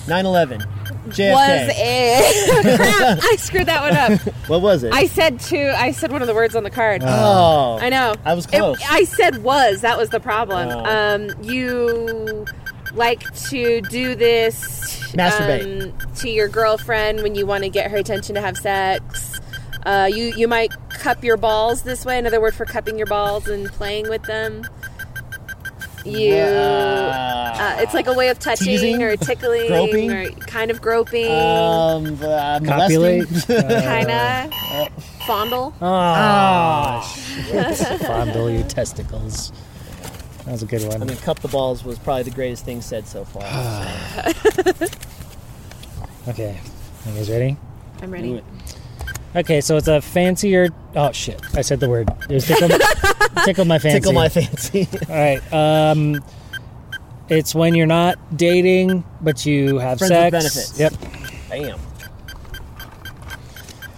[SPEAKER 4] 9/11. JFK.
[SPEAKER 5] was a crap. I screwed that one up.
[SPEAKER 4] What was it?
[SPEAKER 5] I said two. I said one of the words on the card.
[SPEAKER 4] oh.
[SPEAKER 5] I know.
[SPEAKER 4] I was
[SPEAKER 5] It-
[SPEAKER 4] close.
[SPEAKER 5] I said was. That was the problem.
[SPEAKER 4] Oh.
[SPEAKER 5] Um, you like to do this
[SPEAKER 4] Masturbate.
[SPEAKER 5] um, to your girlfriend when you want to get her attention to have sex. Uh, you you might cup your balls this way. Another word for cupping your balls and playing with them. You. Uh, it's like a way of touching
[SPEAKER 4] Teasing?
[SPEAKER 5] or tickling
[SPEAKER 4] Groping?
[SPEAKER 5] or kind of groping,
[SPEAKER 4] um, uh, molesting?
[SPEAKER 1] Copulate. Uh,
[SPEAKER 5] kind of fondle.
[SPEAKER 4] Ah,
[SPEAKER 1] oh, shit. Fondle your testicles. That was a good
[SPEAKER 4] I
[SPEAKER 1] one.
[SPEAKER 4] mean, cup the balls was probably the greatest thing said so far.
[SPEAKER 1] Okay. You guys ready?
[SPEAKER 5] I'm ready.
[SPEAKER 4] Do it.
[SPEAKER 1] Okay, so it's a fancier. Oh shit! I said the word. It was tickle. tickle my fancy.
[SPEAKER 4] Tickle my fancy.
[SPEAKER 1] All right. Um, it's when you're not dating, but you have
[SPEAKER 4] Friends with
[SPEAKER 1] sex.
[SPEAKER 4] benefits.
[SPEAKER 1] Yep.
[SPEAKER 4] Bam.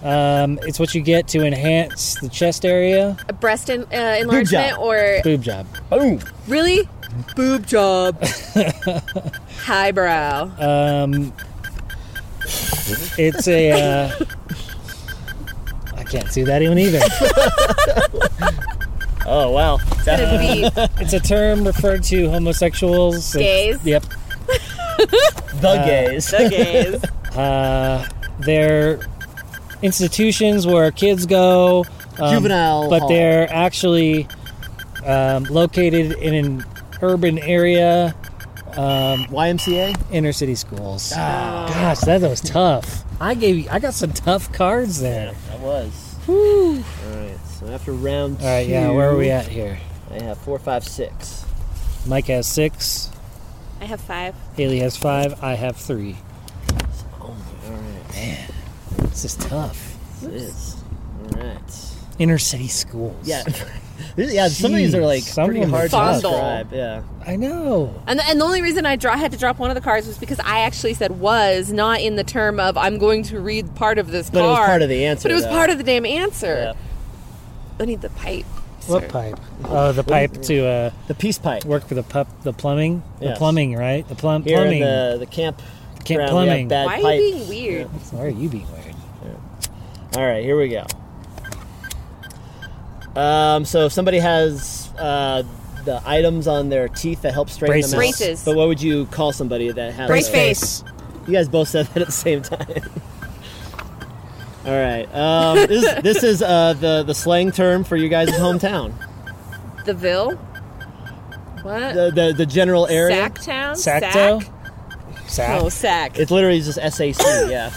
[SPEAKER 1] Um, it's what you get to enhance the chest area.
[SPEAKER 5] A breast en- uh, enlargement or
[SPEAKER 1] Boob job.
[SPEAKER 4] Boom.
[SPEAKER 5] really boob job. Highbrow.
[SPEAKER 1] Um, it's a. Uh, I can't see that one either.
[SPEAKER 4] Oh wow. That-
[SPEAKER 5] Could be
[SPEAKER 1] It's a term referred to homosexuals.
[SPEAKER 3] Gays.
[SPEAKER 1] Yep.
[SPEAKER 4] the gays.
[SPEAKER 3] gays.
[SPEAKER 1] Uh, they're institutions where kids go. um,
[SPEAKER 4] Juvenile
[SPEAKER 1] But
[SPEAKER 4] hall.
[SPEAKER 1] they're actually um, located in an urban area,
[SPEAKER 4] YMCA.
[SPEAKER 1] inner city schools. Gosh, that was tough. Ah. I gave you, I got some tough cards there.
[SPEAKER 4] That was. All right. So after round two.
[SPEAKER 1] All right, yeah, where are we at here?
[SPEAKER 4] I have four, five, six.
[SPEAKER 1] Mike has six.
[SPEAKER 5] I have five.
[SPEAKER 1] Haley has five. I have three.
[SPEAKER 4] Oh, all right.
[SPEAKER 1] This is tough.
[SPEAKER 4] This is- All right.
[SPEAKER 1] Inner city schools.
[SPEAKER 4] Yeah. yeah. Some of these are like
[SPEAKER 1] Jeez, some
[SPEAKER 4] pretty
[SPEAKER 1] of them are
[SPEAKER 4] hard to
[SPEAKER 1] tough.
[SPEAKER 4] describe. Yeah.
[SPEAKER 1] I know.
[SPEAKER 5] And the, and the only reason I draw, had to drop one of the cards was because I actually said was, not in the term of I'm going to read part of this
[SPEAKER 4] But it
[SPEAKER 5] card.
[SPEAKER 4] was part of the answer,
[SPEAKER 5] But it was
[SPEAKER 4] though.
[SPEAKER 5] part of the damn answer.
[SPEAKER 4] Yeah.
[SPEAKER 5] I need the pipe.
[SPEAKER 1] What
[SPEAKER 5] sir.
[SPEAKER 1] pipe? Oh, the pipe to uh,
[SPEAKER 4] The peace pipe.
[SPEAKER 1] work for the pup, the plumbing, the
[SPEAKER 4] Yes.
[SPEAKER 1] plumbing, right? The plum,
[SPEAKER 4] Here
[SPEAKER 1] plumbing.
[SPEAKER 4] in the the camp.
[SPEAKER 1] Camp
[SPEAKER 4] ground,
[SPEAKER 1] plumbing.
[SPEAKER 4] We have bad
[SPEAKER 5] Why are
[SPEAKER 4] pipes.
[SPEAKER 5] you being weird?
[SPEAKER 1] Why are you being weird?
[SPEAKER 4] All right, here we go. Um, so if somebody has uh, the items on their teeth that help straighten them out.
[SPEAKER 1] Braces.
[SPEAKER 5] Braces.
[SPEAKER 4] But what would you call somebody that has?
[SPEAKER 5] Brace
[SPEAKER 4] those?
[SPEAKER 5] face.
[SPEAKER 4] You guys both said that at the same time. All right. Um, this, is- this is uh, the the slang term for your guys' hometown.
[SPEAKER 5] The Ville? What?
[SPEAKER 4] The, the the general area.
[SPEAKER 5] Sacktown?
[SPEAKER 1] Sacto.
[SPEAKER 5] Sack?
[SPEAKER 1] Sack.
[SPEAKER 5] Oh, sack.
[SPEAKER 4] It's literally just SAC. Yeah.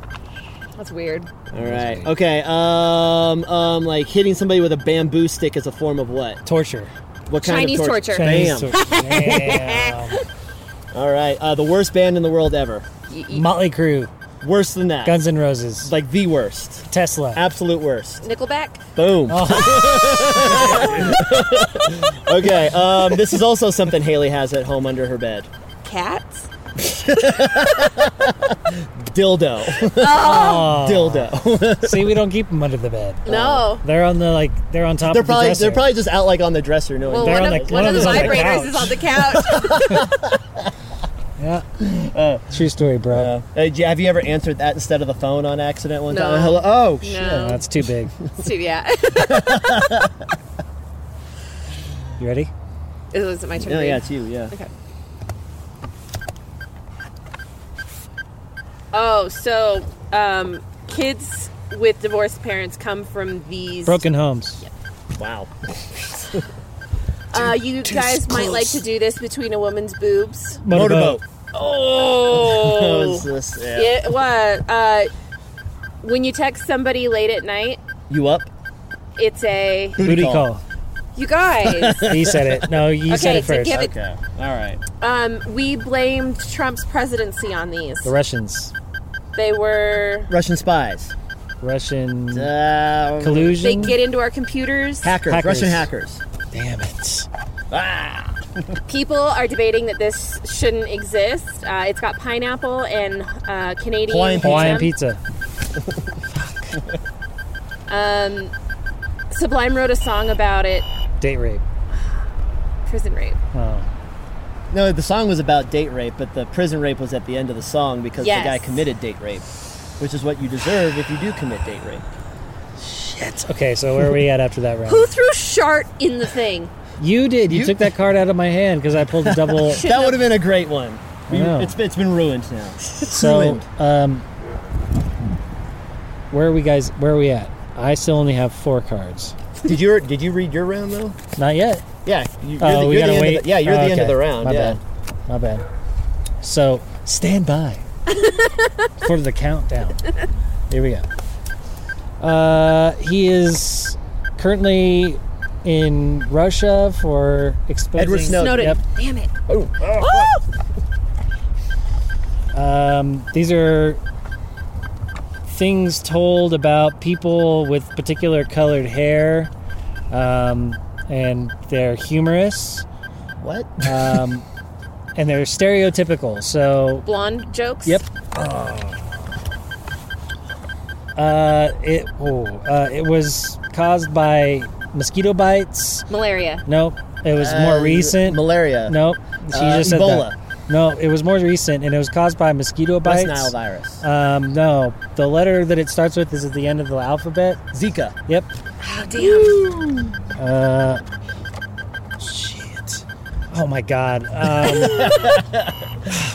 [SPEAKER 5] That's weird.
[SPEAKER 4] All right. Okay. Um, um, like hitting somebody with a bamboo stick is a form of what?
[SPEAKER 1] Torture.
[SPEAKER 4] What kind
[SPEAKER 3] Chinese
[SPEAKER 4] of
[SPEAKER 3] torture.
[SPEAKER 4] Bam.
[SPEAKER 1] Chinese torture. Damn.
[SPEAKER 4] All right. Uh, the worst band in the world ever.
[SPEAKER 1] Motley Crue,
[SPEAKER 4] Worse than that.
[SPEAKER 1] Guns N' Roses,
[SPEAKER 4] Like the worst.
[SPEAKER 1] Tesla.
[SPEAKER 4] Absolute worst.
[SPEAKER 5] Nickelback?
[SPEAKER 4] Boom.
[SPEAKER 1] Oh.
[SPEAKER 4] okay. Um, this is also something Haley has at home under her bed.
[SPEAKER 5] Cats?
[SPEAKER 4] Dildo.
[SPEAKER 5] Oh.
[SPEAKER 4] Dildo.
[SPEAKER 1] See, we don't keep them under the bed.
[SPEAKER 5] No.
[SPEAKER 1] They're on the like. They're on top.
[SPEAKER 4] they're
[SPEAKER 1] of the
[SPEAKER 4] probably
[SPEAKER 1] dresser.
[SPEAKER 4] they're probably just out like on the dresser. No,
[SPEAKER 5] Well,
[SPEAKER 1] They're
[SPEAKER 5] one
[SPEAKER 1] on
[SPEAKER 5] of,
[SPEAKER 1] the-
[SPEAKER 5] one
[SPEAKER 1] one
[SPEAKER 5] of the
[SPEAKER 1] of them's on the
[SPEAKER 5] vibrators
[SPEAKER 1] couch.
[SPEAKER 5] is on the couch.
[SPEAKER 1] Yeah. True story, bro.
[SPEAKER 4] Uh, hey, have you ever answered that instead of the phone on accident one
[SPEAKER 5] No.
[SPEAKER 4] time? Hello? Oh, shit.
[SPEAKER 1] Oh,
[SPEAKER 5] no.
[SPEAKER 1] that's too big.
[SPEAKER 5] So, yeah.
[SPEAKER 1] You ready?
[SPEAKER 5] Is was it my turn?
[SPEAKER 4] Yeah,
[SPEAKER 5] to
[SPEAKER 4] yeah,
[SPEAKER 5] read?
[SPEAKER 4] it's you. Yeah.
[SPEAKER 5] Okay. Oh, so um, kids with divorced parents come from these.
[SPEAKER 1] Broken homes.
[SPEAKER 4] Wow.
[SPEAKER 5] Uh, you guys might like to do this between a woman's boobs.
[SPEAKER 4] Motorboat. What
[SPEAKER 5] Oh.
[SPEAKER 4] is this? Yeah.
[SPEAKER 5] It was. Uh, when you text somebody late at night,
[SPEAKER 4] You up?
[SPEAKER 5] it's a.
[SPEAKER 1] Booty, call.
[SPEAKER 5] You guys.
[SPEAKER 1] He said it. No, you said
[SPEAKER 5] Okay,
[SPEAKER 1] it
[SPEAKER 5] so
[SPEAKER 1] first.
[SPEAKER 5] give it-
[SPEAKER 4] Okay. All right.
[SPEAKER 5] um, we blamed Trump's presidency on these.
[SPEAKER 1] the Russians.
[SPEAKER 5] They were.
[SPEAKER 4] Russian spies.
[SPEAKER 1] Russian
[SPEAKER 4] Uh,
[SPEAKER 5] They
[SPEAKER 1] collusion.
[SPEAKER 5] get into our computers.
[SPEAKER 4] hackers.
[SPEAKER 1] Hackers.
[SPEAKER 4] Russian hackers.
[SPEAKER 1] Damn it.
[SPEAKER 4] Ah.
[SPEAKER 5] People are debating that this shouldn't exist. Uh, it's got pineapple and uh, Canadian
[SPEAKER 4] Hawaiian
[SPEAKER 5] ham.
[SPEAKER 1] Hawaiian pizza.
[SPEAKER 5] Um, Sublime wrote a song about it.
[SPEAKER 1] Date rape.
[SPEAKER 5] Prison rape.
[SPEAKER 1] Oh.
[SPEAKER 4] No, the song was about date rape, but the prison rape was at the end of the song because
[SPEAKER 5] Yes.
[SPEAKER 4] the guy committed date rape, which is what you deserve if you do commit date rape.
[SPEAKER 1] Okay, so where are we at after that round?
[SPEAKER 5] Who threw shart in the thing?
[SPEAKER 1] You did. You,
[SPEAKER 4] You-
[SPEAKER 1] took that card out of my hand because I pulled a double.
[SPEAKER 5] Shouldn't
[SPEAKER 4] that would have been a great one. We,
[SPEAKER 1] know.
[SPEAKER 4] it's, it's been ruined now.
[SPEAKER 1] so,
[SPEAKER 4] ruined.
[SPEAKER 1] um, where are we guys? Where are we at? I still only have four cards.
[SPEAKER 4] Did you did you read your round though?
[SPEAKER 1] Not yet.
[SPEAKER 4] Yeah, you, you're
[SPEAKER 1] Oh,
[SPEAKER 4] the,
[SPEAKER 1] we
[SPEAKER 4] you're the
[SPEAKER 1] gotta
[SPEAKER 4] end
[SPEAKER 1] wait.
[SPEAKER 4] Of the, yeah, you're
[SPEAKER 1] Oh,
[SPEAKER 4] the end
[SPEAKER 1] okay.
[SPEAKER 4] of the round.
[SPEAKER 1] My
[SPEAKER 4] yeah.
[SPEAKER 1] bad. My bad. So stand by for the countdown. Here we go. Uh, he is currently in Russia for exposing
[SPEAKER 4] Edward Snowden.
[SPEAKER 5] Snowden.
[SPEAKER 1] Yep.
[SPEAKER 5] Damn it.
[SPEAKER 1] Um, these are things told about people with particular colored hair, um, and they're humorous
[SPEAKER 4] What?
[SPEAKER 1] um, and they're stereotypical. So
[SPEAKER 5] Blonde jokes.
[SPEAKER 1] Yep. Uh, it oh, uh, it was caused by mosquito bites.
[SPEAKER 5] Malaria.
[SPEAKER 1] Nope. It was more
[SPEAKER 4] Uh,
[SPEAKER 1] recent.
[SPEAKER 4] Malaria.
[SPEAKER 1] Nope. She
[SPEAKER 4] Uh,
[SPEAKER 1] just said
[SPEAKER 4] Ebola.
[SPEAKER 1] That. No, it was more recent, and it was caused by mosquito bites.
[SPEAKER 4] West Nile virus.
[SPEAKER 1] Um, no, the letter that it starts with is at the end of the alphabet.
[SPEAKER 4] Zika.
[SPEAKER 1] Yep.
[SPEAKER 5] Oh, damn.
[SPEAKER 1] Uh, shit. Oh my god. Um,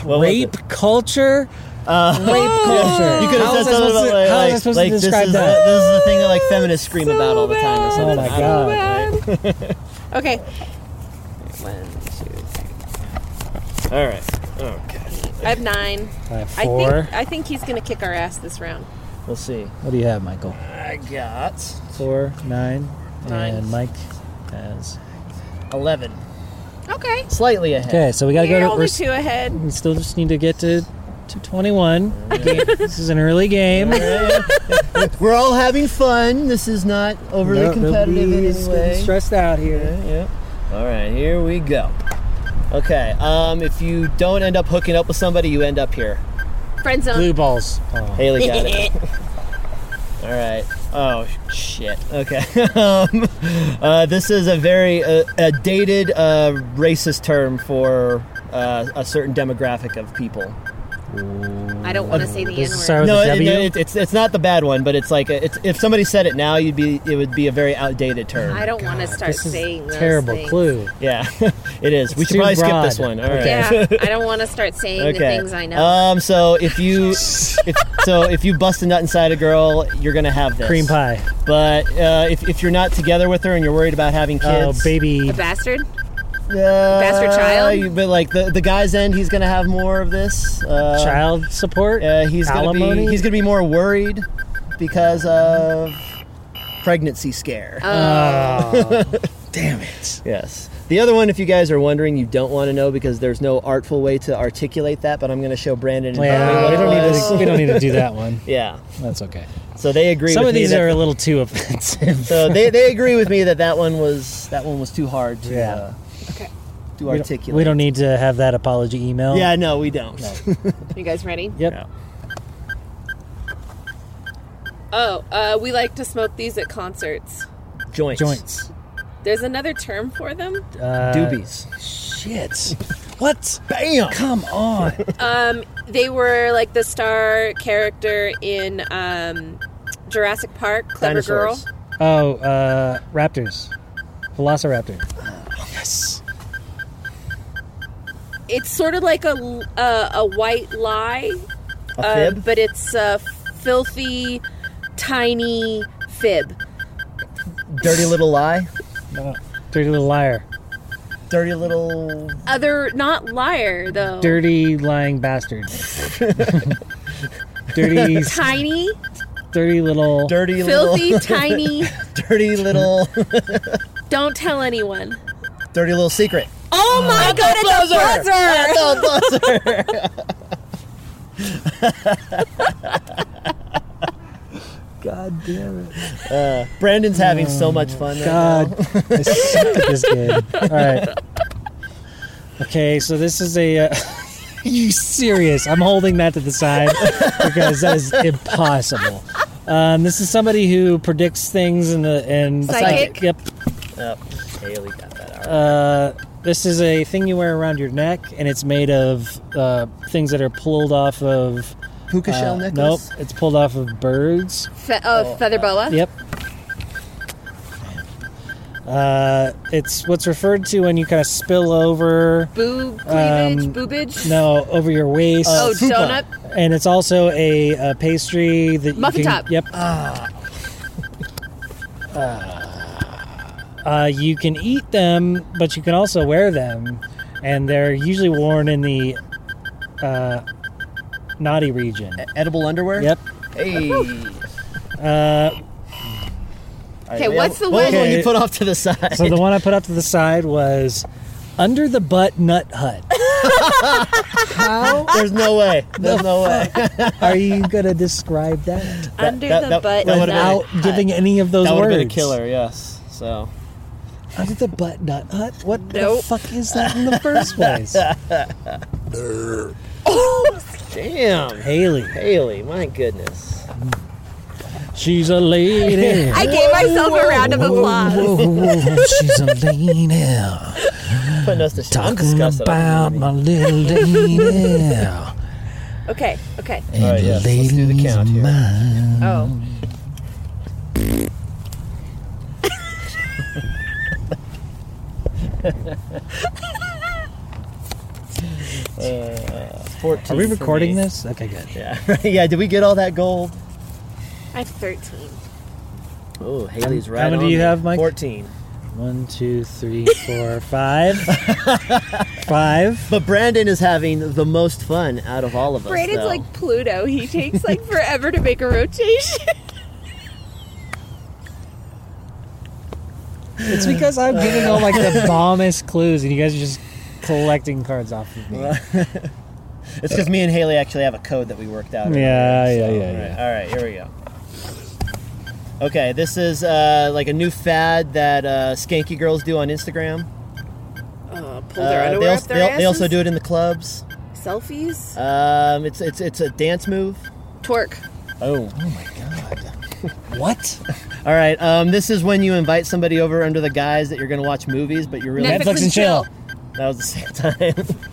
[SPEAKER 4] What was
[SPEAKER 1] rape
[SPEAKER 4] it?
[SPEAKER 1] culture. rape culture.
[SPEAKER 4] You could
[SPEAKER 1] How
[SPEAKER 4] have
[SPEAKER 1] was
[SPEAKER 4] said
[SPEAKER 1] I
[SPEAKER 4] something
[SPEAKER 1] supposed
[SPEAKER 4] about
[SPEAKER 1] to-
[SPEAKER 4] like,
[SPEAKER 1] how was I
[SPEAKER 4] like,
[SPEAKER 1] supposed
[SPEAKER 4] like
[SPEAKER 1] to
[SPEAKER 4] this, is
[SPEAKER 1] describe
[SPEAKER 4] the,
[SPEAKER 1] that?
[SPEAKER 4] this is the thing that like feminists scream about all the time. Or
[SPEAKER 1] Oh
[SPEAKER 4] something.
[SPEAKER 1] my
[SPEAKER 4] I don't know.
[SPEAKER 1] god.
[SPEAKER 5] Okay.
[SPEAKER 4] All right. Okay.
[SPEAKER 5] I have nine.
[SPEAKER 1] I have
[SPEAKER 5] I
[SPEAKER 1] four.
[SPEAKER 5] think I think he's gonna kick our ass this round.
[SPEAKER 4] We'll see.
[SPEAKER 1] What do you have, Michael?
[SPEAKER 4] I got
[SPEAKER 1] Four, nine,
[SPEAKER 5] Nine.
[SPEAKER 1] and Mike has.
[SPEAKER 4] eleven.
[SPEAKER 5] Okay.
[SPEAKER 4] Slightly ahead.
[SPEAKER 1] Okay, so we gotta
[SPEAKER 5] You're
[SPEAKER 1] go. To,
[SPEAKER 5] only
[SPEAKER 1] we're,
[SPEAKER 5] two ahead.
[SPEAKER 1] we still just need to get to to twenty-one. this is an early game.
[SPEAKER 4] We're all having fun. This is not overly
[SPEAKER 1] No,
[SPEAKER 4] competitive in
[SPEAKER 1] nobody's
[SPEAKER 4] any way.
[SPEAKER 1] Stressed out here.
[SPEAKER 4] Yeah, yeah. All right, here we go. Okay, um, if you don't end up hooking up with somebody, you end up here.
[SPEAKER 5] Friend zone.
[SPEAKER 1] Blue balls. Oh.
[SPEAKER 4] Haley got it. All right. Oh shit. Okay. um, uh, this is a very uh, a dated uh, racist term for uh, a certain demographic of people.
[SPEAKER 5] I don't want to say the N word.
[SPEAKER 1] Does it start with
[SPEAKER 4] no,
[SPEAKER 1] a
[SPEAKER 4] it,
[SPEAKER 1] W?
[SPEAKER 4] no, it, it's it's not the bad one, but it's like a, it's if somebody said it now, you'd be it would be a very outdated term.
[SPEAKER 5] I don't want to start
[SPEAKER 1] this is
[SPEAKER 5] saying
[SPEAKER 1] a
[SPEAKER 5] those
[SPEAKER 1] terrible
[SPEAKER 5] things.
[SPEAKER 1] clue.
[SPEAKER 4] yeah, it is. we
[SPEAKER 1] It's
[SPEAKER 4] should
[SPEAKER 1] too
[SPEAKER 4] probably skip
[SPEAKER 1] broad.
[SPEAKER 4] this one. All right.
[SPEAKER 5] Yeah, I don't want to start saying the things I
[SPEAKER 1] Oh.
[SPEAKER 5] know.
[SPEAKER 4] Um, so if you if, so if you bust a nut inside a girl, you're gonna have this
[SPEAKER 1] Cream pie.
[SPEAKER 4] But uh, if, if you're not together with her and you're worried about having
[SPEAKER 1] Oh,
[SPEAKER 4] kids,
[SPEAKER 1] baby.
[SPEAKER 5] A bastard.
[SPEAKER 4] uh,
[SPEAKER 5] bastard child?
[SPEAKER 4] you- But like the, the guy's end, he's gonna have more of this. Uh,
[SPEAKER 1] Child support.
[SPEAKER 4] Uh, he's gonna
[SPEAKER 1] Alimony?
[SPEAKER 4] be he's gonna be more worried because of pregnancy scare.
[SPEAKER 1] Oh, damn it.
[SPEAKER 4] Yes. The other one, if you guys are wondering, you don't want to know because there's no artful way to articulate that. But I'm gonna show Brandon. And Bobby
[SPEAKER 1] Yeah,
[SPEAKER 4] what
[SPEAKER 1] we
[SPEAKER 4] it
[SPEAKER 1] don't need
[SPEAKER 4] was.
[SPEAKER 1] to. We don't need to do that one.
[SPEAKER 4] Yeah.
[SPEAKER 1] That's okay.
[SPEAKER 4] So they agree.
[SPEAKER 1] Some
[SPEAKER 4] with
[SPEAKER 1] of
[SPEAKER 4] me
[SPEAKER 1] these
[SPEAKER 4] that-
[SPEAKER 1] are a little too offensive.
[SPEAKER 4] So they, they agree with me that that one was that one was too hard to
[SPEAKER 1] Yeah.
[SPEAKER 4] uh,
[SPEAKER 5] Okay.
[SPEAKER 4] to
[SPEAKER 1] We
[SPEAKER 4] articulate.
[SPEAKER 1] don't, we don't need to have that apology email.
[SPEAKER 4] Yeah, no, we don't.
[SPEAKER 5] You guys ready?
[SPEAKER 1] Yep.
[SPEAKER 4] No.
[SPEAKER 5] Oh, uh, we like to smoke these at concerts.
[SPEAKER 4] Joints.
[SPEAKER 1] Joints.
[SPEAKER 5] There's another term for them.
[SPEAKER 1] Uh,
[SPEAKER 4] Doobies.
[SPEAKER 1] Shit. What?
[SPEAKER 4] Bam.
[SPEAKER 1] Come on.
[SPEAKER 5] Um, they were like the star character in um, Jurassic Park, Clever
[SPEAKER 4] Dinosaurs.
[SPEAKER 5] Girl.
[SPEAKER 1] Oh, uh, raptors. Velociraptor. Yes.
[SPEAKER 5] It's sort of like a l- uh, a white lie,
[SPEAKER 4] A
[SPEAKER 5] uh,
[SPEAKER 4] fib.
[SPEAKER 5] but it's a filthy, tiny fib. Uh,
[SPEAKER 4] Dirty little lie.
[SPEAKER 1] No. Dirty little liar.
[SPEAKER 4] Dirty little.
[SPEAKER 5] Other, not liar though.
[SPEAKER 1] Dirty lying bastard. dirty,
[SPEAKER 5] Tiny,
[SPEAKER 1] dirty little.
[SPEAKER 4] Dirty
[SPEAKER 5] filthy,
[SPEAKER 4] little.
[SPEAKER 5] tiny.
[SPEAKER 4] Dirty little.
[SPEAKER 5] Don't tell anyone.
[SPEAKER 4] dirty little secret.
[SPEAKER 5] Oh my god, it's a buzzer!
[SPEAKER 1] God damn it.
[SPEAKER 4] Brandon's having so much fun.
[SPEAKER 1] Oh
[SPEAKER 4] Right
[SPEAKER 1] God,
[SPEAKER 4] now.
[SPEAKER 1] I suck at this game. All right. Okay, so this is a. Uh, are you serious? I'm holding that to the side because that is impossible. Um, this is somebody who predicts things in the and
[SPEAKER 5] Psychic?
[SPEAKER 1] Yep.
[SPEAKER 4] Oh, Haley got that. All right.
[SPEAKER 1] Uh, this is a thing you wear around your neck, and it's made of uh, things that are pulled off of.
[SPEAKER 4] Puka
[SPEAKER 1] uh,
[SPEAKER 4] shell
[SPEAKER 1] nope,
[SPEAKER 4] necklace.
[SPEAKER 1] it's pulled off of birds.
[SPEAKER 5] Fe- oh, feather boa.
[SPEAKER 1] Yep. Uh, it's what's referred to when you kind of spill over.
[SPEAKER 5] Boob, cleavage,
[SPEAKER 1] Um,
[SPEAKER 5] boobage.
[SPEAKER 1] No, over your waist.
[SPEAKER 5] Oh,
[SPEAKER 4] fupa.
[SPEAKER 5] donut.
[SPEAKER 1] and it's also a, uh pastry that
[SPEAKER 5] Muffin
[SPEAKER 1] you can,
[SPEAKER 5] top.
[SPEAKER 1] Yep. uh, you can eat them, but you can also wear them, and they're usually worn in the uh, naughty region.
[SPEAKER 4] Edible underwear.
[SPEAKER 1] Yep.
[SPEAKER 4] Hey.
[SPEAKER 1] Uh,
[SPEAKER 5] Okay, what's the
[SPEAKER 4] what was
[SPEAKER 5] one?
[SPEAKER 4] one you
[SPEAKER 1] Okay.
[SPEAKER 4] put off to the side?
[SPEAKER 1] so the one I put up to the side was under the butt nut hut. How
[SPEAKER 4] There's no way. There's no way.
[SPEAKER 1] are you gonna describe that
[SPEAKER 5] Under
[SPEAKER 4] that-
[SPEAKER 5] the
[SPEAKER 4] that-
[SPEAKER 5] butt.
[SPEAKER 4] that would've been-
[SPEAKER 1] without
[SPEAKER 4] hut.
[SPEAKER 1] giving any of those
[SPEAKER 4] That would
[SPEAKER 1] words?
[SPEAKER 4] have been a killer. Yes. So.
[SPEAKER 1] Under the butt nut hut? What the
[SPEAKER 5] Nope.
[SPEAKER 1] fuck is that in the first place?
[SPEAKER 4] Damn.
[SPEAKER 1] Haley.
[SPEAKER 4] Haley, my goodness.
[SPEAKER 1] She's a lady.
[SPEAKER 5] I gave myself a round of applause.
[SPEAKER 1] Whoa, whoa, whoa, she's a lady.
[SPEAKER 4] Putting us to shame. I'm
[SPEAKER 1] Talking
[SPEAKER 4] disgusted.
[SPEAKER 1] about my little lady.
[SPEAKER 5] Okay, okay.
[SPEAKER 1] And
[SPEAKER 4] All right,
[SPEAKER 1] the
[SPEAKER 4] yes, let's do the
[SPEAKER 1] lady is
[SPEAKER 4] count here.
[SPEAKER 1] mine.
[SPEAKER 5] Oh.
[SPEAKER 1] Are we recording this? Okay, good.
[SPEAKER 4] Yeah. yeah. Did we get all that gold?
[SPEAKER 5] I have 13.
[SPEAKER 4] Oh, Haley's right.
[SPEAKER 1] many do
[SPEAKER 4] on
[SPEAKER 1] you
[SPEAKER 4] there.
[SPEAKER 1] have, Mike?
[SPEAKER 4] Fourteen.
[SPEAKER 1] One, two, three, four, five. five.
[SPEAKER 4] But Brandon is having the most fun out of all of us.
[SPEAKER 5] Brandon's
[SPEAKER 4] though.
[SPEAKER 5] like Pluto. He takes like forever to make a rotation.
[SPEAKER 1] It's because I'm giving all like the bombest clues, and you guys are just collecting cards off of me.
[SPEAKER 4] It's because me and Haley actually have a code that we worked out. earlier,
[SPEAKER 1] Yeah, yeah, yeah,
[SPEAKER 4] all right,
[SPEAKER 1] yeah.
[SPEAKER 4] All right, here we go. Okay, this is uh, like a new fad that uh, skanky girls do on Instagram.
[SPEAKER 5] Uh, pull
[SPEAKER 4] Uh,
[SPEAKER 5] their
[SPEAKER 4] they,
[SPEAKER 5] underwear
[SPEAKER 4] als-
[SPEAKER 5] up
[SPEAKER 4] they
[SPEAKER 5] their
[SPEAKER 4] al- they also do
[SPEAKER 5] asses?
[SPEAKER 4] it in the clubs.
[SPEAKER 5] selfies.
[SPEAKER 4] Um, it's it's it's a dance move.
[SPEAKER 5] Twerk.
[SPEAKER 4] Oh.
[SPEAKER 1] Oh my god. What?
[SPEAKER 4] All right. Um, this is when you invite somebody over under the guise that you're going to watch movies, but you're really
[SPEAKER 1] Netflix, and chill.
[SPEAKER 4] that was the same time.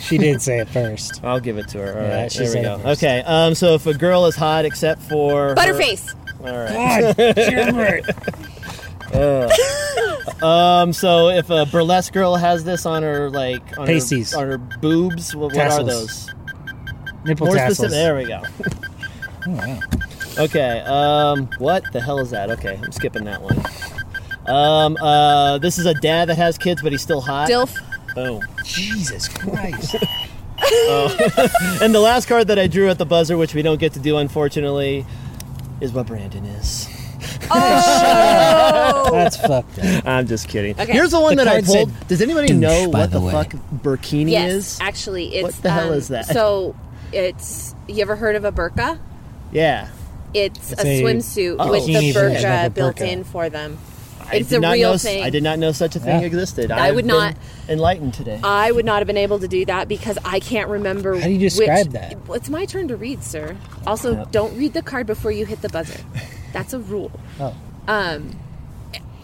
[SPEAKER 1] She did say it first.
[SPEAKER 4] I'll give it to her. All right,
[SPEAKER 1] Yeah, she
[SPEAKER 4] here we
[SPEAKER 1] said
[SPEAKER 4] go.
[SPEAKER 1] it first.
[SPEAKER 4] Okay. Um, so if a girl is hot except for her-
[SPEAKER 5] Butterface.
[SPEAKER 4] all right.
[SPEAKER 1] God damn it.
[SPEAKER 4] Um, so if a burlesque girl has this on her like on
[SPEAKER 1] Pasties.
[SPEAKER 4] her, on her boobs, what, what are
[SPEAKER 1] Tassels.
[SPEAKER 4] those?
[SPEAKER 1] Nipple
[SPEAKER 4] More
[SPEAKER 1] tassels.
[SPEAKER 4] specific. There we go.
[SPEAKER 1] Oh, wow.
[SPEAKER 4] Okay. Um, what the hell is that? Okay, I'm skipping that one. Um, uh, this is a dad that has kids, but he's still hot.
[SPEAKER 5] Dilf.
[SPEAKER 4] Boom.
[SPEAKER 1] Jesus Christ.
[SPEAKER 4] And the last card that I drew at the buzzer, which we don't get to do unfortunately, is what Brandon is.
[SPEAKER 1] That's fucked up.
[SPEAKER 4] I'm just kidding.
[SPEAKER 5] Okay.
[SPEAKER 4] Here's the one
[SPEAKER 1] The
[SPEAKER 4] that I
[SPEAKER 1] card
[SPEAKER 4] pulled.
[SPEAKER 1] said
[SPEAKER 4] Does anybody
[SPEAKER 1] douche,
[SPEAKER 4] know
[SPEAKER 1] by
[SPEAKER 4] what
[SPEAKER 1] the
[SPEAKER 4] the,
[SPEAKER 1] way.
[SPEAKER 4] fuck burkini
[SPEAKER 5] Yes,
[SPEAKER 4] is?
[SPEAKER 5] actually, it's
[SPEAKER 4] the hell
[SPEAKER 5] um,
[SPEAKER 4] is that?
[SPEAKER 5] So, it's you ever heard of a burqa?
[SPEAKER 4] Yeah.
[SPEAKER 5] It's,
[SPEAKER 1] It's
[SPEAKER 5] a,
[SPEAKER 1] a
[SPEAKER 5] swimsuit
[SPEAKER 4] Oh.
[SPEAKER 5] with the
[SPEAKER 1] bikini version of a
[SPEAKER 5] burqa built
[SPEAKER 1] burqa.
[SPEAKER 5] in for them.
[SPEAKER 4] I
[SPEAKER 5] It's
[SPEAKER 4] did
[SPEAKER 5] a
[SPEAKER 4] not
[SPEAKER 5] real
[SPEAKER 4] know, s-
[SPEAKER 5] thing.
[SPEAKER 4] I did not know such a thing
[SPEAKER 1] Yeah.
[SPEAKER 4] existed.
[SPEAKER 5] I
[SPEAKER 4] I've
[SPEAKER 5] would
[SPEAKER 4] been
[SPEAKER 5] not-
[SPEAKER 4] enlightened today.
[SPEAKER 5] I would not have been able to do that because I can't remember.
[SPEAKER 1] How do you describe that?
[SPEAKER 5] It's my turn to read, sir. Also,
[SPEAKER 4] Yep.
[SPEAKER 5] don't read the card before you hit the buzzer. That's a rule.
[SPEAKER 1] Oh.
[SPEAKER 5] Um,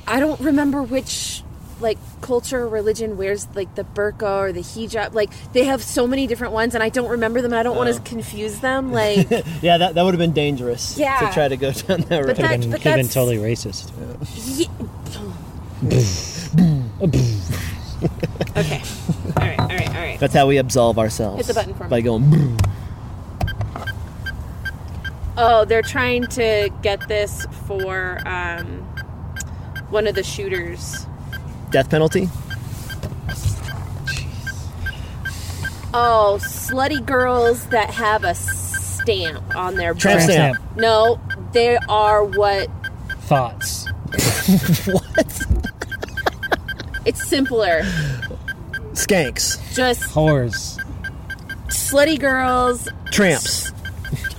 [SPEAKER 5] I don't remember which like culture or religion wears like the burqa or the hijab. Like they have so many different ones, and I don't remember them, and I don't
[SPEAKER 1] Oh.
[SPEAKER 5] want to confuse them. Like,
[SPEAKER 4] Yeah, that, that would have been dangerous
[SPEAKER 5] Yeah.
[SPEAKER 4] to try to go down that road.
[SPEAKER 5] But
[SPEAKER 1] Could
[SPEAKER 5] that-
[SPEAKER 1] have been,
[SPEAKER 5] but
[SPEAKER 1] could have been
[SPEAKER 5] that's-
[SPEAKER 1] totally racist.
[SPEAKER 5] ye- okay, all right, all right, all right.
[SPEAKER 4] That's how we absolve ourselves.
[SPEAKER 5] Hit the button for me.
[SPEAKER 4] By going, "Brr."
[SPEAKER 5] Oh, they're trying to get this for um, one of the shooters.
[SPEAKER 4] death penalty?
[SPEAKER 5] Oh, slutty girls that have a stamp on their
[SPEAKER 4] Tramp
[SPEAKER 5] butt.
[SPEAKER 4] stamp.
[SPEAKER 5] No, they are what.
[SPEAKER 1] Thoughts.
[SPEAKER 5] It's simpler.
[SPEAKER 4] Skanks.
[SPEAKER 5] Just
[SPEAKER 1] Whores.
[SPEAKER 5] slutty girls.
[SPEAKER 4] Tramps.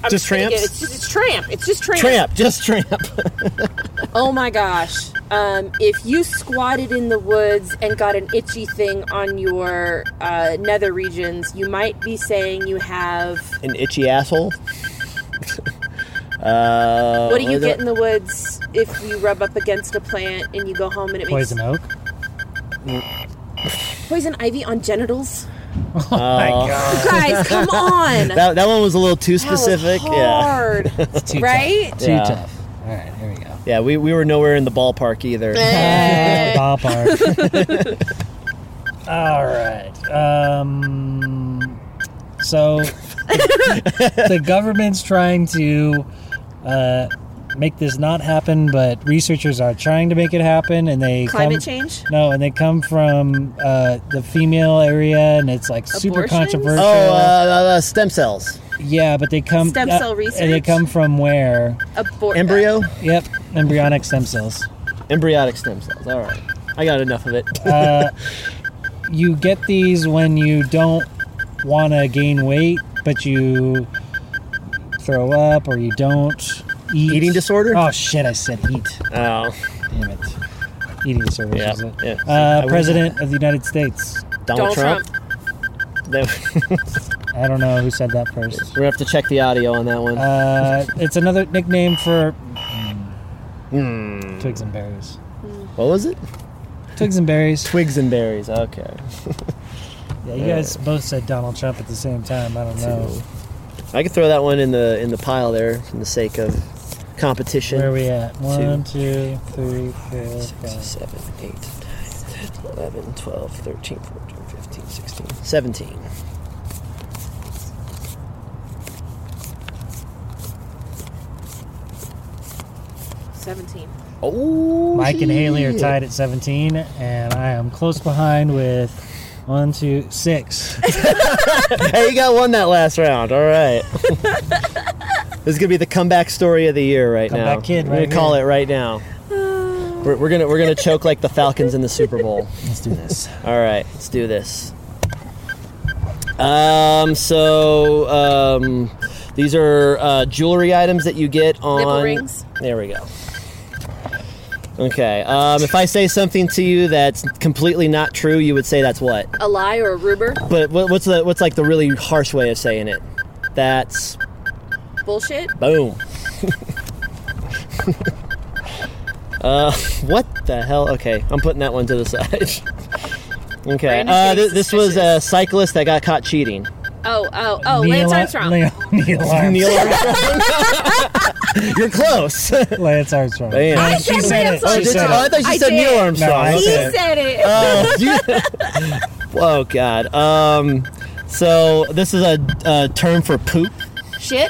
[SPEAKER 5] I'm
[SPEAKER 4] Just
[SPEAKER 5] gonna
[SPEAKER 4] tramps?
[SPEAKER 5] get- It's just it's tramp. It's just tramp.
[SPEAKER 4] Tramp. Just tramp.
[SPEAKER 5] Oh my gosh. Um, if you squatted in the woods and got an itchy thing on your uh, nether regions, you might be saying you have.
[SPEAKER 4] An itchy asshole. uh,
[SPEAKER 5] What do you get in
[SPEAKER 4] it?
[SPEAKER 5] the woods if you rub up against a plant and you go home and it
[SPEAKER 1] Poison
[SPEAKER 5] makes
[SPEAKER 1] oak.
[SPEAKER 5] poison ivy on genitals?
[SPEAKER 1] Oh
[SPEAKER 4] Oh
[SPEAKER 1] My God.
[SPEAKER 5] Guys, come on.
[SPEAKER 4] Uh, That, that one was a little too
[SPEAKER 5] That was
[SPEAKER 4] specific. Yeah.
[SPEAKER 5] hard.
[SPEAKER 1] It's too
[SPEAKER 5] Right?
[SPEAKER 1] Tough. Too
[SPEAKER 4] Yeah.
[SPEAKER 1] tough. All right, here we go.
[SPEAKER 4] Yeah, we, we were nowhere in the ballpark either.
[SPEAKER 1] Bob art. All right. Um, so the government's trying to uh, make this not happen, but researchers are trying to make it happen, and they
[SPEAKER 5] Climate
[SPEAKER 1] come-
[SPEAKER 5] change?
[SPEAKER 1] No, and they come from uh, the female area, and it's like super
[SPEAKER 5] Abortions?
[SPEAKER 1] controversial.
[SPEAKER 4] Oh, uh, uh, stem cells.
[SPEAKER 1] yeah, but they come
[SPEAKER 5] Stem
[SPEAKER 1] uh,
[SPEAKER 5] cell
[SPEAKER 1] And they
[SPEAKER 5] research?
[SPEAKER 1] come from where?
[SPEAKER 5] Abort.
[SPEAKER 4] Embryo?
[SPEAKER 1] Yep, embryonic stem cells.
[SPEAKER 4] Embryonic stem cells. All right. I got enough of it.
[SPEAKER 1] uh, you get these when you don't want to gain weight, but you throw up or you don't eat.
[SPEAKER 4] Eating disorder?
[SPEAKER 1] Oh shit! I said eat.
[SPEAKER 4] Oh,
[SPEAKER 1] Damn it. Eating disorder.
[SPEAKER 4] Yeah,
[SPEAKER 1] is it?
[SPEAKER 4] yeah. I
[SPEAKER 1] Uh,
[SPEAKER 4] would've-
[SPEAKER 1] President of the United States.
[SPEAKER 4] Donald,
[SPEAKER 5] Donald Trump.
[SPEAKER 4] Trump.
[SPEAKER 1] I don't know who said that first.
[SPEAKER 4] We're gonna have to check the audio on that one.
[SPEAKER 1] Uh, it's another nickname for
[SPEAKER 4] Hmm.
[SPEAKER 1] twigs and berries.
[SPEAKER 4] what was it?
[SPEAKER 1] Twigs and berries.
[SPEAKER 4] Twigs and berries. Okay.
[SPEAKER 1] Yeah, you guys both said Donald Trump at the same time. I don't know.
[SPEAKER 4] I could throw that one in the in the pile there, for the sake of competition.
[SPEAKER 1] Where are we at? One, two, three, four,
[SPEAKER 4] Six,
[SPEAKER 1] five.
[SPEAKER 4] seven, eight, nine, 11, 12, 13, 14, 15, 16, 17.
[SPEAKER 5] Seventeen.
[SPEAKER 4] Oh,
[SPEAKER 1] Mike and Haley are
[SPEAKER 4] shit.
[SPEAKER 1] tied at 17, and I am close behind with one, two, six.
[SPEAKER 4] Hey, you got one that last round. All right. this is gonna be the comeback story of the year right now.
[SPEAKER 1] Comeback kid
[SPEAKER 4] we're
[SPEAKER 1] right
[SPEAKER 4] gonna call
[SPEAKER 1] here.
[SPEAKER 4] it right now. We're, we're gonna we're gonna choke like the Falcons in the Super Bowl.
[SPEAKER 1] Let's do this.
[SPEAKER 4] All right, let's do this. Um, so um, these are uh, jewelry items that you get on
[SPEAKER 5] Nipple rings.
[SPEAKER 4] There we go. Okay. Um, if I say something to you that's completely not true, you would say that's what.
[SPEAKER 5] A lie or a rubber?
[SPEAKER 4] But what, what's the what's like the really harsh way of saying it? That's
[SPEAKER 5] Bullshit.
[SPEAKER 4] boom. uh, what the hell? Okay, I'm putting that one to the side. okay.
[SPEAKER 5] Brandon's
[SPEAKER 4] Uh,
[SPEAKER 5] getting
[SPEAKER 4] th- this was a
[SPEAKER 5] suspicious.
[SPEAKER 4] cyclist that got caught cheating.
[SPEAKER 5] Oh, oh, oh. Lance Armstrong.
[SPEAKER 1] Neil, Neil Armstrong.
[SPEAKER 4] Neil Armstrong. You're close. Damn.
[SPEAKER 1] Lance Armstrong.
[SPEAKER 4] Oh,
[SPEAKER 1] No,
[SPEAKER 5] said
[SPEAKER 1] she said it. She
[SPEAKER 5] Lance
[SPEAKER 4] did you-
[SPEAKER 1] said
[SPEAKER 4] oh, I
[SPEAKER 1] it.
[SPEAKER 4] thought you
[SPEAKER 5] I
[SPEAKER 4] said
[SPEAKER 5] did.
[SPEAKER 4] Neil Armstrong.
[SPEAKER 1] No, I
[SPEAKER 4] Okay.
[SPEAKER 5] he
[SPEAKER 1] said it.
[SPEAKER 5] said it.
[SPEAKER 4] Oh, you- oh God. Um, so this is a, a term for poop.
[SPEAKER 5] Shit.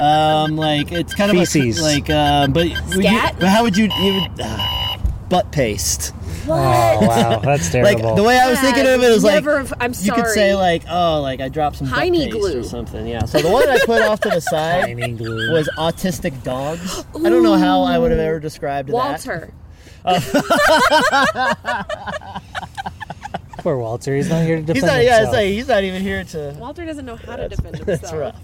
[SPEAKER 4] Um, like it's kind of a-
[SPEAKER 1] Feces.
[SPEAKER 4] like, uh, but would you-
[SPEAKER 5] Scat?
[SPEAKER 4] how would you? you would, uh, butt paste.
[SPEAKER 1] Oh, wow. That's
[SPEAKER 4] Like
[SPEAKER 1] terrible.
[SPEAKER 4] the way I was
[SPEAKER 5] Yeah,
[SPEAKER 4] thinking of it was like
[SPEAKER 5] never have- I'm
[SPEAKER 4] you could say
[SPEAKER 5] sorry.
[SPEAKER 4] like oh like I dropped some
[SPEAKER 5] Hiney
[SPEAKER 4] butt paste
[SPEAKER 5] glue.
[SPEAKER 4] or something. Yeah. So the one I put off to the side
[SPEAKER 1] Timing glue.
[SPEAKER 4] was autistic dogs. I don't know how I would have ever described that.
[SPEAKER 5] Walter.
[SPEAKER 1] Poor Walter. He's not here to defend
[SPEAKER 4] He's not. Yeah, it's
[SPEAKER 1] himself.
[SPEAKER 4] like he's not even here to.
[SPEAKER 5] Walter doesn't know how to
[SPEAKER 4] That's-
[SPEAKER 5] defend himself.
[SPEAKER 4] That's rough.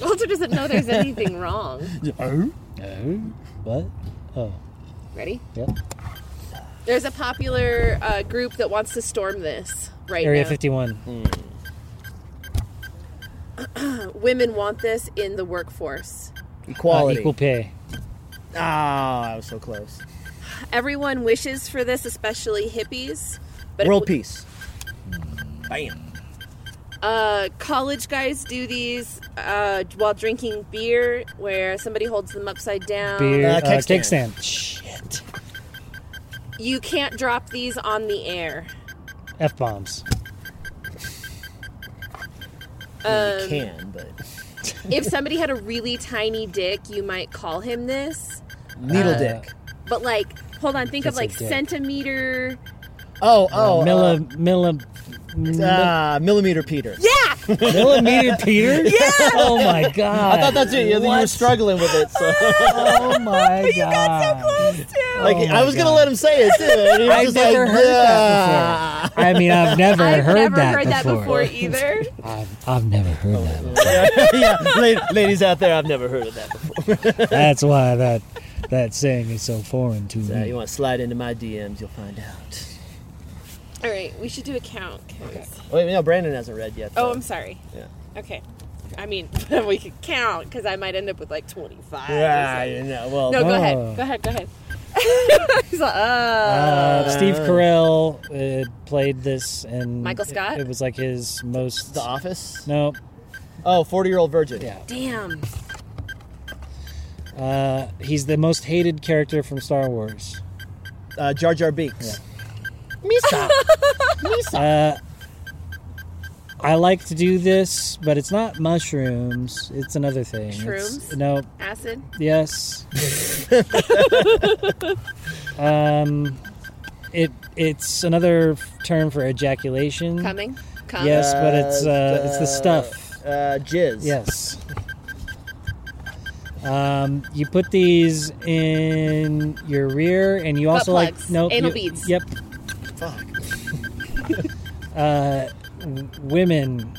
[SPEAKER 3] Walter doesn't know there's anything wrong.
[SPEAKER 4] Oh.
[SPEAKER 1] what? Oh,
[SPEAKER 5] Ready?
[SPEAKER 1] yep.
[SPEAKER 5] There's a popular uh, group that wants to storm this right
[SPEAKER 1] Area Uh,
[SPEAKER 5] now.
[SPEAKER 1] 51.
[SPEAKER 5] Women want this in the workforce.
[SPEAKER 1] Uh,
[SPEAKER 4] Equality.
[SPEAKER 1] equal pay.
[SPEAKER 4] Ah, I was so close.
[SPEAKER 5] Everyone wishes for this, especially hippies. But
[SPEAKER 4] World peace. Bam.
[SPEAKER 5] Uh, college guys do these uh, while drinking beer, where somebody holds them upside down.
[SPEAKER 1] Beer.
[SPEAKER 4] Uh,
[SPEAKER 1] Uh,
[SPEAKER 4] kickstand.
[SPEAKER 1] kickstand.
[SPEAKER 4] Shit.
[SPEAKER 5] You can't drop these on the air.
[SPEAKER 1] F bombs.
[SPEAKER 5] Um,
[SPEAKER 4] you can, but
[SPEAKER 5] if somebody had a really tiny dick, you might call him this.
[SPEAKER 4] needle
[SPEAKER 1] Uh,
[SPEAKER 4] dick.
[SPEAKER 5] But like, hold on, think of
[SPEAKER 1] That's a
[SPEAKER 5] like
[SPEAKER 1] dick.
[SPEAKER 5] centimeter.
[SPEAKER 4] Oh, oh.
[SPEAKER 1] Milla, Milla,
[SPEAKER 4] uh, ah, millimeter Peter. Yeah.
[SPEAKER 1] millimeter Peter? Yeah! Oh my god.
[SPEAKER 4] I thought that's it. You, you were struggling with it. So.
[SPEAKER 1] Oh my god. You got so close.
[SPEAKER 4] like
[SPEAKER 1] Oh my
[SPEAKER 4] I was gonna
[SPEAKER 1] God.
[SPEAKER 4] let him say it too. and he was
[SPEAKER 1] I've
[SPEAKER 4] just
[SPEAKER 1] never
[SPEAKER 4] like,
[SPEAKER 1] heard
[SPEAKER 4] "Yeah."
[SPEAKER 1] that I mean, I've never
[SPEAKER 5] I've
[SPEAKER 1] heard
[SPEAKER 5] never
[SPEAKER 1] that
[SPEAKER 5] heard that
[SPEAKER 1] before.
[SPEAKER 5] before either.
[SPEAKER 1] I've, I've never heard that. before.
[SPEAKER 4] yeah, la- ladies out there, I've never heard of that before.
[SPEAKER 1] That's why that that saying is so foreign to
[SPEAKER 4] So you
[SPEAKER 1] me.
[SPEAKER 4] want to slide into my DMs, you'll find out.
[SPEAKER 5] All right, we should do a count. 'cause-
[SPEAKER 4] Wait, no, Brandon hasn't read yet.
[SPEAKER 5] Oh,
[SPEAKER 4] though.
[SPEAKER 5] I'm sorry.
[SPEAKER 4] Yeah.
[SPEAKER 5] Okay. I mean, we could count because I might end up with like 25. or
[SPEAKER 4] Yeah,
[SPEAKER 5] something.
[SPEAKER 4] you know, well,
[SPEAKER 5] No, go
[SPEAKER 1] Oh.
[SPEAKER 5] ahead. Go ahead. Go ahead. He's like, uh,
[SPEAKER 1] Uh, Steve Carell uh, played this, and
[SPEAKER 5] Michael Scott?
[SPEAKER 1] It, it was like his most.
[SPEAKER 4] The Office.
[SPEAKER 1] no,
[SPEAKER 4] Oh, 40 year old virgin.
[SPEAKER 1] Yeah.
[SPEAKER 5] damn.
[SPEAKER 1] uh, he's the most hated character from Star Wars.
[SPEAKER 4] Uh, Jar Jar Binks.
[SPEAKER 1] Misa. Misa. Uh, I like to do this, but it's not mushrooms. It's another thing. It's-
[SPEAKER 5] Shrooms?
[SPEAKER 1] no.
[SPEAKER 5] Acid.
[SPEAKER 1] Yes. um, it it's another f- term for ejaculation.
[SPEAKER 5] Coming. Come.
[SPEAKER 1] Yes, but it's uh, it's the stuff.
[SPEAKER 4] Uh, jizz.
[SPEAKER 1] Yes. Um, you put these in your rear, and you also like
[SPEAKER 5] plugs.
[SPEAKER 1] no
[SPEAKER 5] Anal
[SPEAKER 1] you-
[SPEAKER 5] beads.
[SPEAKER 1] Yep,
[SPEAKER 4] Fuck.
[SPEAKER 1] uh, w- women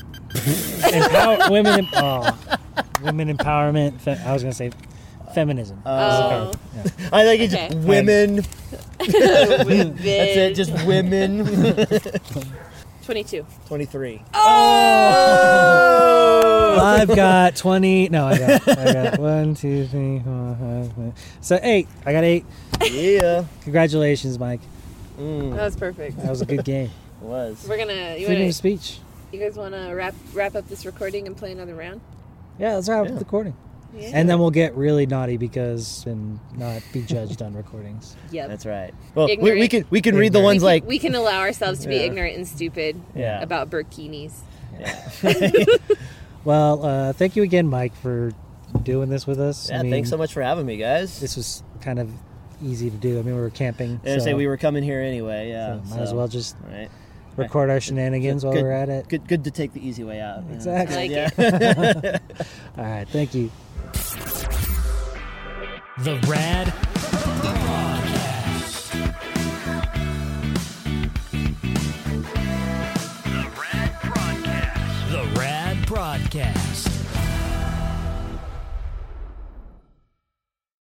[SPEAKER 1] empower women em- oh, women empowerment fe- I was gonna say feminism
[SPEAKER 5] Oh.
[SPEAKER 4] I think it's
[SPEAKER 5] Okay.
[SPEAKER 4] just women.
[SPEAKER 5] With
[SPEAKER 4] That's it, just women.
[SPEAKER 5] 22.
[SPEAKER 4] 23.
[SPEAKER 1] I've got 20. No, I got, I got one, two, three, four, five, six. So eight. I got eight.
[SPEAKER 4] Yeah,
[SPEAKER 1] Congratulations, Mike.
[SPEAKER 4] Mm.
[SPEAKER 5] That was perfect.
[SPEAKER 1] That was a good game.
[SPEAKER 4] it was.
[SPEAKER 5] We're gonna. You,
[SPEAKER 1] Freedom
[SPEAKER 5] wanna,
[SPEAKER 1] of speech.
[SPEAKER 5] you guys want to wrap wrap up this recording and play another round?
[SPEAKER 1] Yeah, let's have
[SPEAKER 4] Yeah.
[SPEAKER 1] recording.
[SPEAKER 5] Yeah.
[SPEAKER 1] And then we'll get really naughty because and not be judged on recordings.
[SPEAKER 5] Yep.
[SPEAKER 4] That's right. Well, we,
[SPEAKER 5] Ignorant.
[SPEAKER 4] we can we can read the ones
[SPEAKER 5] we,
[SPEAKER 4] like
[SPEAKER 5] we can allow ourselves to be
[SPEAKER 4] Yeah.
[SPEAKER 5] ignorant and stupid
[SPEAKER 4] Yeah.
[SPEAKER 5] about burkinis.
[SPEAKER 1] Well, uh, thank you again, Mike, for doing this with us.
[SPEAKER 4] yeah.
[SPEAKER 1] I mean,
[SPEAKER 4] thanks so much for having me, guys.
[SPEAKER 1] This was kind of easy to do. I mean, we were camping.
[SPEAKER 4] and I
[SPEAKER 1] so,
[SPEAKER 4] say we were coming here anyway.
[SPEAKER 1] so
[SPEAKER 4] Yeah,
[SPEAKER 1] might as
[SPEAKER 4] so,
[SPEAKER 1] well just
[SPEAKER 4] All right.
[SPEAKER 1] record our shenanigans while
[SPEAKER 4] good,
[SPEAKER 1] we're at it.
[SPEAKER 4] Good, good to take the easy way out. Yeah,
[SPEAKER 1] Exactly.
[SPEAKER 5] Like
[SPEAKER 4] yeah.
[SPEAKER 1] All right, thank you. The Rad. The Rad Broadcast. The Rad Broadcast.